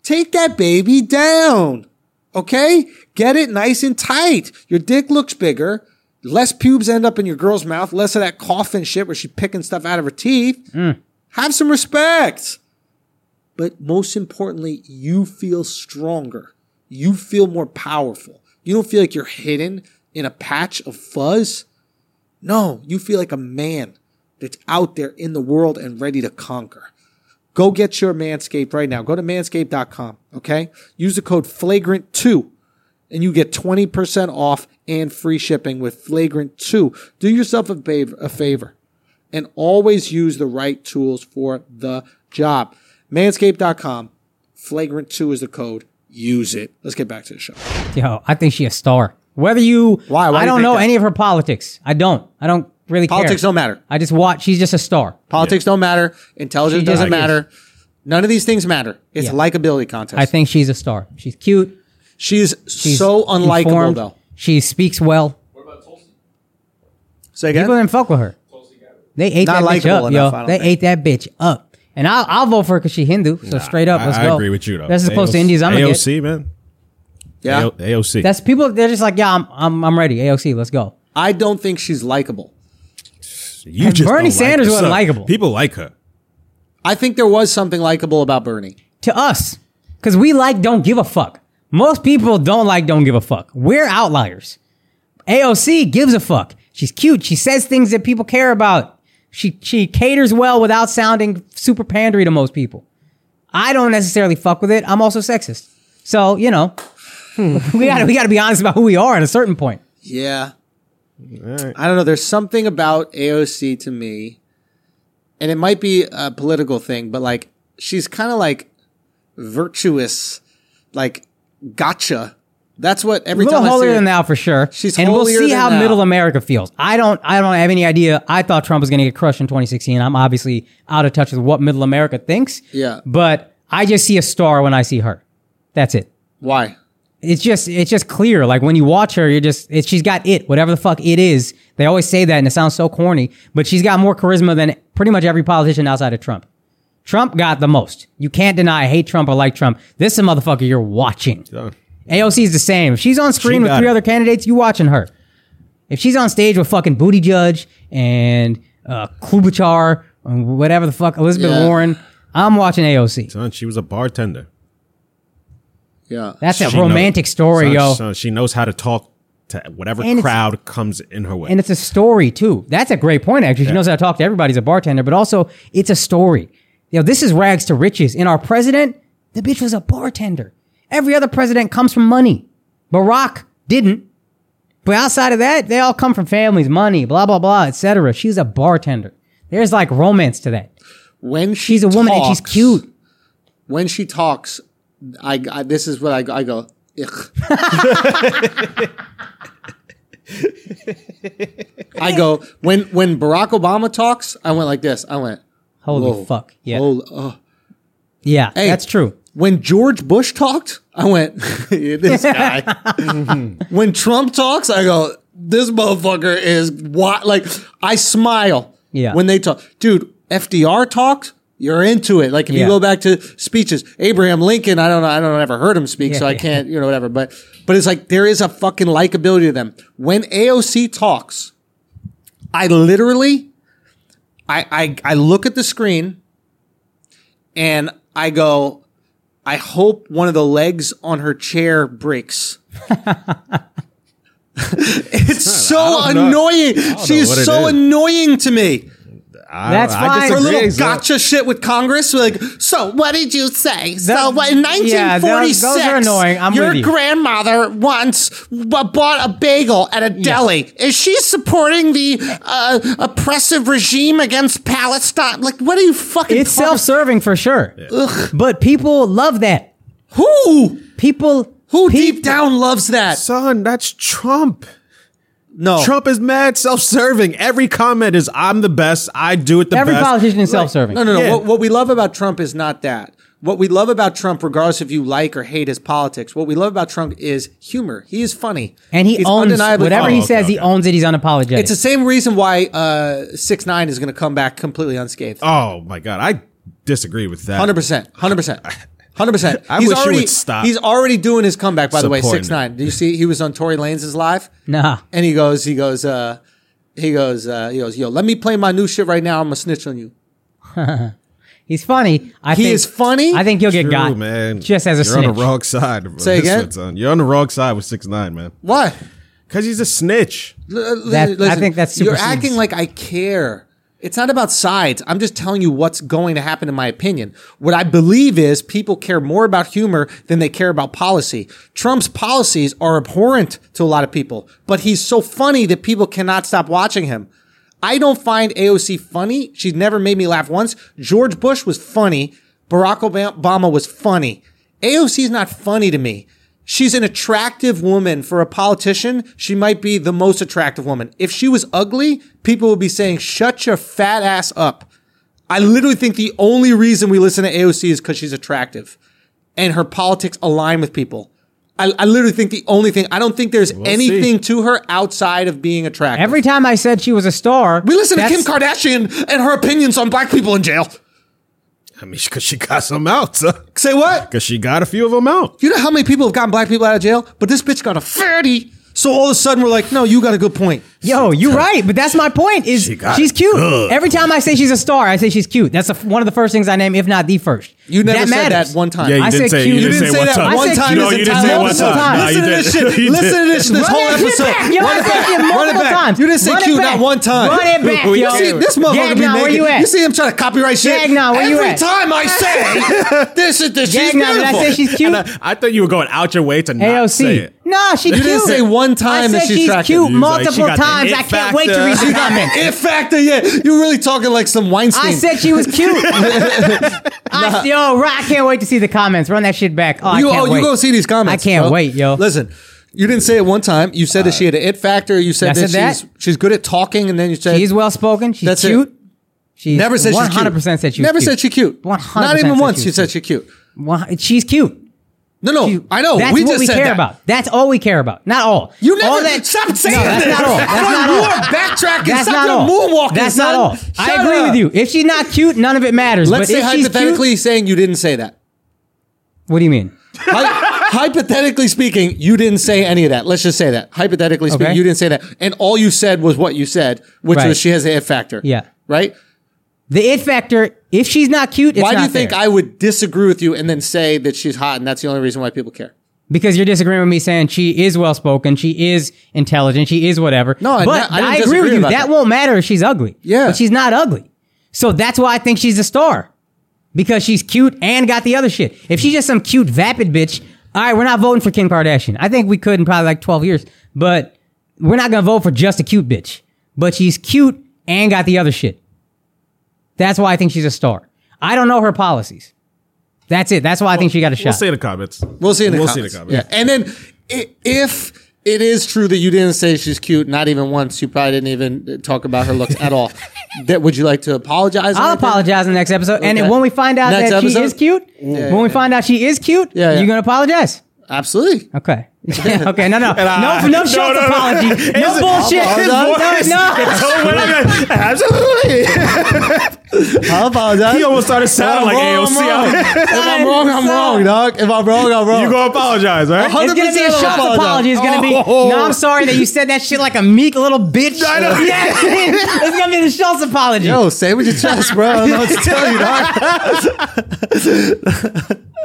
Speaker 3: Take that baby down. Okay? Get it nice and tight. Your dick looks bigger. Less pubes end up in your girl's mouth. Less of that coughing shit where she's picking stuff out of her teeth. Have some respect. But most importantly, you feel stronger. You feel more powerful. You don't feel like you're hidden in a patch of fuzz. No, you feel like a man that's out there in the world and ready to conquer. Go get your Manscaped right now. Go to manscaped.com, okay? Use the code FLAGRANT2 and you get 20% off and free shipping with Flagrant2. Do yourself a favor, a favor and always use the right tools for the job. Manscaped.com, Flagrant2 is the code. Use it. Let's get back to the show.
Speaker 2: Yo, I think she a star. Whether you,
Speaker 3: Why? Why do
Speaker 2: I
Speaker 3: you
Speaker 2: don't
Speaker 3: think
Speaker 2: know
Speaker 3: that?
Speaker 2: any of her politics. I don't. I don't really
Speaker 3: Politics
Speaker 2: care.
Speaker 3: don't matter.
Speaker 2: I just watch. She's just a star.
Speaker 3: Politics don't matter. Intelligence
Speaker 2: She does.
Speaker 3: doesn't
Speaker 2: I guess.
Speaker 3: matter. None of these things matter. It's
Speaker 2: Yeah.
Speaker 3: likability contest.
Speaker 2: I think she's a star. She's cute.
Speaker 3: she's,
Speaker 2: She's
Speaker 3: so unlikable
Speaker 2: informed.
Speaker 3: though.
Speaker 2: She speaks well.
Speaker 3: Say
Speaker 2: People
Speaker 3: again.
Speaker 2: didn't fuck with her. They ate
Speaker 3: Not
Speaker 2: that bitch
Speaker 3: likable
Speaker 2: up,
Speaker 3: enough, I
Speaker 2: yo.
Speaker 3: don't
Speaker 2: They
Speaker 3: think.
Speaker 2: ate that bitch up. And I'll, I'll vote for her because she Hindu. So straight up,
Speaker 1: I,
Speaker 2: let's
Speaker 1: I
Speaker 2: go.
Speaker 1: agree with you though.
Speaker 2: That's as opposed to
Speaker 1: AOC
Speaker 2: Indies. I'm gonna get.
Speaker 1: AOC man.
Speaker 3: Yeah.
Speaker 1: AO- AOC.
Speaker 2: That's people. They're just like, yeah, I'm, I'm, I'm ready. AOC, let's go.
Speaker 3: I don't think she's likable.
Speaker 1: you
Speaker 2: And Bernie
Speaker 1: don't like
Speaker 2: Sanders
Speaker 1: her.
Speaker 2: wasn't
Speaker 1: Son,
Speaker 2: likable.
Speaker 1: People like her.
Speaker 3: I think there was something likable about Bernie.
Speaker 2: to us because we like don't give a fuck. Most people don't like don't give a fuck. We're outliers. AOC gives a fuck. She's cute. She says things that people care about. She she caters well without sounding super pandery to most people. I don't necessarily fuck with it. I'm also sexist. So, you know, we gotta we gotta be honest about who we are at a certain point.
Speaker 3: Yeah. I don't know. There's something about AOC to me, and it might be a political thing, but like she's kind of like virtuous, like gotcha. That's what
Speaker 2: A
Speaker 3: every
Speaker 2: little
Speaker 3: time I see
Speaker 2: holier
Speaker 3: her-
Speaker 2: than thou for sure.
Speaker 3: She's
Speaker 2: and we'll
Speaker 3: holier
Speaker 2: see
Speaker 3: than
Speaker 2: how
Speaker 3: thou.
Speaker 2: middle America feels. I don't I don't have any idea. I thought Trump was gonna get crushed in 2016. I'm obviously out of touch with what middle America thinks.
Speaker 3: Yeah.
Speaker 2: But I just see a star when I see her. That's it.
Speaker 3: Why?
Speaker 2: It's just it's just clear. Like when you watch her, you're just it, she's got it, whatever the fuck it is. They always say that and it sounds so corny, but she's got more charisma than pretty much every politician outside of Trump. Trump got the most. You can't deny I hate Trump or like Trump. This is a motherfucker you're watching.
Speaker 1: Done.
Speaker 2: AOC is the same. If she's on screen with
Speaker 1: got
Speaker 2: three
Speaker 1: it.
Speaker 2: other candidates, you watching her. If she's on stage with fucking Booty Judge and uh, Klobuchar and whatever the fuck Elizabeth
Speaker 3: Yeah.
Speaker 2: Warren, I'm watching AOC.
Speaker 1: Son, she was a bartender.
Speaker 3: Yeah.
Speaker 2: That's a
Speaker 1: She
Speaker 2: romantic
Speaker 1: knows-
Speaker 2: story,
Speaker 1: son,
Speaker 2: yo.
Speaker 1: son, she knows how to talk to whatever
Speaker 2: And it's-
Speaker 1: crowd comes in her way.
Speaker 2: And it's a story too. That's a great point, actually. She knows how to talk to everybody. She's a bartender, but also it's a story. You know, this is rags to riches. In our president, the bitch was a bartender. Every other president comes from money. Barack didn't. But outside of that, they all come from families, money, blah blah blah, etc. She's a bartender. There's like romance to that.
Speaker 3: when she
Speaker 2: She's a woman and she's
Speaker 3: talks-
Speaker 2: cute.
Speaker 3: When she talks, I, I this is what I, I go. Ugh. I go when when Barack Obama talks. I went like this. I went.
Speaker 2: Holy
Speaker 3: whoa,
Speaker 2: fuck! Yeah,
Speaker 3: holy- oh.
Speaker 2: yeah,
Speaker 3: Hey.
Speaker 2: that's true.
Speaker 3: When George Bush talked, I went, "Yeah, this guy.
Speaker 2: Mm-hmm.
Speaker 3: when Trump talks, I go, this motherfucker is what? Like, I smile.
Speaker 2: Yeah.
Speaker 3: When they talk, dude, FDR talked. You're into it. Like if you
Speaker 2: Yeah.
Speaker 3: go back to speeches, Abraham Lincoln. I don't know. I don't ever heard him speak, so I
Speaker 2: Yeah.
Speaker 3: can't. You know, whatever. But but it's like there is a fucking likability to them. When AOC talks, I literally, I I, I look at the screen, and I go, I hope one of the legs on her chair breaks. it's so
Speaker 1: don't know.
Speaker 3: annoying. She
Speaker 1: know
Speaker 3: is
Speaker 1: what it
Speaker 3: so
Speaker 1: is.
Speaker 3: annoying to me.
Speaker 1: I,
Speaker 2: That's
Speaker 1: I
Speaker 2: fine.
Speaker 3: Her
Speaker 1: disagree,
Speaker 3: little
Speaker 1: son.
Speaker 3: gotcha shit with Congress, like, so what did you say? so
Speaker 2: That-
Speaker 3: what, in
Speaker 2: yeah, those-
Speaker 3: 1946,
Speaker 2: those are annoying. I'm
Speaker 3: your
Speaker 2: with you.
Speaker 3: grandmother once w- bought a bagel at a deli. Is she supporting the uh, oppressive regime against Palestine? Like, what are you fucking?
Speaker 2: It's
Speaker 3: talking-
Speaker 2: self-serving for sure, but people love that.
Speaker 3: Who?
Speaker 2: People
Speaker 3: Who
Speaker 2: people-
Speaker 3: deep down loves that?
Speaker 1: Son, that's Trump.
Speaker 2: Oh.
Speaker 3: No.
Speaker 1: Trump is mad self-serving. Every comment is I'm the best. I do it the
Speaker 2: Every
Speaker 1: best.
Speaker 2: politician is self-serving.
Speaker 3: No, no, no.
Speaker 1: Yeah.
Speaker 3: What, what we love about Trump is not that. What we love about Trump, regardless if you like or hate his politics, what we love about Trump is humor. He is funny,
Speaker 2: And he
Speaker 3: He's
Speaker 2: owns
Speaker 3: undeniably
Speaker 2: whatever
Speaker 1: Oh,
Speaker 2: he
Speaker 1: okay,
Speaker 2: says. He
Speaker 1: okay.
Speaker 2: owns it. He's unapologetic.
Speaker 3: It's the same reason why uh, six nine is going
Speaker 1: Uh,
Speaker 3: to come back completely unscathed.
Speaker 1: Oh my god, I disagree with that.
Speaker 3: Hundred percent, hundred percent, Hundred percent.
Speaker 1: I wish you
Speaker 3: already,
Speaker 1: would stop
Speaker 3: He's already doing his comeback. By the way,
Speaker 1: supporting
Speaker 3: six nine. Do you see? He was on Tory Lanez's live,
Speaker 2: Nah.
Speaker 3: and he goes, he goes, uh, he goes, uh, he goes. Yo, let me play my new shit right now. I'm gonna snitch on you.
Speaker 2: He's funny. I
Speaker 3: He
Speaker 2: think,
Speaker 3: is funny?
Speaker 2: I think you'll get
Speaker 1: True,
Speaker 2: got.
Speaker 1: man.
Speaker 2: Just as a
Speaker 1: You're on
Speaker 2: snitch.
Speaker 1: the wrong side. bro.
Speaker 3: Say
Speaker 1: That's
Speaker 3: again?
Speaker 1: what's on. You're on the wrong side with six nine, man.
Speaker 3: Why?
Speaker 1: Because he's a snitch.
Speaker 2: That- I think that's
Speaker 3: you're
Speaker 2: supersedes.
Speaker 3: acting like I care. It's not about sides. I'm just telling you what's going to happen in my opinion. What I believe is people care more about humor than they care about policy. Trump's policies are abhorrent to a lot of people, but he's so funny that people cannot stop watching him. I don't find AOC funny. She's never made me laugh once. George Bush was funny. Barack Obama was funny. AOC is not funny to me. She's an attractive woman for a politician. She might be the most attractive woman. If she was ugly, people would be saying, shut your fat ass up. I literally think the only reason we listen to AOC is because she's attractive and her politics align with people. I, I literally think the only thing, I don't think there's anything to her outside of being attractive.
Speaker 2: Every time I said she was a star,
Speaker 3: we listen to
Speaker 2: that's-
Speaker 3: Kim Kardashian and her opinions on black people in jail.
Speaker 1: I mean, because she got some out. Because
Speaker 3: Say what?
Speaker 1: she got a few of them out.
Speaker 3: You know how many people have gotten black people out of jail? But this bitch got a 30. So all of a sudden we're like, no, you got a good point.
Speaker 2: Yo, you're right, but that's my point. Is
Speaker 1: She got
Speaker 2: she's cute?
Speaker 1: good.
Speaker 2: Every time I say she's a star, I say she's cute. That's the f one of the first things I name, if not the first.
Speaker 3: You never said
Speaker 2: matters.
Speaker 3: that one time.
Speaker 1: Yeah, you
Speaker 2: I
Speaker 1: didn't
Speaker 2: said
Speaker 1: say,
Speaker 2: cute.
Speaker 1: you
Speaker 2: You
Speaker 1: didn't
Speaker 2: didn't
Speaker 1: say one
Speaker 3: that
Speaker 1: time.
Speaker 3: one
Speaker 2: I said
Speaker 3: time.
Speaker 2: cute.
Speaker 1: No, you didn't say
Speaker 3: Multiple
Speaker 1: one time.
Speaker 3: times.
Speaker 1: Nah,
Speaker 3: Listen
Speaker 1: you
Speaker 3: to this
Speaker 1: didn't.
Speaker 3: shit.
Speaker 1: You
Speaker 3: Listen to
Speaker 1: didn't.
Speaker 3: this shit. This
Speaker 2: Run
Speaker 3: whole
Speaker 2: that shit
Speaker 3: episode.
Speaker 2: back. Yo,
Speaker 3: Run
Speaker 2: I
Speaker 3: it
Speaker 2: said
Speaker 3: back.
Speaker 2: it
Speaker 3: Run it
Speaker 2: multiple
Speaker 3: back.
Speaker 2: times.
Speaker 3: You didn't say
Speaker 2: Run it
Speaker 3: cute
Speaker 2: back.
Speaker 3: not one time.
Speaker 2: Run it back,
Speaker 3: You
Speaker 2: yo.
Speaker 3: see, this motherfucker be
Speaker 2: Gagnon, where
Speaker 3: naked.
Speaker 2: you at?
Speaker 3: see him trying to copyright shit.
Speaker 2: Gagnon, where you
Speaker 3: Every
Speaker 2: at?
Speaker 3: time I say this is this, she's
Speaker 2: Gagnon, did I
Speaker 3: beautiful.
Speaker 2: say she's cute?
Speaker 1: And I, I thought you were going out your way to not say
Speaker 2: AOC.
Speaker 1: it.
Speaker 2: No, she cute.
Speaker 3: didn't say one
Speaker 2: I
Speaker 3: time
Speaker 2: said
Speaker 3: that she's attractive.
Speaker 2: cute
Speaker 1: You was like, she
Speaker 2: multiple
Speaker 1: got the
Speaker 2: times.
Speaker 1: it
Speaker 2: I can't wait to
Speaker 1: factor.
Speaker 2: read the
Speaker 1: She
Speaker 2: comments.
Speaker 3: In fact, yeah, you're really talking like some Weinstein.
Speaker 2: I said she was cute. I, yo, right, I can't wait to see the comments. Run that shit back. Oh,
Speaker 3: you,
Speaker 2: I can't
Speaker 3: oh,
Speaker 2: wait.
Speaker 3: you go see these
Speaker 2: I
Speaker 3: comments.
Speaker 2: can't
Speaker 3: bro.
Speaker 2: wait, yo. Uh,
Speaker 3: Listen, you didn't say it one time. You said that she had an it factor. You
Speaker 2: I
Speaker 3: said
Speaker 2: said
Speaker 3: that
Speaker 2: that?
Speaker 3: she's she's good at talking, and then you said
Speaker 2: She's well spoken. She's
Speaker 3: That's it.
Speaker 2: cute. She's
Speaker 3: Never said she's cute.
Speaker 2: 100% said she was
Speaker 3: Never
Speaker 2: cute.
Speaker 3: said she cute.
Speaker 2: 100%
Speaker 3: Not even
Speaker 2: said
Speaker 3: once
Speaker 2: she
Speaker 3: you
Speaker 2: was
Speaker 3: said she cute.
Speaker 2: One- she's cute.
Speaker 3: No, no,
Speaker 2: You-
Speaker 3: Oh, I know.
Speaker 2: That's
Speaker 3: we
Speaker 2: what
Speaker 3: just
Speaker 2: we
Speaker 3: said
Speaker 2: care
Speaker 3: that.
Speaker 2: about. That's all we care about. Not all.
Speaker 3: You never
Speaker 2: all that,
Speaker 3: stop saying
Speaker 2: no, that's
Speaker 3: this.
Speaker 2: Not all. That's
Speaker 3: Son,
Speaker 2: not
Speaker 3: you
Speaker 2: all.
Speaker 3: are backtracking.
Speaker 2: That's
Speaker 3: Stop
Speaker 2: not
Speaker 3: your
Speaker 2: all.
Speaker 3: moonwalking,
Speaker 2: That's not
Speaker 3: son.
Speaker 2: all.
Speaker 3: Shut
Speaker 2: I agree
Speaker 3: up.
Speaker 2: with you. If she's not cute, none of it matters.
Speaker 3: Let's
Speaker 2: but
Speaker 3: say
Speaker 2: if she's
Speaker 3: hypothetically saying you didn't say that.
Speaker 2: cute, what do you mean?
Speaker 3: Hy- hypothetically speaking, you didn't say any of that. Let's just say that. Hypothetically speaking,
Speaker 2: Okay.
Speaker 3: you didn't say that. And all you said was what you said, which
Speaker 2: Right.
Speaker 3: was she has a it factor.
Speaker 2: Yeah.
Speaker 3: Right?
Speaker 2: The it factor. If she's not cute, it's
Speaker 3: why do
Speaker 2: not
Speaker 3: you think
Speaker 2: there.
Speaker 3: I would disagree with you and then say that she's hot and that's the only reason why people care?
Speaker 2: Because you're disagreeing with me saying she is well spoken, she is intelligent, she is whatever.
Speaker 3: No, I'm
Speaker 2: but
Speaker 3: not- I didn't
Speaker 2: agree with
Speaker 3: disagree
Speaker 2: you.
Speaker 3: about
Speaker 2: That,
Speaker 3: that.
Speaker 2: won't matter if she's ugly.
Speaker 3: Yeah.
Speaker 2: but she's not ugly, so that's why I think she's a star because she's cute and got the other shit. If she's just some cute vapid bitch, all right, we're not voting for Kim Kardashian. I think we could in probably like 12 years, but we're not gonna vote for just a cute bitch. But she's cute and got the other shit. That's why I think she's a star. I don't know her policies. That's it. That's why I think she got a shot.
Speaker 1: We'll see the comments.
Speaker 3: We'll see in the
Speaker 1: we'll
Speaker 3: comments.
Speaker 1: see the comments.
Speaker 3: Yeah. And then i- if it is true that you didn't say she's cute, not even once, you probably didn't even talk about her looks at all. That would you like to apologize? or
Speaker 2: I'll
Speaker 3: anything?
Speaker 2: apologize in the next episode. And
Speaker 3: Okay.
Speaker 2: when we find out
Speaker 3: Next
Speaker 2: that
Speaker 3: episode?
Speaker 2: she is cute, when we find out she is cute,
Speaker 3: Yeah, yeah.
Speaker 2: you're gonna apologize.
Speaker 3: Absolutely.
Speaker 2: Okay. okay. No. No. no. No. Schultz
Speaker 1: no, no.
Speaker 2: apology. No,
Speaker 1: It's-
Speaker 2: bullshit.
Speaker 1: His voice-
Speaker 2: No. no.
Speaker 1: it's so weird. Absolutely.
Speaker 3: I'll apologize.
Speaker 1: He almost started sounding like
Speaker 3: I'm wrong, I'm
Speaker 1: AOC.
Speaker 3: wrong. If I'm wrong, I'm
Speaker 2: Son.
Speaker 3: wrong, dog. If I'm wrong, I'm wrong.
Speaker 1: You gonna apologize, right?
Speaker 3: hundred-
Speaker 2: It's gonna be a
Speaker 3: 100% I'll
Speaker 2: Schultz
Speaker 3: apologize.
Speaker 2: apology. It's gonna be.
Speaker 1: Oh.
Speaker 2: No, I'm sorry that you said that shit like a meek little bitch.
Speaker 1: I know.
Speaker 2: Yeah, it's gonna be the Schultz apology.
Speaker 3: Yo, say it with your chest, bro. I don't know what to tell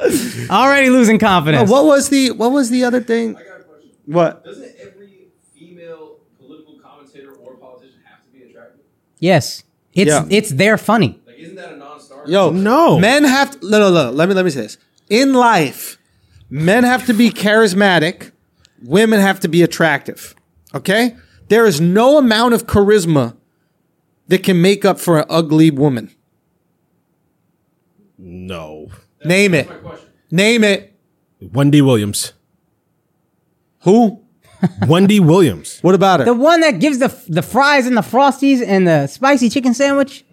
Speaker 3: you, dog.
Speaker 2: Already losing confidence.
Speaker 3: Oh, What was the what was the other thing?
Speaker 6: I got a question.
Speaker 3: What?
Speaker 6: Doesn't every female political commentator or politician have to be attractive?
Speaker 2: Yes. It's
Speaker 3: Yeah.
Speaker 2: it's their funny.
Speaker 6: Like, isn't that a non-starter?
Speaker 3: Yo,
Speaker 1: No.
Speaker 3: Men have to, no, no, no. Let me let me say this. In life, men have to be charismatic. Women have to be attractive. Okay. There is no amount of charisma that can make up for an ugly woman.
Speaker 1: No.
Speaker 3: Name it.
Speaker 6: That's my question.
Speaker 3: Name it.
Speaker 1: Wendy Williams.
Speaker 3: Who?
Speaker 1: Wendy Williams.
Speaker 3: What about
Speaker 2: The
Speaker 3: her?
Speaker 2: one that gives the the fries and the frosties and the spicy chicken sandwich.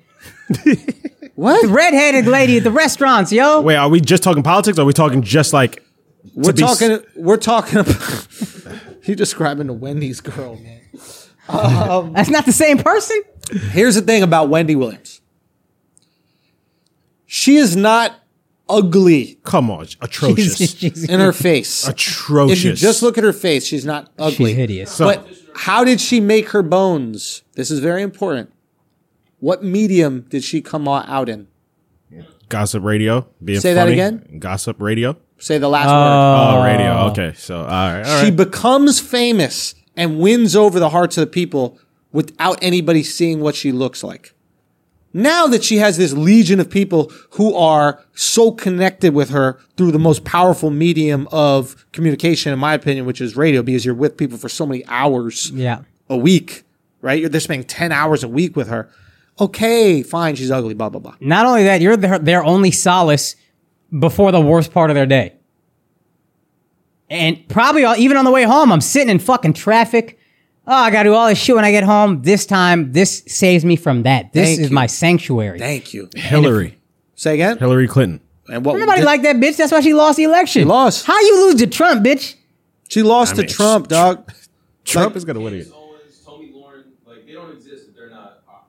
Speaker 3: What?
Speaker 2: redheaded lady at the restaurants, yo.
Speaker 1: Wait, are we just talking politics? Or are we talking just like
Speaker 3: We're
Speaker 1: be s-
Speaker 3: talking. we're talking about. you describing the Wendy's girl, man.
Speaker 2: That's not the same person.
Speaker 3: Here's the thing about Wendy Williams. She is not ugly
Speaker 1: Come on, atrocious,
Speaker 2: Jesus, Jesus.
Speaker 3: in her face.
Speaker 1: atrocious.
Speaker 3: If you just look at her face, she's not ugly.
Speaker 2: She's hideous.
Speaker 3: But how did she make her bones? This is very important. What medium did she come o- out in?
Speaker 1: gossip radio. Being
Speaker 3: Say that
Speaker 1: funny.
Speaker 3: again?
Speaker 1: Gossip radio.
Speaker 3: Say the last word.
Speaker 1: Oh,
Speaker 2: Oh,
Speaker 1: radio. Okay, so all right, all right.
Speaker 3: She becomes famous and wins over the hearts of the people without anybody seeing what she looks like. Now that she has this legion of people who are so connected with her through the most powerful medium of communication, in my opinion, which is radio, because you're with people for so many hours.
Speaker 2: yeah.
Speaker 3: a week, right? You're, they're spending 10 hours a week with her. Okay, fine, she's ugly, blah, blah, blah.
Speaker 2: Not only that, you're their, their only solace before the worst part of their day. And probably all, even on the way home, I'm sitting in fucking traffic. Oh, I got to do all this shit when I get home. This time, this saves me from that. This
Speaker 3: Thank
Speaker 2: is
Speaker 3: you.
Speaker 2: my sanctuary.
Speaker 3: Thank you.
Speaker 1: Hillary,
Speaker 3: Say again?
Speaker 1: Hillary Clinton.
Speaker 3: And what
Speaker 2: Everybody
Speaker 3: did-
Speaker 2: liked that bitch. That's why she lost the election. She
Speaker 3: lost.
Speaker 2: How you lose to Trump, bitch?
Speaker 3: She lost
Speaker 1: I
Speaker 3: to
Speaker 1: mean,
Speaker 3: Trump,
Speaker 1: tr-
Speaker 3: dog.
Speaker 1: Trump
Speaker 3: Like-
Speaker 1: is gonna win it.
Speaker 6: Chris Owens, Tommy Lauren, like they don't exist if they're not hot.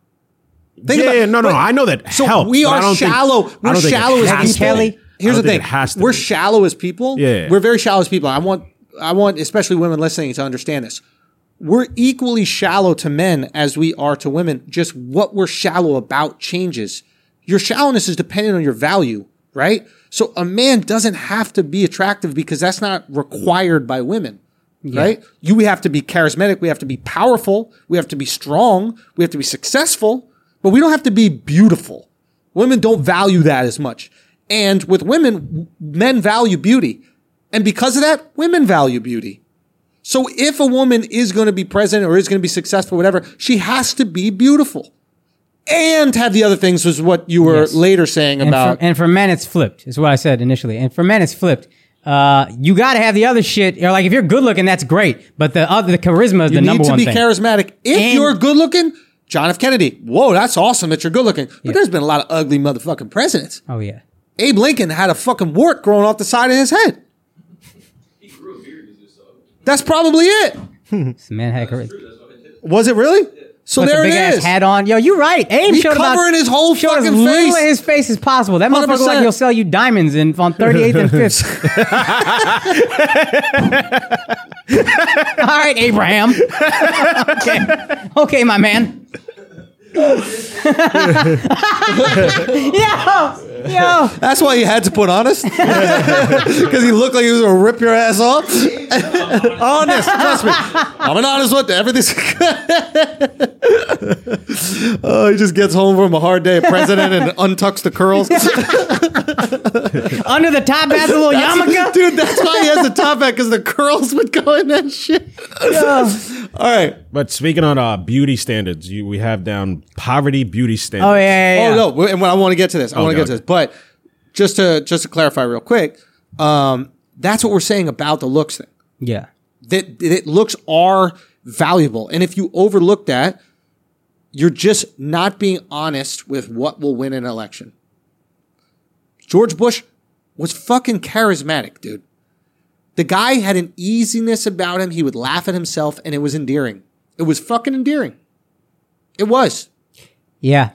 Speaker 3: Think
Speaker 1: yeah,
Speaker 3: about-
Speaker 1: yeah, no, no,
Speaker 3: but-
Speaker 1: I know that.
Speaker 3: So
Speaker 1: helps,
Speaker 3: we
Speaker 1: but I
Speaker 3: are
Speaker 1: don't think-
Speaker 3: shallow.
Speaker 1: I
Speaker 3: We're
Speaker 1: don't think it
Speaker 3: shallow
Speaker 1: has to
Speaker 3: as
Speaker 1: be.
Speaker 2: Kelly,
Speaker 1: I
Speaker 3: people.
Speaker 1: don't
Speaker 3: Here's the
Speaker 1: think
Speaker 3: thing:
Speaker 1: it has to
Speaker 3: we're
Speaker 1: be.
Speaker 3: shallow as people.
Speaker 1: Yeah.
Speaker 3: we're very shallow as people. I want, I want, especially women listening to understand this. We're equally shallow to men as we are to women. Just what we're shallow about changes. Your shallowness is dependent on your value, right? So a man doesn't have to be attractive because that's not required by women, right? You we have to be charismatic. We have to be powerful. We have to be strong. We have to be successful, but we don't have to be beautiful. Women don't value that as much. And with women, w- men value beauty. And because of that, women value beauty. So if a woman is going to be president or is going to be successful, whatever, she has to be beautiful and have the other things, was what you were
Speaker 2: Yes.
Speaker 3: later saying
Speaker 2: And
Speaker 3: about.
Speaker 2: for, and for men, it's flipped. Is what I said initially. And for men, it's flipped. Uh, you got to have the other shit. Or like if you're good looking, that's great. But the other, the charisma is the
Speaker 3: you
Speaker 2: number
Speaker 3: need to
Speaker 2: one
Speaker 3: be
Speaker 2: thing.
Speaker 3: charismatic. If
Speaker 2: And-
Speaker 3: you're good looking, John F. Kennedy, whoa, that's awesome that you're good looking. But
Speaker 2: Yeah.
Speaker 3: there's been a lot of ugly motherfucking presidents.
Speaker 2: oh yeah.
Speaker 3: Abe Lincoln had a fucking wart growing off the side of his head.
Speaker 6: He grew a beard, he's just uh, so.
Speaker 3: That's probably it.
Speaker 2: This man had charisma.
Speaker 6: That's what it is.
Speaker 3: Was it really? So
Speaker 2: Puts
Speaker 3: there
Speaker 2: a
Speaker 3: it
Speaker 2: big ass
Speaker 3: is.
Speaker 2: hat on. Yo, you're right. Abe
Speaker 3: He
Speaker 2: showed about-
Speaker 3: covering his whole
Speaker 2: showed as
Speaker 3: fucking
Speaker 2: little
Speaker 3: face.
Speaker 2: of his face as possible. That motherfucker looked like
Speaker 3: 100%.
Speaker 2: he'll sell you diamonds in on 38th and 5th. All right, Abraham. okay. okay, my man. yo, yo.
Speaker 3: That's why you had to put honest, because he looked like he was gonna rip your ass off. honest, trust me. I'm an honest one. Everything's. oh, he just gets home from a hard day, president, and untucks the curls.
Speaker 2: Under the top hat,
Speaker 3: Oh,
Speaker 2: the little yarmulke.
Speaker 3: Dude, that's why he has the top hat because the curls would go in that shit. All right.
Speaker 1: But speaking on uh, beauty standards, you, we have down poverty beauty standards.
Speaker 2: Oh, yeah, yeah, yeah.
Speaker 3: Oh no, and when I want to get to this, I want to
Speaker 1: Okay,
Speaker 3: get to
Speaker 1: okay.
Speaker 3: this. But just to just to clarify real quick, um, that's what we're saying about the looks thing.
Speaker 2: Yeah.
Speaker 3: that, that looks are valuable. And if you overlook that, you're just not being honest with what will win an election. George Bush was fucking charismatic, dude. The guy had an easiness about him. He would laugh at himself and it was endearing. It was fucking endearing. It was.
Speaker 2: Yeah.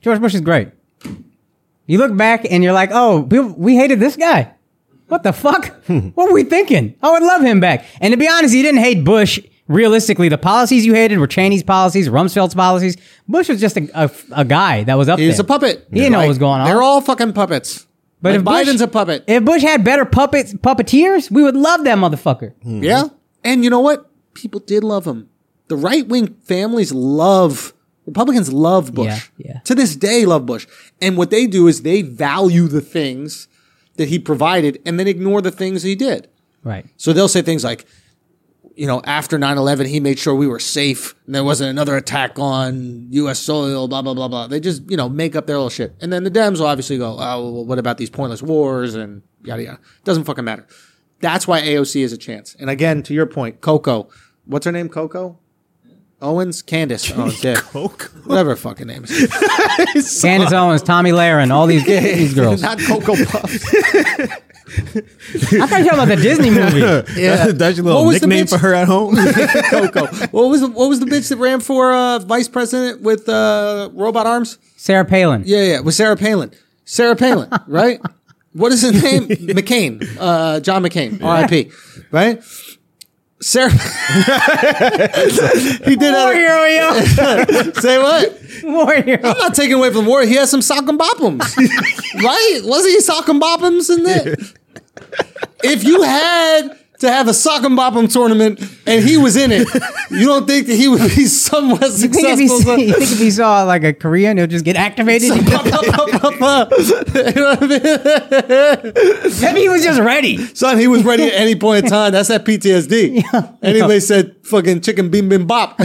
Speaker 2: George Bush is great. You look back and you're like, oh, we, we hated this guy. What the fuck? what were we thinking? I would love him back. And to be honest, you didn't hate Bush. Realistically, the policies you hated were Cheney's policies, Rumsfeld's policies. Bush was just a, a, a guy that was up
Speaker 3: He's
Speaker 2: there.
Speaker 3: a puppet.
Speaker 2: He didn't know what was going on.
Speaker 3: They're all fucking puppets. But
Speaker 2: if Bush-
Speaker 3: Biden's a puppet.
Speaker 2: If Bush had better puppets, puppeteers, we would love that motherfucker.
Speaker 3: Yeah.
Speaker 2: Mm-hmm.
Speaker 3: And you know what? People did love him. The right wing families love Republicans love Bush.
Speaker 2: Yeah, yeah.
Speaker 3: To this day love Bush. And what they do is they value the things that he provided and then ignore the things he did.
Speaker 2: Right.
Speaker 3: So they'll say things like, you know, after 9-11, he made sure we were safe and there wasn't another attack on U.S. soil, blah, blah, blah, blah. They just, you know, make up their little shit. And then the Dems will obviously go, oh, well, what about these pointless wars and yada, yada. Doesn't fucking matter. That's why AOC is a chance. And again, to your point, Coco. What's her name? Coco? Owens? Candace Owens, yeah. Whatever her fucking name is.
Speaker 2: Candace Owens, Tommy Lahren, all these, these girls. I
Speaker 3: Not Coco Puffs.
Speaker 2: thought you were talking about the Disney movie.
Speaker 1: That's, that's your
Speaker 3: What
Speaker 1: little
Speaker 3: was the
Speaker 1: nickname
Speaker 3: bitch-
Speaker 1: for her at home.
Speaker 3: Coco. What was, the, what was the bitch that ran for uh, vice president with uh, robot arms?
Speaker 2: Sarah Palin.
Speaker 3: Yeah, yeah, with Sarah Palin. Sarah Palin, right? What is his name? McCain. Uh, John McCain. R.I.P. Right? Sarah. he did that.
Speaker 2: Warrior, yo.
Speaker 3: Say what?
Speaker 2: Warrior.
Speaker 3: I'm not taking away from the war. He has some sock and bopums. right? Wasn't he sock and bopums in there? If you had to have a sock and bopum tournament and he was in it, you don't think that he would be somewhat
Speaker 2: You think, if
Speaker 3: successful?
Speaker 2: he, saw- you think if he saw like a Korean, he'll just get activated?
Speaker 3: You know what I mean?
Speaker 2: Maybe he was just ready.
Speaker 3: Son, he was ready at any point in time. That's that PTSD. Anybody said fucking chicken bean bim bop.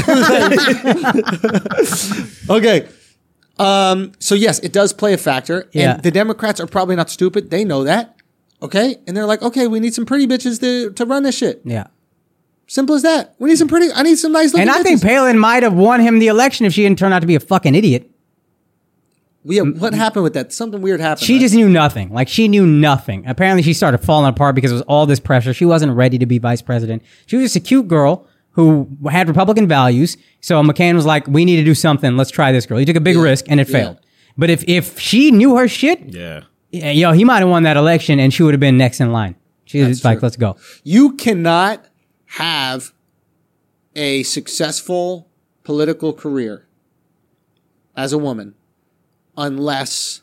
Speaker 3: okay. Um, so yes, it does play a factor.
Speaker 2: Yeah.
Speaker 3: And the Democrats are probably not stupid. They know that. Okay. And they're like, okay, we need some pretty bitches to, to run this shit.
Speaker 2: Yeah.
Speaker 3: Simple as that. We need some pretty, I need some nice looking
Speaker 2: And I think
Speaker 3: bitches.
Speaker 2: Palin might have won him the election if she didn't turn out to be a fucking idiot.
Speaker 3: We, what happened with that? Something weird happened.
Speaker 2: She
Speaker 3: right?
Speaker 2: just knew nothing. Like she knew nothing. Apparently, she started falling apart because it was all this pressure. She wasn't ready to be vice president. She was just a cute girl who had Republican values. So McCain was like, "We need to do something. Let's try this girl." He took a big risk and it
Speaker 3: Yeah.
Speaker 2: failed. But if if she knew her shit,
Speaker 1: Yeah.
Speaker 2: yeah, yo, he might have won that election and she would have been next in line. She was like,
Speaker 3: true.
Speaker 2: "Let's go."
Speaker 3: you cannot have a successful political career as a woman unless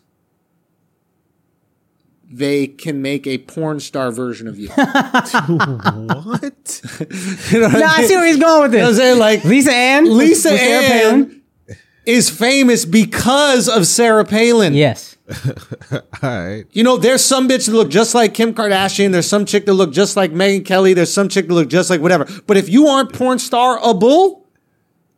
Speaker 3: they can make a porn star version of you.
Speaker 1: What?
Speaker 3: You know what
Speaker 2: No, I see where he's going with
Speaker 3: You know what I'm
Speaker 2: this.
Speaker 3: saying? Like
Speaker 2: Lisa Ann, with-
Speaker 3: Lisa
Speaker 2: with Sarah Palin.
Speaker 3: Ann is famous because of Sarah Palin.
Speaker 2: Yes.
Speaker 3: You know, there's some bitch that look just like Kim Kardashian. There's some chick that look just like Megan Kelly. There's some chick that look just like whatever. But if you aren't porn star a bull,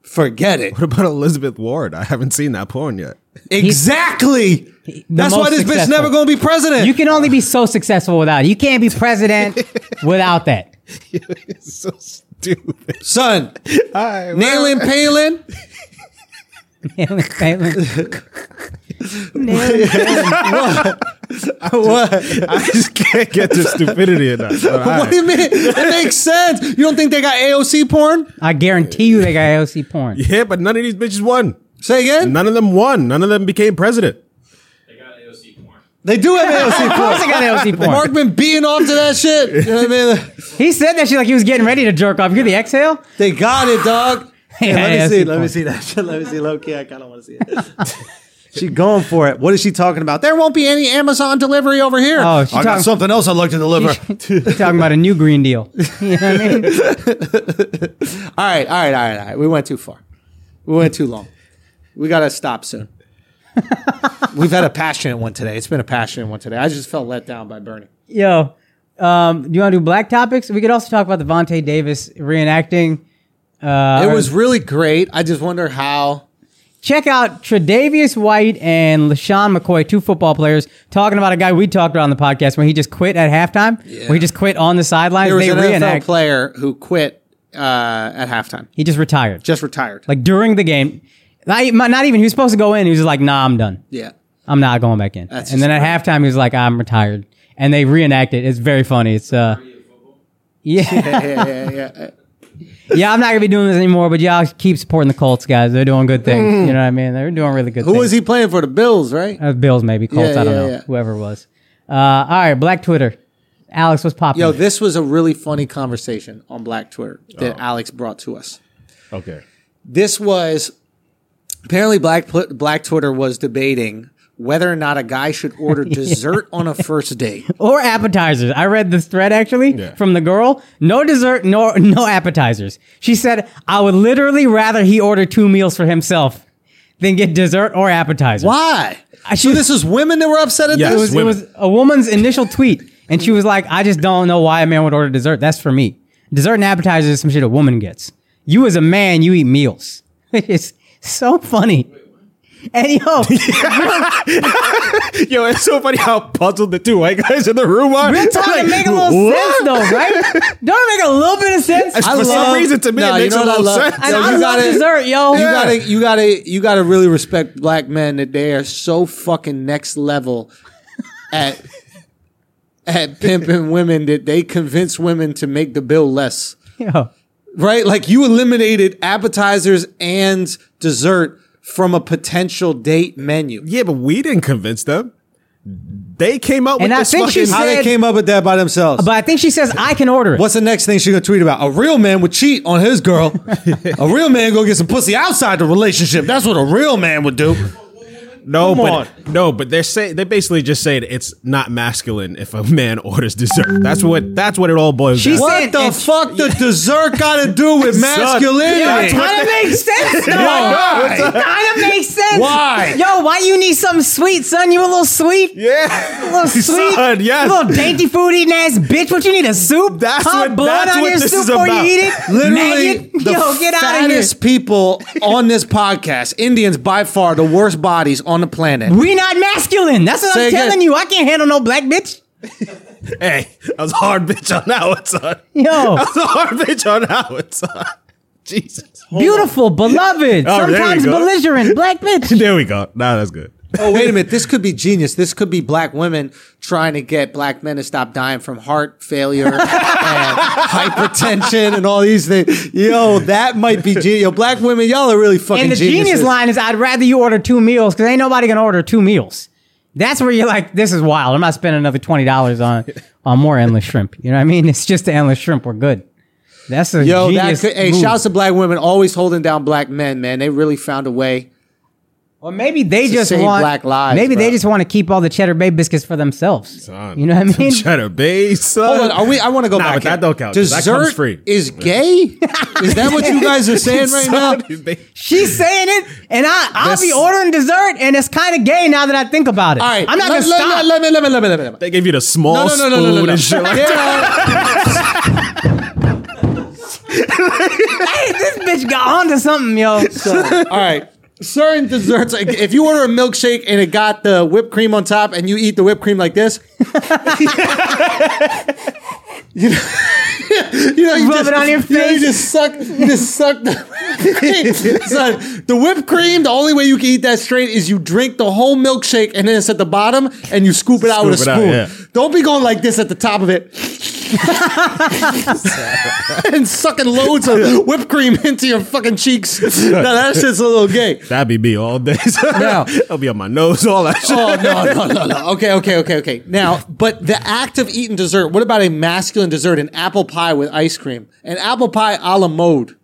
Speaker 3: forget it.
Speaker 1: What about Elizabeth Ward? I haven't seen that porn yet.
Speaker 3: Exactly. That's why
Speaker 2: most
Speaker 3: this bitch
Speaker 2: successful.
Speaker 3: never gonna be president.
Speaker 2: You can only be so successful without it. You can't be president without that.
Speaker 1: It's so stupid.
Speaker 3: Son,
Speaker 1: All right,
Speaker 3: Nailing Palin,
Speaker 2: Palin, Palin.
Speaker 3: what?
Speaker 1: I just can't get the stupidity in that. All
Speaker 3: What
Speaker 1: right.
Speaker 3: do you mean? It makes sense. You don't think they got AOC porn?
Speaker 2: I guarantee you they got AOC porn.
Speaker 1: Yeah, but none of these bitches won.
Speaker 3: Say again.
Speaker 1: None of them won. None of them became president.
Speaker 6: They got AOC porn.
Speaker 3: They do have AOC
Speaker 2: Of course
Speaker 3: porn.
Speaker 2: they got AOC porn.
Speaker 3: Mark been beating off to that shit. You know what I mean?
Speaker 2: he said that shit like he was getting ready to jerk off. You hear the exhale?
Speaker 3: They got it, dog. Hey,
Speaker 2: Yeah,
Speaker 3: let me
Speaker 2: AOC
Speaker 3: see. Let me
Speaker 2: porn.
Speaker 3: see that shit. Let me see. Low key, I kind of want to see it. She going for it. What is she talking about? There won't be any Amazon delivery over here.
Speaker 2: Oh, she
Speaker 7: I got
Speaker 2: talking,
Speaker 7: something else I'd like to deliver.
Speaker 2: she talking about a new Green Deal. You know what I mean?
Speaker 3: All right, all right, all right, all right. We went too far. We went too long. We gotta stop soon. We've had a passionate one today. It's been a passionate one today. I just felt let down by Bernie.
Speaker 2: Yo, um, do you want to do black topics? We could also talk about the Vontae Davis reenacting. Uh,
Speaker 3: It was really great. I just wonder how.
Speaker 2: Check out Tredavious White and LaShawn McCoy, two football players, talking about a guy we talked about on the podcast where he just quit at halftime, where he just quit on the sidelines.
Speaker 3: There was
Speaker 2: they
Speaker 3: an NFL
Speaker 2: reenact.
Speaker 3: player who quit uh, at halftime.
Speaker 2: He just retired.
Speaker 3: Just retired.
Speaker 2: like during the game. Not, even- not even he was supposed to go in. He was just like, "Nah, I'm done.
Speaker 3: yeah.
Speaker 2: I'm not going back in."
Speaker 3: That's
Speaker 2: and then at
Speaker 3: just
Speaker 2: halftime, he was like, "I'm retired." And they reenact it. It's very funny. It's uh, yeah,
Speaker 3: yeah, yeah, yeah, yeah. Uh,
Speaker 2: yeah. I'm not gonna be doing this anymore. But y'all keep supporting the Colts, guys. They're doing good things. You know what I mean? They're doing really good.
Speaker 3: Mm. Who
Speaker 2: things.
Speaker 3: was he playing for? The Bills, right?
Speaker 2: Uh, Bills, maybe Colts.
Speaker 3: Yeah,
Speaker 2: I don't
Speaker 3: yeah,
Speaker 2: know.
Speaker 3: yeah.
Speaker 2: Whoever it was. Uh, all right, Black Twitter. Alex, what's popping?
Speaker 3: Yo, this was a really funny conversation on Black Twitter
Speaker 1: Oh.
Speaker 3: that Alex brought to us.
Speaker 1: Okay.
Speaker 3: this was apparently black Pl- black twitter was debating whether or not a guy should order dessert on a first date
Speaker 2: or appetizers. I read this thread actually
Speaker 1: Yeah.
Speaker 2: from the girl. No dessert, no no appetizers. She said, "I would literally rather he order two meals for himself than get dessert or appetizer."
Speaker 3: why
Speaker 2: I
Speaker 3: so
Speaker 2: should-
Speaker 3: this was women that were upset at
Speaker 1: Yes.
Speaker 2: It
Speaker 3: this
Speaker 2: was, it was a woman's initial tweet, and she was like, "I just don't know why a man would order dessert. That's for me. Dessert and appetizers is some shit a woman gets. You as a man, you eat meals. It's so funny." And yo,
Speaker 1: Yo, it's so funny how puzzled the two white guys in the room are.
Speaker 2: real talk to make a little sense though, right? Don't it make a little bit of sense.
Speaker 1: I For some reason, to me, it makes a
Speaker 3: what I
Speaker 1: little
Speaker 3: love?
Speaker 1: sense.
Speaker 2: And I
Speaker 3: Yo, you
Speaker 2: love
Speaker 3: gotta-
Speaker 2: dessert, yo.
Speaker 3: You
Speaker 2: Yeah.
Speaker 3: gotta, you gotta, you gotta really respect black men that they are so fucking next level at at pimping women that they convince women to make the bill less.
Speaker 2: Yo.
Speaker 3: right? Like you eliminated appetizers and dessert from a potential date menu.
Speaker 1: Yeah, but we didn't convince them. They came out with
Speaker 2: And I
Speaker 1: this
Speaker 2: think
Speaker 1: fucking.
Speaker 2: she
Speaker 3: How they
Speaker 2: said-
Speaker 3: came up with that by themselves?
Speaker 2: But I think she says I can order it.
Speaker 3: What's the next thing she's gonna tweet about? A real man would cheat on his girl. a real man go get some pussy outside the relationship. That's what a real man would do.
Speaker 1: no,
Speaker 4: Come
Speaker 1: but no, but they're say they basically just saying it's not masculine if a man orders dessert. That's what that's what it all boils
Speaker 2: She
Speaker 1: down.
Speaker 2: said-
Speaker 3: What the
Speaker 2: and-
Speaker 3: fuck the dessert got to do with
Speaker 2: Yo, it
Speaker 3: masculinity?
Speaker 2: kind of makes sense. Though.
Speaker 3: Why?
Speaker 2: It kind of makes sense.
Speaker 3: Why?
Speaker 2: Yo, why you need something sweet, son? You a little sweet?
Speaker 1: yeah,
Speaker 2: A little sweet,
Speaker 1: Son, yes.
Speaker 2: little dainty food eating ass bitch. What you need a soup?
Speaker 1: That's
Speaker 2: Huh?
Speaker 1: what-
Speaker 2: blood
Speaker 1: that's
Speaker 2: on
Speaker 1: what
Speaker 2: your
Speaker 1: this
Speaker 2: soup
Speaker 1: is
Speaker 2: before
Speaker 1: about.
Speaker 2: you eat it.
Speaker 3: Literally,
Speaker 2: Maggot?
Speaker 3: the
Speaker 2: yo, get out of here.
Speaker 3: fattest people on this podcast. Indians by far the worst bodies on the planet.
Speaker 2: We not masculine. That's what
Speaker 3: Say
Speaker 2: I'm
Speaker 3: again.
Speaker 2: telling you. I can't handle no black bitch.
Speaker 1: hey, I was a hard bitch on that one, son.
Speaker 2: Yo,
Speaker 1: I was a hard bitch on that one, son. Jesus,
Speaker 2: beautiful, beloved,
Speaker 1: Oh, there we
Speaker 2: sometimes
Speaker 1: go.
Speaker 2: belligerent black bitch.
Speaker 1: there we go. Nah, that's good.
Speaker 3: oh wait a minute, this could be genius. This could be black women trying to get black men to stop dying from heart failure and hypertension and all these things. Yo, that might be genius. Yo, black women, y'all are really fucking.
Speaker 2: And the
Speaker 3: geniuses.
Speaker 2: genius line is, I'd rather you order two meals because ain't nobody gonna order two meals. That's where you're like, this is wild. I'm not spending another twenty dollars on on more endless shrimp. You know what I mean? It's just the endless shrimp. We're good. That's a
Speaker 3: Yo, that
Speaker 2: genius
Speaker 3: could, hey,
Speaker 2: move.
Speaker 3: shouts to black women always holding down black men, man. They really found a way.
Speaker 2: Or maybe they
Speaker 3: to
Speaker 2: just
Speaker 3: save
Speaker 2: want
Speaker 3: black lives,
Speaker 2: Maybe
Speaker 3: bro.
Speaker 2: they just want to keep all the cheddar bay biscuits for themselves.
Speaker 1: Son.
Speaker 2: You know what I mean?
Speaker 1: Cheddar Bay, son.
Speaker 2: Uh,
Speaker 3: Hold on, are we? I want to go
Speaker 1: Nah,
Speaker 3: back.
Speaker 1: but
Speaker 3: here.
Speaker 1: that don't count, 'cause that
Speaker 3: Dessert
Speaker 1: comes free.
Speaker 3: is gay. is that what you guys are saying right now?
Speaker 1: Son, they-
Speaker 2: She's saying it, and I I'll
Speaker 1: This-
Speaker 2: be ordering dessert, and it's kind of gay now that I think about it.
Speaker 3: All right,
Speaker 2: I'm not
Speaker 3: let-
Speaker 2: gonna
Speaker 3: let-
Speaker 2: stop.
Speaker 3: Let me, let me, let me, let me, let me.
Speaker 1: They gave you the small
Speaker 3: No, no, no,
Speaker 1: spoon
Speaker 3: no, no, no, no.
Speaker 1: and shit like that.
Speaker 2: hey, this bitch got onto something, yo.
Speaker 3: All right. Certain desserts, like, if you order a milkshake and it got the whipped cream on top, and you eat the whipped cream like this, you know, you, know, you
Speaker 2: Rub
Speaker 3: just,
Speaker 2: it on your
Speaker 3: you know,
Speaker 2: face.
Speaker 3: you just suck, you just suck the whipped cream. Son, the whipped cream. The only way you can eat that straight is you drink the whole milkshake, and then it's at the bottom, and you scoop it out with a
Speaker 1: Scoop it out,
Speaker 3: spoon.
Speaker 1: yeah.
Speaker 3: Don't be going like this at the top of it. and sucking loads of whipped cream into your fucking cheeks. now that shit's a little gay.
Speaker 1: That'd be me all day.
Speaker 3: No.
Speaker 1: I'll be on my nose, all that shit.
Speaker 3: Oh no no no no. Okay okay okay okay. Now, but the act of eating dessert. What about a masculine dessert? An apple pie with ice cream. An apple pie a la mode.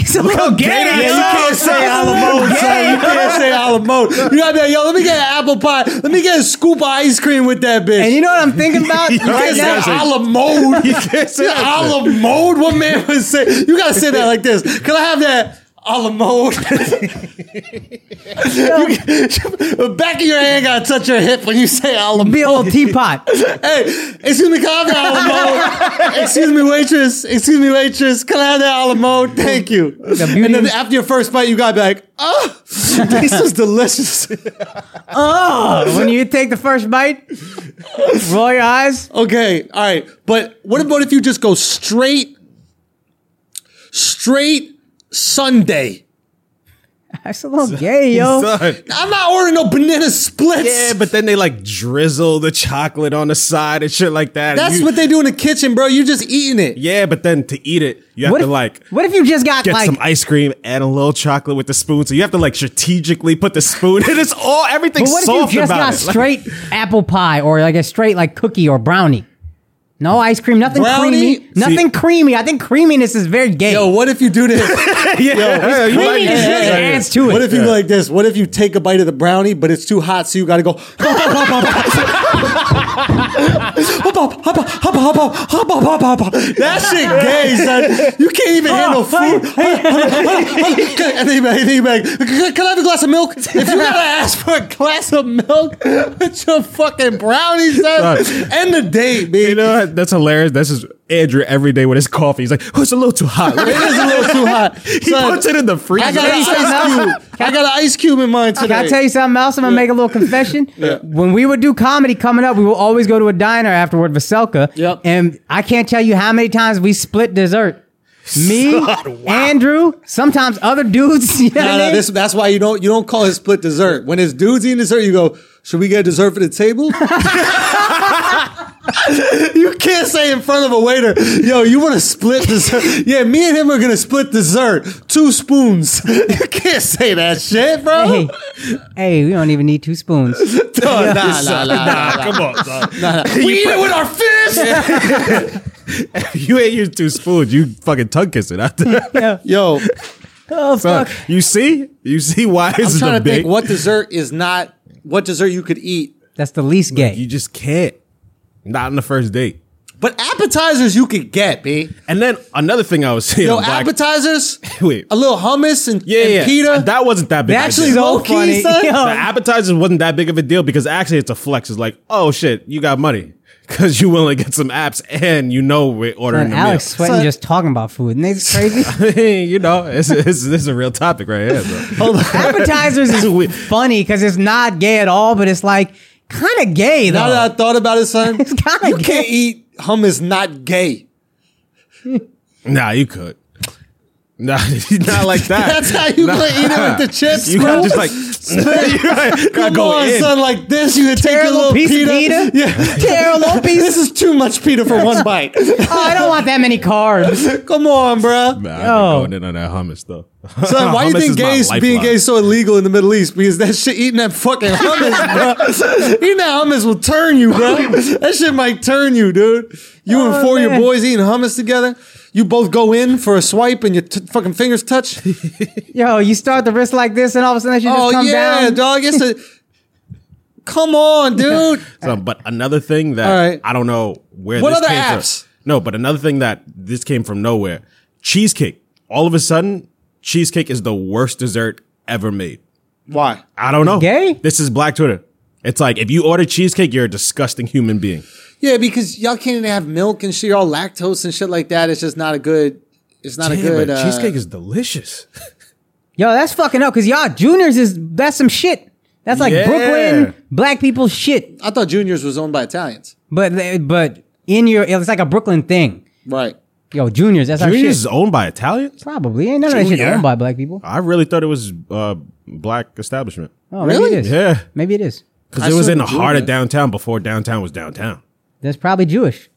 Speaker 2: It's a little gay.
Speaker 1: gay that
Speaker 2: yo.
Speaker 1: is. can't say a la
Speaker 3: mode. Son. You can't say a la mode. You gotta be like, yo, let me get an apple pie. Let me get a scoop of ice cream with that bitch.
Speaker 2: And you know what I'm thinking about
Speaker 1: You
Speaker 2: right
Speaker 1: can't
Speaker 3: Is
Speaker 2: now?
Speaker 3: that
Speaker 1: say-
Speaker 3: a la mode?
Speaker 1: You can't say that
Speaker 3: a
Speaker 1: shit.
Speaker 3: la mode? What man would say? You gotta say that like this. Can I have that a la mode? You- the back of your hand gotta touch your hip when you say a la
Speaker 2: Be
Speaker 3: mode.
Speaker 2: a little teapot.
Speaker 3: Hey, excuse me, can I have that a la mode? Excuse me, waitress. Excuse me, waitress. Can I have that a la mode? Thank you.
Speaker 2: beauty
Speaker 3: and then
Speaker 2: is-
Speaker 3: after your first bite, you gotta be like, oh, this is delicious.
Speaker 2: Oh, when you take the first bite, roll your eyes.
Speaker 3: Okay, all right. But what about if you just go straight, straight Sunday?
Speaker 2: That's a little gay, yo.
Speaker 1: Son.
Speaker 3: I'm not ordering no banana splits.
Speaker 1: Yeah, but then they like drizzle the chocolate on the side and shit like that.
Speaker 3: That's
Speaker 1: You-
Speaker 3: what they do in the kitchen, bro. You're just eating it.
Speaker 1: Yeah, but then to eat it, you have
Speaker 2: What
Speaker 1: to
Speaker 2: if,
Speaker 1: like
Speaker 2: what if you just got
Speaker 1: get
Speaker 2: like
Speaker 1: some ice cream and a little chocolate with the spoon. So you have to like strategically put the spoon and it's all everything's
Speaker 2: But what if you
Speaker 1: soft
Speaker 2: just
Speaker 1: about
Speaker 2: got
Speaker 1: it. Like,
Speaker 2: straight apple pie or like a straight like cookie or brownie? No ice cream, nothing
Speaker 3: Brownie?
Speaker 2: creamy, nothing creamy. I think creaminess is very gay.
Speaker 3: Yo, what if you do this?
Speaker 1: yeah, yeah, you
Speaker 2: creaminess
Speaker 1: like-
Speaker 2: really
Speaker 3: yeah,
Speaker 1: yeah.
Speaker 2: adds to it.
Speaker 3: What if you go like this? What if you take a bite of the brownie, but it's too hot, so you gotta go. That shit gay, son. You can't even handle food. and then you back, and then you back. Can I have a glass of milk? If you gotta ask for a glass of milk with your fucking brownies, son,
Speaker 1: Son.
Speaker 3: end the date, man.
Speaker 1: You know what? that's hilarious. This is Andrew every day with his coffee. He's like, "Oh, it's a little too hot."
Speaker 3: It is a little too hot.
Speaker 1: he
Speaker 3: Son,
Speaker 1: puts it in the freezer.
Speaker 3: I got an
Speaker 2: Can I tell you
Speaker 3: ice cube. I got an ice cube in mine today.
Speaker 2: Can I tell you something else? I'm gonna make a little confession. When we would do comedy coming up, we would always go to a diner afterward, Vaselka.
Speaker 3: Yep.
Speaker 2: And I can't tell you how many times we split dessert. Me, Andrew, sometimes other dudes. You know what
Speaker 3: No,
Speaker 2: I
Speaker 3: no,
Speaker 2: mean?
Speaker 3: this, that's why you don't you don't call it split dessert. When it's dudes eating dessert, you go Should we get dessert for the table? you can't say in front of a waiter, yo, you want to split dessert? Yeah, me and him are going to split dessert. Two spoons. you can't say that shit, bro.
Speaker 2: Hey, hey, we don't even need two spoons.
Speaker 3: No, nah, nah, nah, nah, nah.
Speaker 1: Come on, son.
Speaker 3: We eat it with our fists.
Speaker 1: you ain't used two spoons. You fucking tongue kissing out there.
Speaker 3: Yo,
Speaker 2: Oh
Speaker 1: Son,
Speaker 2: fuck!
Speaker 1: you see, you see why this
Speaker 3: I'm
Speaker 1: is
Speaker 3: trying
Speaker 1: a
Speaker 3: to think
Speaker 1: big.
Speaker 3: what dessert is not, what dessert you could eat.
Speaker 2: That's the least
Speaker 1: You
Speaker 2: gay.
Speaker 1: just can't. Not on the first date.
Speaker 3: But appetizers you could get, B.
Speaker 1: And then another thing I was saying.
Speaker 3: Yo,
Speaker 1: I'm like-
Speaker 3: appetizers,
Speaker 1: Wait.
Speaker 3: a little hummus and,
Speaker 1: yeah,
Speaker 3: and
Speaker 1: yeah.
Speaker 3: pita.
Speaker 1: That wasn't that big. of a
Speaker 3: actually um,
Speaker 1: deal.
Speaker 3: low
Speaker 2: So
Speaker 3: key,
Speaker 2: funny.
Speaker 3: son.
Speaker 2: Yo.
Speaker 1: the appetizers wasn't that big of a deal because actually it's a flex. It's like, oh shit, you got money because you willing to get some apps and you know we're ordering
Speaker 2: Man,
Speaker 1: the
Speaker 2: Alex sweating
Speaker 3: Son.
Speaker 2: just talking about food. And that's crazy.
Speaker 1: meal. you know, it's, it's, this is a real topic right here. Bro.
Speaker 3: Hold on.
Speaker 2: Appetizers
Speaker 1: We-
Speaker 2: is funny because it's not gay at all, but it's like kind of gay though.
Speaker 3: Now that I thought about it, son,
Speaker 2: It's kinda
Speaker 3: you
Speaker 2: gay.
Speaker 3: can't eat hummus not gay.
Speaker 1: Nah, you could. Nah, not like that.
Speaker 3: That's how you gonna eat it with the chips,
Speaker 1: You
Speaker 3: bro.
Speaker 1: got just like you gotta
Speaker 3: Come
Speaker 1: go
Speaker 3: on,
Speaker 1: in.
Speaker 3: son, like this. You could take
Speaker 2: Tear
Speaker 3: a little
Speaker 2: piece
Speaker 3: pita.
Speaker 2: of pita.
Speaker 3: Yeah.
Speaker 2: Tear a little piece.
Speaker 3: This is too much pita for one bite.
Speaker 2: Oh, I don't want that many carbs.
Speaker 3: Come on, bro.
Speaker 1: Nah, I've been
Speaker 2: Yo.
Speaker 1: going in on that hummus though.
Speaker 3: Son, why
Speaker 1: Hummus
Speaker 3: do you think
Speaker 1: is my
Speaker 3: gays being
Speaker 1: lifeline.
Speaker 3: gay is so illegal in the Middle East? Because that shit, eating that fucking hummus, bro. eating that hummus will turn you, bro. That shit might turn you, dude. You and
Speaker 2: Oh,
Speaker 3: four of your
Speaker 2: man.
Speaker 3: boys eating hummus together. You both go in for a swipe and your t- fucking fingers touch.
Speaker 2: Yo, you start the wrist like this, and all of a sudden that shit just
Speaker 3: oh
Speaker 2: come
Speaker 3: yeah,
Speaker 2: down.
Speaker 3: dog. It's a come on, dude.
Speaker 1: So, but another thing that
Speaker 3: All right.
Speaker 1: I don't know where
Speaker 3: What
Speaker 1: this
Speaker 3: other
Speaker 1: came from-
Speaker 3: apps?
Speaker 1: No, but another thing that this came from nowhere. Cheesecake. All of a sudden, cheesecake is the worst dessert ever made.
Speaker 3: Why?
Speaker 1: I don't know.
Speaker 2: Gay?
Speaker 1: This is Black Twitter. It's like if you order cheesecake, you're a disgusting human being.
Speaker 3: Yeah, because y'all can't even have milk and shit. You're all lactose and shit like that. It's just not a good. It's not a
Speaker 1: Damn,
Speaker 3: good
Speaker 1: but
Speaker 3: uh,
Speaker 1: cheesecake is delicious.
Speaker 2: Yo, that's fucking up because y'all juniors is that's some shit. That's like
Speaker 1: Yeah.
Speaker 2: Brooklyn black people shit.
Speaker 3: I thought Juniors was owned by Italians.
Speaker 2: But they- but in your it's like a Brooklyn thing.
Speaker 3: Right.
Speaker 2: Yo, juniors, that's our
Speaker 1: Junior's is
Speaker 2: shit.
Speaker 1: owned by Italians.
Speaker 2: Probably ain't none of that shit
Speaker 1: Junior.
Speaker 2: owned by black people.
Speaker 1: I really thought it was uh, black establishment
Speaker 2: Oh, maybe
Speaker 3: Really?
Speaker 2: It is.
Speaker 1: Yeah.
Speaker 2: maybe it is.
Speaker 1: because
Speaker 3: I
Speaker 1: it was
Speaker 3: saw
Speaker 1: in
Speaker 3: the
Speaker 1: the heart
Speaker 3: Junior.
Speaker 1: of downtown before downtown was downtown.
Speaker 2: That's probably Jewish.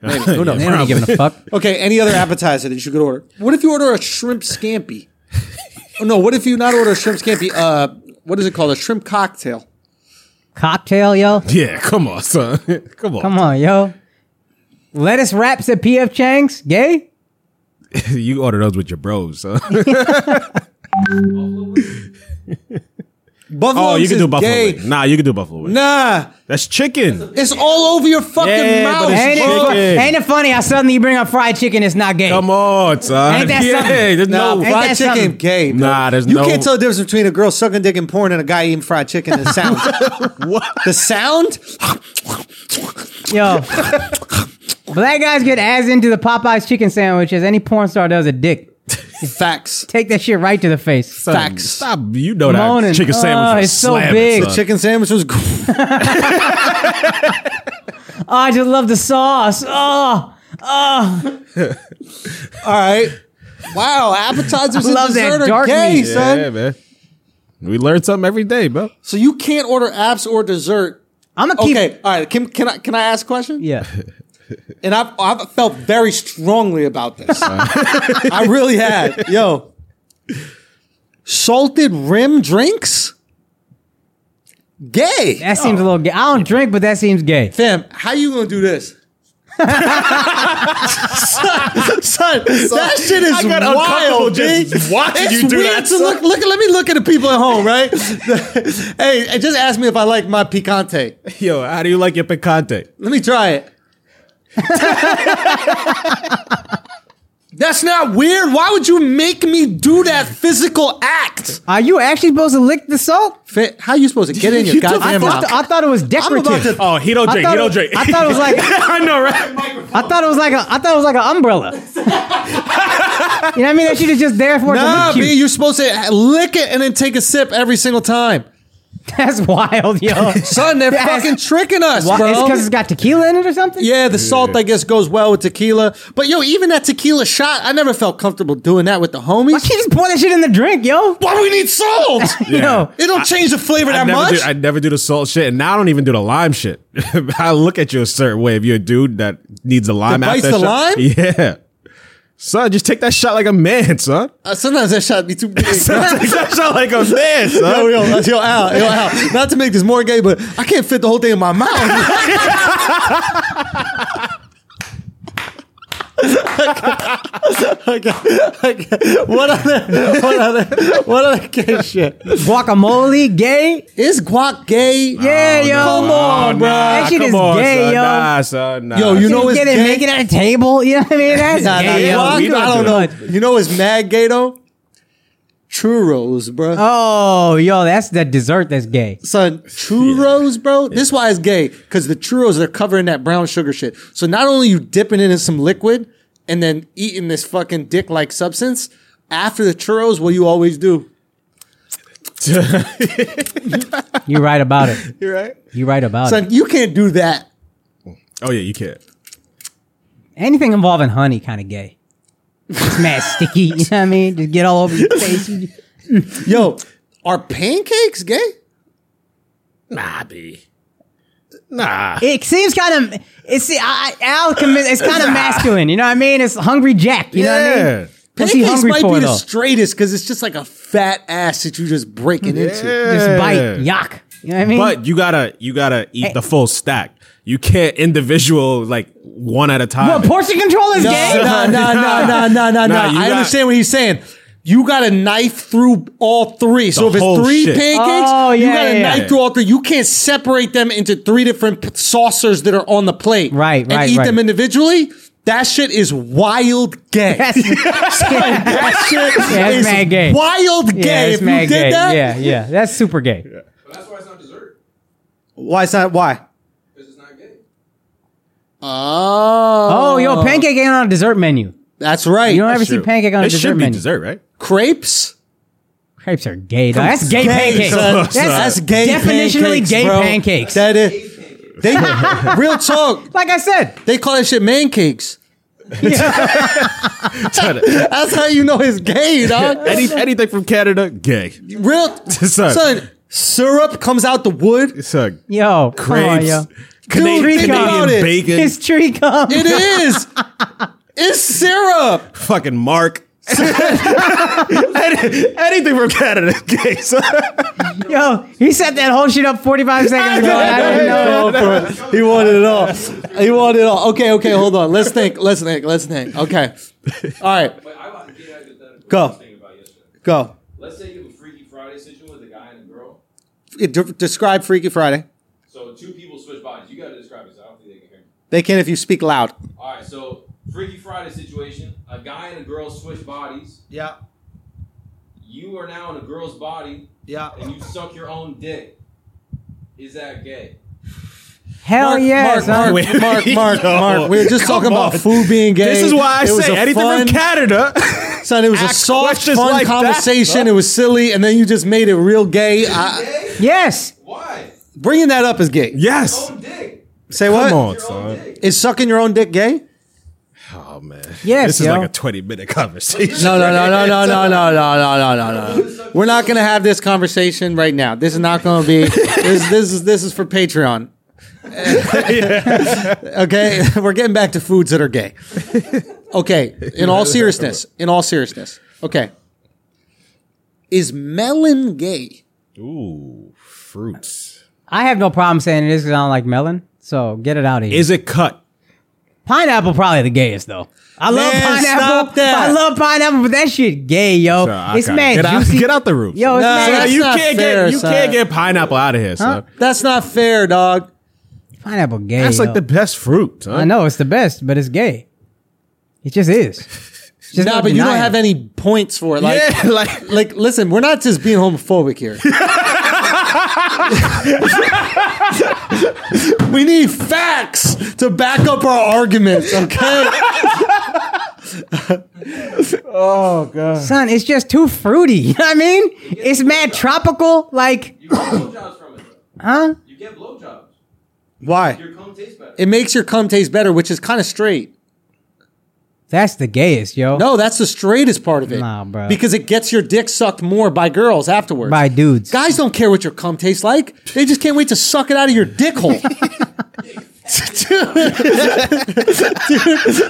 Speaker 1: Maybe. Who knows?
Speaker 2: They don't be giving a fuck.
Speaker 3: Okay. Any other appetizer that you could order? What if you order a shrimp scampi? oh, no. What if you not order a shrimp scampi? Uh, what is it called? A shrimp cocktail.
Speaker 2: Cocktail, yo.
Speaker 1: Yeah, come on, son. come on.
Speaker 2: Come on, yo. Lettuce wraps at PF Chang's. Gay?
Speaker 1: You order those with your bros. Huh?
Speaker 3: Buffalo.
Speaker 1: oh, you
Speaker 3: Wings
Speaker 1: can
Speaker 3: is
Speaker 1: do buffalo.
Speaker 3: gay.
Speaker 1: Wings. Nah, you can do buffalo. Wings.
Speaker 3: Nah,
Speaker 1: That's chicken.
Speaker 3: it's all over your fucking
Speaker 1: Yeah,
Speaker 3: mouth.
Speaker 1: but it's
Speaker 2: Ain't it,
Speaker 1: chicken.
Speaker 2: fu- ain't it funny how suddenly you bring up fried chicken, it's not gay.
Speaker 1: Come on, son.
Speaker 2: Ain't that
Speaker 1: yeah,
Speaker 2: something?
Speaker 1: there's
Speaker 3: Nah,
Speaker 1: no.
Speaker 2: Ain't
Speaker 3: fried
Speaker 2: that
Speaker 3: chicken
Speaker 2: something?
Speaker 3: gay. bro.
Speaker 1: Nah, there's
Speaker 3: you
Speaker 1: no-
Speaker 3: can't tell the difference between a girl sucking dick and porn and a guy eating fried chicken. The sound, the sound.
Speaker 2: Yo. Black guys get as into the Popeyes chicken sandwich as any porn star does a dick.
Speaker 3: Facts.
Speaker 2: Take that shit right to the face.
Speaker 1: son,
Speaker 3: facts.
Speaker 1: Stop. You know that
Speaker 2: Moaning.
Speaker 1: chicken sandwich.
Speaker 2: Oh,
Speaker 1: was
Speaker 2: it's so
Speaker 1: slamming,
Speaker 2: big.
Speaker 1: son.
Speaker 3: Chicken sandwich was.
Speaker 2: Oh, I just love the sauce. Oh,
Speaker 3: All right. Wow, appetizers and
Speaker 2: love that
Speaker 3: dessert are
Speaker 2: dark
Speaker 3: gay,
Speaker 2: meat.
Speaker 3: son.
Speaker 1: Yeah, man. We learn something every day, bro.
Speaker 3: So you can't order apps or dessert.
Speaker 2: I'm gonna keep.
Speaker 3: Okay, all right. Can, can I can I ask a question?
Speaker 2: Yeah.
Speaker 3: And I've I've felt very strongly about this. I really had. Yo, salted rim drinks, gay.
Speaker 2: That seems a little gay. I don't drink, but that seems gay.
Speaker 3: Fam, how you gonna do this? son, son, that shit is
Speaker 1: I got uncomfortable
Speaker 3: wild.
Speaker 1: just
Speaker 3: dude.
Speaker 1: watching
Speaker 3: it's
Speaker 1: you do
Speaker 3: weird
Speaker 1: that,
Speaker 3: To
Speaker 1: son.
Speaker 3: look, look, let me look at the people at home, right? hey, and just ask me if I like my picante.
Speaker 1: Yo, how do you like your picante?
Speaker 3: Let me try it. That's not weird. Why would you make me do that physical act?
Speaker 2: Are you actually supposed to lick the salt?
Speaker 3: Fit, how you supposed to get in your
Speaker 1: You took-
Speaker 2: I
Speaker 3: goddamn
Speaker 2: thought,
Speaker 3: mouth?
Speaker 2: I thought it was decorative.
Speaker 3: to-
Speaker 1: Oh, he don't
Speaker 2: I
Speaker 1: drink.
Speaker 2: thought
Speaker 1: He
Speaker 2: it-
Speaker 1: don't drink.
Speaker 2: I thought it was like-
Speaker 1: I know, right?
Speaker 2: I thought it was like a. I thought it was like an umbrella. you know what I mean? That shit is just there for it to
Speaker 3: Nah,
Speaker 2: look
Speaker 3: B,
Speaker 2: cute.
Speaker 3: you're supposed to lick it and then take a sip every single time.
Speaker 2: That's wild, yo.
Speaker 3: Son, they're
Speaker 2: Yes.
Speaker 3: fucking tricking us,
Speaker 2: Why, it's
Speaker 3: bro.
Speaker 2: because it's got tequila in it or something?
Speaker 3: Yeah, the salt I guess goes well with tequila. But yo, even that tequila shot, I never felt comfortable doing that with the
Speaker 2: Why
Speaker 3: homies.
Speaker 2: can't you just pour that shit in the drink, yo?
Speaker 3: Why do we need salt?
Speaker 2: You know,
Speaker 3: It don't change the flavor
Speaker 1: I
Speaker 3: that
Speaker 1: never,
Speaker 3: much.
Speaker 1: do, I never do the salt shit, and now I don't even do the lime shit. I look at you a certain way if you're a dude that needs a lime.
Speaker 3: That bites
Speaker 1: after a
Speaker 3: the
Speaker 1: shot. yeah. Son, just take that shot like a man, son.
Speaker 3: Uh, sometimes that shot be too big.
Speaker 1: Son, take that shot like a man, son.
Speaker 3: yo, yo, yo, Al, yo, Al. Not to make this more gay, but I can't fit the whole thing in my mouth. I got- I got- What other, what other, what other gay shit?
Speaker 2: guacamole, gay?
Speaker 3: Is guac gay?
Speaker 2: Yeah, yo. Come
Speaker 1: Oh,
Speaker 2: on,
Speaker 1: nah,
Speaker 2: bro. That shit
Speaker 1: come
Speaker 2: is
Speaker 1: on,
Speaker 2: gay,
Speaker 1: son.
Speaker 2: yo.
Speaker 1: Nah, son, nah.
Speaker 3: Yo, you
Speaker 2: You
Speaker 3: know
Speaker 2: know,
Speaker 3: it's
Speaker 2: get it,
Speaker 3: gay.
Speaker 2: make it at a table. You know what I mean? That's
Speaker 3: Nah, nah,
Speaker 2: gay,
Speaker 3: you
Speaker 2: yo.
Speaker 3: know what?
Speaker 1: we don't
Speaker 3: I
Speaker 1: do
Speaker 3: don't know. You know what's mad gay though? Churros, bro.
Speaker 2: Oh, yo, that's the dessert that's gay.
Speaker 3: Son, churros, bro. This is why it's gay because the churros they're covering that brown sugar shit. So not only you dipping it in some liquid and then eating this fucking dick like substance after the churros, what you always do.
Speaker 2: You're right about it.
Speaker 3: You right,
Speaker 2: You're right about it.
Speaker 3: son? You can't do that.
Speaker 1: Oh yeah, you can't.
Speaker 2: Anything involving honey, kind of gay. It's mad sticky. You know what I mean? Just get all over your face. You-
Speaker 3: Yo, are pancakes gay?
Speaker 1: Nah, B. Nah.
Speaker 2: It seems kind of. It's I, I- Al. commi- It's kind of masculine. You know what I mean? It's hungry Jack. You know what I mean?
Speaker 1: yeah.
Speaker 2: What's he
Speaker 3: Pancakes
Speaker 2: hungry
Speaker 3: might
Speaker 2: for
Speaker 3: be
Speaker 2: though?
Speaker 3: the straightest because it's just like a fat ass that you just breaking into.
Speaker 2: Just bite.
Speaker 1: Yeah.
Speaker 2: Yuck. You know what I mean? Eh.
Speaker 1: But you gotta you gotta eat the full stack. You can't individual like one at a time.
Speaker 2: what portion control is
Speaker 3: No,
Speaker 2: gay?
Speaker 3: no, no, no, no, no, no, no.
Speaker 1: Nah, you
Speaker 3: I
Speaker 1: got-
Speaker 3: understand what he's saying. You got to knife through all three. So if
Speaker 1: whole
Speaker 3: it's three
Speaker 1: shit.
Speaker 3: pancakes,
Speaker 2: Oh,
Speaker 3: you
Speaker 2: yeah,
Speaker 3: got to
Speaker 2: yeah,
Speaker 3: knife
Speaker 1: yeah.
Speaker 3: through all three. You can't separate them into three different p- saucers that are on the plate.
Speaker 2: Right,
Speaker 3: and
Speaker 2: right,
Speaker 3: eat
Speaker 2: right.
Speaker 3: them individually. That shit is wild gay.
Speaker 2: That's,
Speaker 3: that shit
Speaker 2: Yeah, it's
Speaker 3: is
Speaker 2: mad gay.
Speaker 3: wild gay.
Speaker 2: yeah,
Speaker 3: if
Speaker 2: it's
Speaker 3: you
Speaker 2: mad
Speaker 3: did
Speaker 2: gay.
Speaker 3: that,
Speaker 2: Yeah, yeah, that's super gay.
Speaker 6: But that's why it's not dessert,
Speaker 3: why is that? Why?
Speaker 6: because it's not gay.
Speaker 3: Oh,
Speaker 2: Oh, yo, pancake ain't on a dessert menu.
Speaker 3: that's right.
Speaker 2: You don't ever see pancake on a
Speaker 1: it
Speaker 2: dessert
Speaker 1: should be
Speaker 2: menu.
Speaker 1: dessert, right?
Speaker 3: crepes.
Speaker 2: Crepes are gay. Though. That's gay, pancakes.
Speaker 3: son.
Speaker 2: That's,
Speaker 3: That's gay.
Speaker 2: definitionally
Speaker 3: pancakes,
Speaker 2: gay
Speaker 3: bro.
Speaker 2: pancakes.
Speaker 3: That is. They real talk.
Speaker 2: like I said,
Speaker 3: They call that shit man cakes. That's how you know it's gay, dog.
Speaker 1: Any, anything from Canada, gay.
Speaker 3: Real
Speaker 1: Son.
Speaker 3: son. Syrup comes out the wood.
Speaker 1: It's a
Speaker 2: yo, come on,
Speaker 1: crepes,
Speaker 2: yo.
Speaker 1: Cana-
Speaker 3: Dude, think about
Speaker 1: Canadian
Speaker 3: it.
Speaker 1: bacon,
Speaker 2: It's tree gum.
Speaker 3: It is. It's syrup.
Speaker 1: fucking mark. Any- anything from Canada, gay. Son.
Speaker 2: Yo, he set that whole shit up 45 seconds ago. I don't know.
Speaker 3: He wanted it all. He wanted it all. Okay, okay, hold on. Let's think. Let's think. Let's think. Okay. All right.
Speaker 6: But I want to get hypothetical.
Speaker 3: Go.
Speaker 6: I was thinking about yesterday.
Speaker 3: Go.
Speaker 6: Let's say you have a Freaky Friday situation with a guy and a girl.
Speaker 3: It- de- describe Freaky Friday.
Speaker 6: So two people switch bodies. You got to describe this. I don't think they can hear me.
Speaker 3: They can if you speak loud.
Speaker 6: All right, so Freaky Friday situation. A guy and a girl switch bodies.
Speaker 3: Yeah.
Speaker 6: You are now in a girl's body
Speaker 3: Yeah.
Speaker 6: and you suck your own dick. Is that gay?
Speaker 2: Hell
Speaker 3: Mark,
Speaker 2: yeah.
Speaker 3: Mark,
Speaker 2: son.
Speaker 3: Mark, Mark, Mark,
Speaker 1: Yo,
Speaker 3: Mark. We were just
Speaker 1: come
Speaker 3: talking about
Speaker 1: on.
Speaker 3: food being gay.
Speaker 1: This is why I
Speaker 3: It was
Speaker 1: say
Speaker 3: a
Speaker 1: anything
Speaker 3: fun-
Speaker 1: from Canada.
Speaker 3: Son, it was a
Speaker 1: Ask
Speaker 3: soft,
Speaker 1: questions
Speaker 3: fun
Speaker 1: like that,
Speaker 3: conversation.
Speaker 1: son.
Speaker 3: it was silly, and then you just made it real gay. I,
Speaker 2: Yes.
Speaker 6: Why?
Speaker 3: bringing that up is gay.
Speaker 1: yes.
Speaker 6: Own dick.
Speaker 3: Say
Speaker 1: Come
Speaker 3: what?
Speaker 1: on,
Speaker 6: Your own
Speaker 1: son.
Speaker 6: dick.
Speaker 3: Is sucking your own dick gay?
Speaker 1: Oh man.
Speaker 2: Yes,
Speaker 1: This is
Speaker 2: yo.
Speaker 1: like a twenty-minute conversation.
Speaker 3: No, no, no, no, no, no, no, no, no, no, no, no. We're not gonna have this conversation right now. This is not gonna be. This, this is this is for Patreon. okay, we're getting back to foods that are gay. Okay, in all seriousness, in all seriousness, okay, is melon gay?
Speaker 1: Ooh, fruits.
Speaker 2: I have no problem saying it is because I don't like melon. So get it out of here.
Speaker 1: Is it cut?
Speaker 2: pineapple probably the gayest though. I love
Speaker 3: Man,
Speaker 2: pineapple.
Speaker 3: stop that.
Speaker 2: I love pineapple, but that shit gay, yo.
Speaker 1: Nah,
Speaker 2: it's
Speaker 1: okay.
Speaker 2: mad
Speaker 1: Uh, get out,
Speaker 2: juicy.
Speaker 1: get out the room.
Speaker 2: Yo, it's
Speaker 3: Nah,
Speaker 2: mad.
Speaker 3: that's
Speaker 1: you
Speaker 3: not
Speaker 1: can't
Speaker 3: fair,
Speaker 1: get you
Speaker 3: son.
Speaker 1: can't get pineapple out of here, son.
Speaker 3: That's not fair, dog.
Speaker 2: pineapple gay.
Speaker 1: That's like
Speaker 2: yo.
Speaker 1: the best fruit. Son.
Speaker 2: I know it's the best, but it's gay. It just is. It's Just
Speaker 3: No,
Speaker 2: no
Speaker 3: but you don't
Speaker 2: denying
Speaker 3: have
Speaker 2: it.
Speaker 3: any points for it. Like,
Speaker 1: yeah, like
Speaker 3: like, listen, we're not just being homophobic here. we need facts to back up our arguments, okay?
Speaker 2: Oh, son. It's just too fruity. You know what I mean? It's mad tropical. Like
Speaker 6: You got blowjobs from
Speaker 2: Huh?
Speaker 6: You get blowjobs.
Speaker 3: Why?
Speaker 6: Your cum tastes better.
Speaker 3: It makes your cum taste better, which is kind of straight.
Speaker 2: That's the gayest, yo.
Speaker 3: No, that's the straightest part of it.
Speaker 2: Nah, bro.
Speaker 3: Because it gets your dick sucked more by girls afterwards.
Speaker 2: By dudes.
Speaker 3: Guys don't care what your cum tastes like. They just can't wait to suck it out of your dick hole. dude,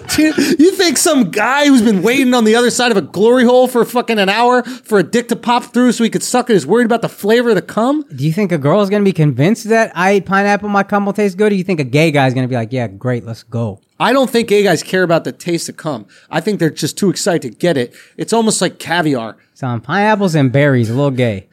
Speaker 3: dude, you think some guy who's been waiting on the other side of a glory hole for fucking an hour for a dick to pop through so he could suck it is worried about the flavor of the cum?
Speaker 2: Do you think a girl is gonna be convinced that I ate pineapple, my cum will taste good? Or you think a gay guy's gonna be like, yeah, great, let's go?
Speaker 3: I don't think gay guys care about the taste of cum. I think they're just too excited to get it. It's almost like caviar.
Speaker 2: So on pineapples and berries, a little gay.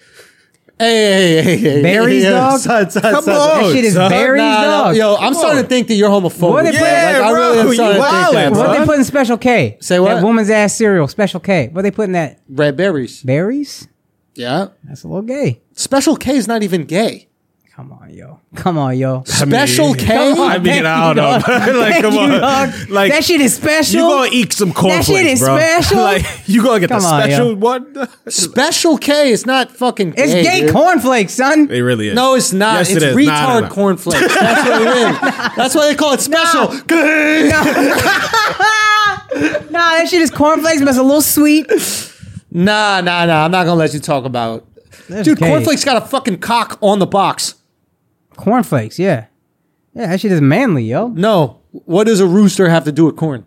Speaker 3: Hey, hey, hey, hey,
Speaker 2: Berries,
Speaker 3: hey, hey,
Speaker 2: dog?
Speaker 3: son, son,
Speaker 1: Come
Speaker 3: son.
Speaker 1: on.
Speaker 2: That shit is
Speaker 1: son.
Speaker 2: berries,
Speaker 3: Nah, nah,
Speaker 2: dog.
Speaker 3: yo, I'm starting to think that you're homophobic.
Speaker 2: What if-
Speaker 3: bro. Like,
Speaker 1: Yeah,
Speaker 3: I really am
Speaker 1: bro,
Speaker 3: starting
Speaker 1: you
Speaker 3: to think that,
Speaker 1: wildin',
Speaker 3: bro.
Speaker 2: What they
Speaker 1: Huh?
Speaker 2: put in special K?
Speaker 3: Say what?
Speaker 2: That woman's ass cereal, special K. What they put in that?
Speaker 3: Red berries.
Speaker 2: Berries?
Speaker 3: Yeah.
Speaker 2: That's a little gay.
Speaker 3: Special K is not even gay.
Speaker 2: Come on, yo. Come on, yo.
Speaker 3: Special K?
Speaker 2: Come on,
Speaker 1: I mean,
Speaker 2: thank
Speaker 1: I don't
Speaker 2: you,
Speaker 1: know.
Speaker 2: dog.
Speaker 1: like,
Speaker 2: Thank
Speaker 1: come
Speaker 2: you,
Speaker 1: on.
Speaker 2: dog.
Speaker 1: Like
Speaker 2: that shit is special.
Speaker 1: You gonna eat some cornflakes,
Speaker 2: That shit is
Speaker 1: bro.
Speaker 2: special.
Speaker 1: like you gonna get
Speaker 2: Come
Speaker 1: the
Speaker 2: on,
Speaker 1: special
Speaker 2: yo.
Speaker 1: one?
Speaker 3: Special K is not fucking gay.
Speaker 2: it's gay
Speaker 3: dude.
Speaker 2: cornflakes, son.
Speaker 1: it really is.
Speaker 3: No, it's not.
Speaker 1: Yes,
Speaker 3: it's
Speaker 1: it is.
Speaker 3: retard
Speaker 1: Nah, nah, nah.
Speaker 3: cornflakes. That's what it is. That's why they call it special. K.
Speaker 2: Nah, that shit is cornflakes, but it's a little sweet.
Speaker 3: Nah, nah, nah. I'm not gonna let you talk about. It. Dude,
Speaker 2: K.
Speaker 3: cornflakes got a fucking cock on the box.
Speaker 2: Cornflakes, yeah. Yeah, that shit is manly, yo.
Speaker 3: No. What does a rooster have to do with corn?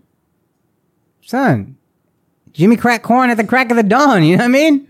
Speaker 2: Son. Jimmy crack corn at the crack of the dawn, you know what I mean?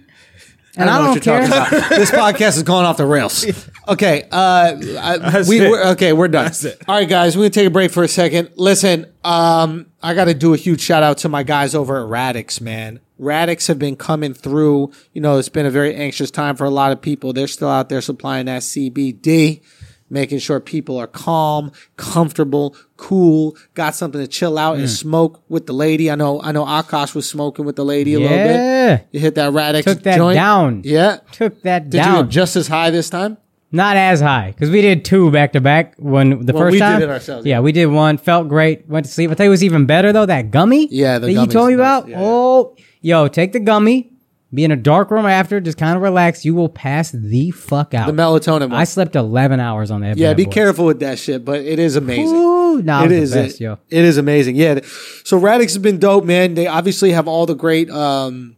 Speaker 2: And I don't, care.
Speaker 3: about. this podcast is going off the rails. Okay, uh, I,
Speaker 1: That's
Speaker 3: we,
Speaker 1: it.
Speaker 3: we're, okay, we're done.
Speaker 1: That's it.
Speaker 3: All right, guys, we're gonna take a break for a second. Listen, um, I got to do a huge shout out to my guys over at Radix, man. Radix have been coming through. You know, it's been a very anxious time for a lot of people. They're still out there supplying that CBD, making sure people are calm, comfortable, cool, got something to chill out
Speaker 2: Mm.
Speaker 3: and smoke with the lady. I know, I know, Akash was smoking with the lady a little
Speaker 2: Yeah.
Speaker 3: bit. You hit that Radix
Speaker 2: Took that
Speaker 3: joint.
Speaker 2: down.
Speaker 3: Yeah.
Speaker 2: Took that
Speaker 3: Did you
Speaker 2: down.
Speaker 3: get just as high this time?
Speaker 2: Not as high because we did two back to back when the
Speaker 3: Well,
Speaker 2: first
Speaker 3: we did
Speaker 2: time.
Speaker 3: it ourselves,
Speaker 2: Yeah.
Speaker 3: yeah.
Speaker 2: we did one. Felt great. Went to sleep. I tell you, what's even better though that gummy.
Speaker 3: Yeah, the
Speaker 2: that you
Speaker 3: gummy's
Speaker 2: told me
Speaker 3: nice.
Speaker 2: about.
Speaker 3: Yeah, yeah.
Speaker 2: oh, yo, take the gummy. Be in a dark room after. Just kind of relax. You will pass the fuck out.
Speaker 3: The melatonin one.
Speaker 2: I slept eleven hours on that.
Speaker 3: yeah,
Speaker 2: bad
Speaker 3: be
Speaker 2: boy.
Speaker 3: careful with that shit, but it is amazing.
Speaker 2: Ooh, nah,
Speaker 3: it
Speaker 2: it
Speaker 3: is
Speaker 2: the best,
Speaker 3: it-
Speaker 2: yo.
Speaker 3: it is amazing. Yeah. So Radix has been dope, man. They obviously have all the great um,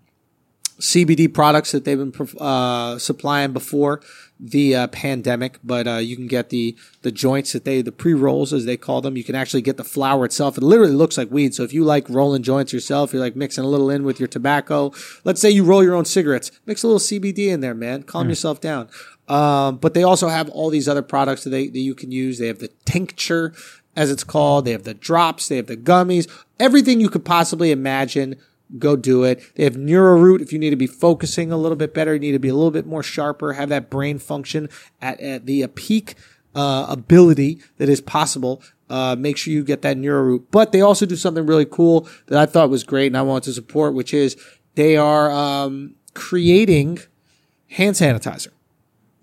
Speaker 3: CBD products that they've been prof- uh, supplying before the uh, pandemic, but uh, you can get the the joints that they the pre rolls as they call them. You can actually get the flower itself. It literally looks like weed. So if you like rolling joints yourself, you're like mixing a little in with your tobacco. Let's say you roll your own cigarettes, mix a little CBD in there, man. Calm
Speaker 2: Mm.
Speaker 3: yourself down. Um, but they also have all these other products that they that you can use. They have the tincture as it's called. They have the drops, they have the gummies, everything you could possibly imagine. Go do it. They have NeuroRoot if you need to be focusing a little bit better, you need to be a little bit more sharper, have that brain function at, at the uh, peak uh, ability that is possible. Uh, make sure you get that NeuroRoot. But they also do something really cool that I thought was great and I wanted to support, which is they are um, creating hand sanitizer.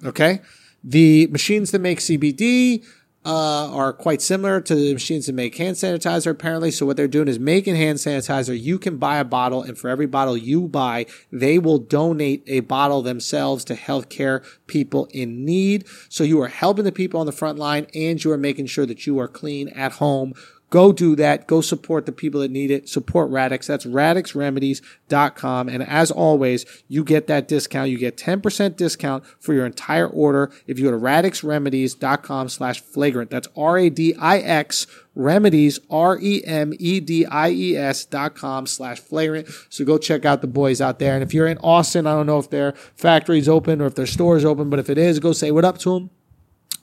Speaker 3: Okay. The machines that make CBD uh, are quite similar to the machines that make hand sanitizer, apparently. So, what they're doing is making hand sanitizer. You can buy a bottle, and for every bottle you buy, they will donate a bottle themselves to healthcare people in need. So, you are helping the people on the front line, and you are making sure that you are clean at home. Go do that. Go support the people that need it. Support Radix. That's radixremedies.com. And as always, you get that discount. You get 10% discount for your entire order if you go to radixremedies.com slash flagrant. That's R-A-D-I-X remedies, E R-E-M-E-D-I-E-S E dot com slash flagrant. So go check out the boys out there. And if you're in Austin, I don't know if their factory's open or if their store's open, but if it is, go say what up to them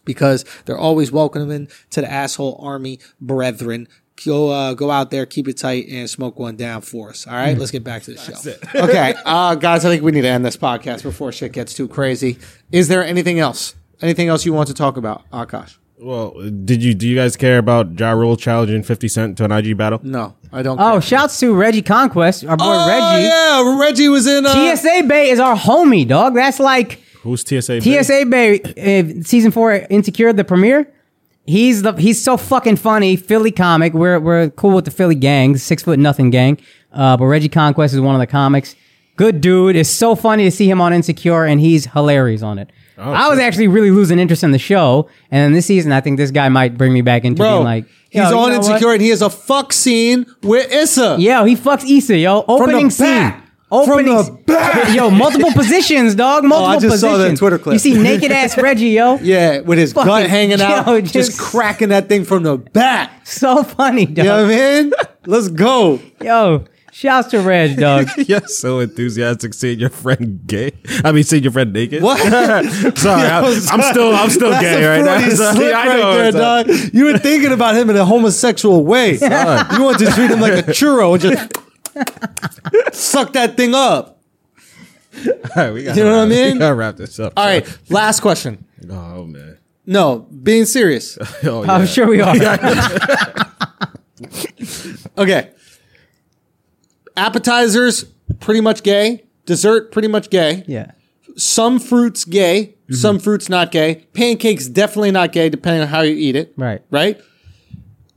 Speaker 3: because they're always welcoming to the asshole army brethren. Go uh, go out there, keep it tight, and smoke one down for us. All right, let's get back to the show. okay, uh, guys, I think we need to end this podcast before shit gets too crazy. Is there anything else? Anything else you want to talk about, Akash?
Speaker 1: Well, did you do you guys care about Ja Rule challenging Fifty Cent to an IG battle?
Speaker 3: No, I don't.
Speaker 2: Oh,
Speaker 3: care.
Speaker 2: shouts to Reggie Conquest, our boy
Speaker 3: Oh,
Speaker 2: Reggie.
Speaker 3: yeah, Reggie was in. Uh,
Speaker 2: TSA Bay is our homie, dog. That's like
Speaker 1: Who's TSA? Bay?
Speaker 2: TSA Bay, uh, season four, Insecure, the premiere. He's the he's so fucking funny, Philly comic. We're we're cool with the Philly gang, six foot nothing gang. Uh, but Reggie Conquest is one of the comics. Good dude. It's so funny to see him on Insecure, and he's hilarious on it.
Speaker 3: Oh,
Speaker 2: I was actually really losing interest in the show, and then this season, I think this guy might bring me back into
Speaker 3: Bro,
Speaker 2: being like,
Speaker 3: he's
Speaker 2: yo, you
Speaker 3: on
Speaker 2: know
Speaker 3: Insecure
Speaker 2: What?
Speaker 3: and he has a fuck scene with Issa.
Speaker 2: Yo, he fucks Issa, yo. Opening scene.
Speaker 3: back. From
Speaker 2: Opening
Speaker 3: the Oh,
Speaker 2: s- Yo, multiple positions, dog. Multiple
Speaker 3: just saw
Speaker 2: positions.
Speaker 3: that Twitter clip.
Speaker 2: You see naked ass Reggie, yo.
Speaker 3: Yeah, with his
Speaker 2: Fucking-
Speaker 3: gut hanging out,
Speaker 2: yo,
Speaker 3: just,
Speaker 2: just-
Speaker 3: cracking that thing from the back.
Speaker 2: So funny, dog.
Speaker 3: You know what I mean? Let's go.
Speaker 2: Yo, shouts to Reg, dog.
Speaker 1: You're so enthusiastic seeing your friend gay. I mean, seeing your friend naked.
Speaker 3: What?
Speaker 1: Sorry, I, am still, I'm still
Speaker 3: That's
Speaker 1: gay right
Speaker 3: a
Speaker 1: now.
Speaker 3: fruity
Speaker 1: Sorry,
Speaker 3: slip
Speaker 1: I
Speaker 3: right
Speaker 1: know,
Speaker 3: there,
Speaker 1: it's, uh,
Speaker 3: dog. You were thinking about him in a homosexual way. You want to treat him like a churro and just suck that thing up.
Speaker 1: all right, we gotta
Speaker 3: You know what I
Speaker 1: wrap- we
Speaker 3: mean?
Speaker 1: gotta wrap this up.
Speaker 3: All right, last question.
Speaker 1: Oh man.
Speaker 3: No, being serious.
Speaker 1: Oh, yeah.
Speaker 2: I'm sure we are.
Speaker 3: Okay. Appetizers, pretty much gay. Dessert, pretty much gay.
Speaker 2: Yeah.
Speaker 3: Some fruits gay,
Speaker 2: Mm-hmm.
Speaker 3: some fruits not gay. Pancakes definitely not gay, depending on how you eat it.
Speaker 2: Right.
Speaker 3: Right?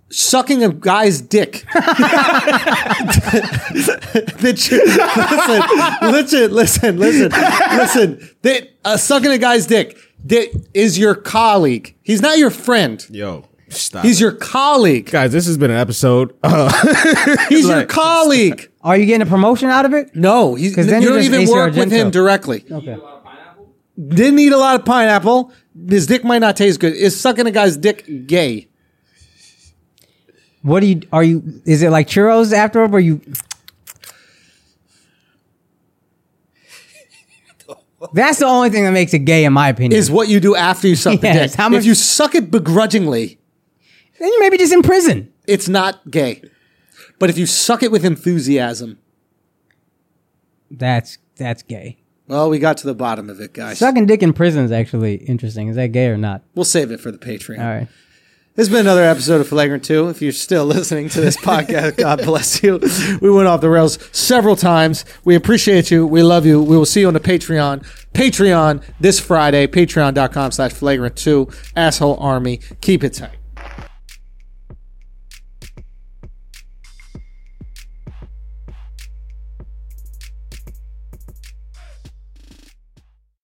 Speaker 3: Sucking a guy's dick. That you- listen, listen, listen, listen, listen. That uh, sucking a guy's dick that is your colleague. He's not your friend.
Speaker 1: Yo, stop.
Speaker 3: He's
Speaker 1: it.
Speaker 3: your colleague.
Speaker 1: guys. This has been an episode. Uh,
Speaker 3: He's your
Speaker 1: Like-
Speaker 3: colleague.
Speaker 2: Are you getting a promotion out of it?
Speaker 3: No, he's,
Speaker 2: then
Speaker 3: you
Speaker 2: you're
Speaker 3: don't
Speaker 2: just
Speaker 3: even
Speaker 2: ACR
Speaker 3: work with him
Speaker 2: Gento.
Speaker 3: directly.
Speaker 2: Okay.
Speaker 6: lot of pineapple.
Speaker 3: Didn't eat a lot of pineapple. His dick might not taste good. Is sucking a guy's dick gay?
Speaker 2: What do you? Are you? Is it like churros afterward? Where you? That's the only thing that makes it gay, in my opinion.
Speaker 3: Is what you do after you suck the
Speaker 2: Yes,
Speaker 3: dick.
Speaker 2: how much-
Speaker 3: if you suck it begrudgingly,
Speaker 2: then you maybe just in prison.
Speaker 3: it's not gay. But if you suck it with enthusiasm,
Speaker 2: That's that's gay.
Speaker 3: well, we got to the bottom of it, guys.
Speaker 2: Sucking dick in prison is actually interesting. Is that gay or not?
Speaker 3: We'll save it for the Patreon.
Speaker 2: All right.
Speaker 3: This has been another episode of Flagrant 2. If you're still listening to this podcast, God bless you. We went off the rails several times. We appreciate you. We love you. We will see you on the Patreon. Patreon this Friday, patreon.com slash flagrant 2. Asshole Army. Keep it tight.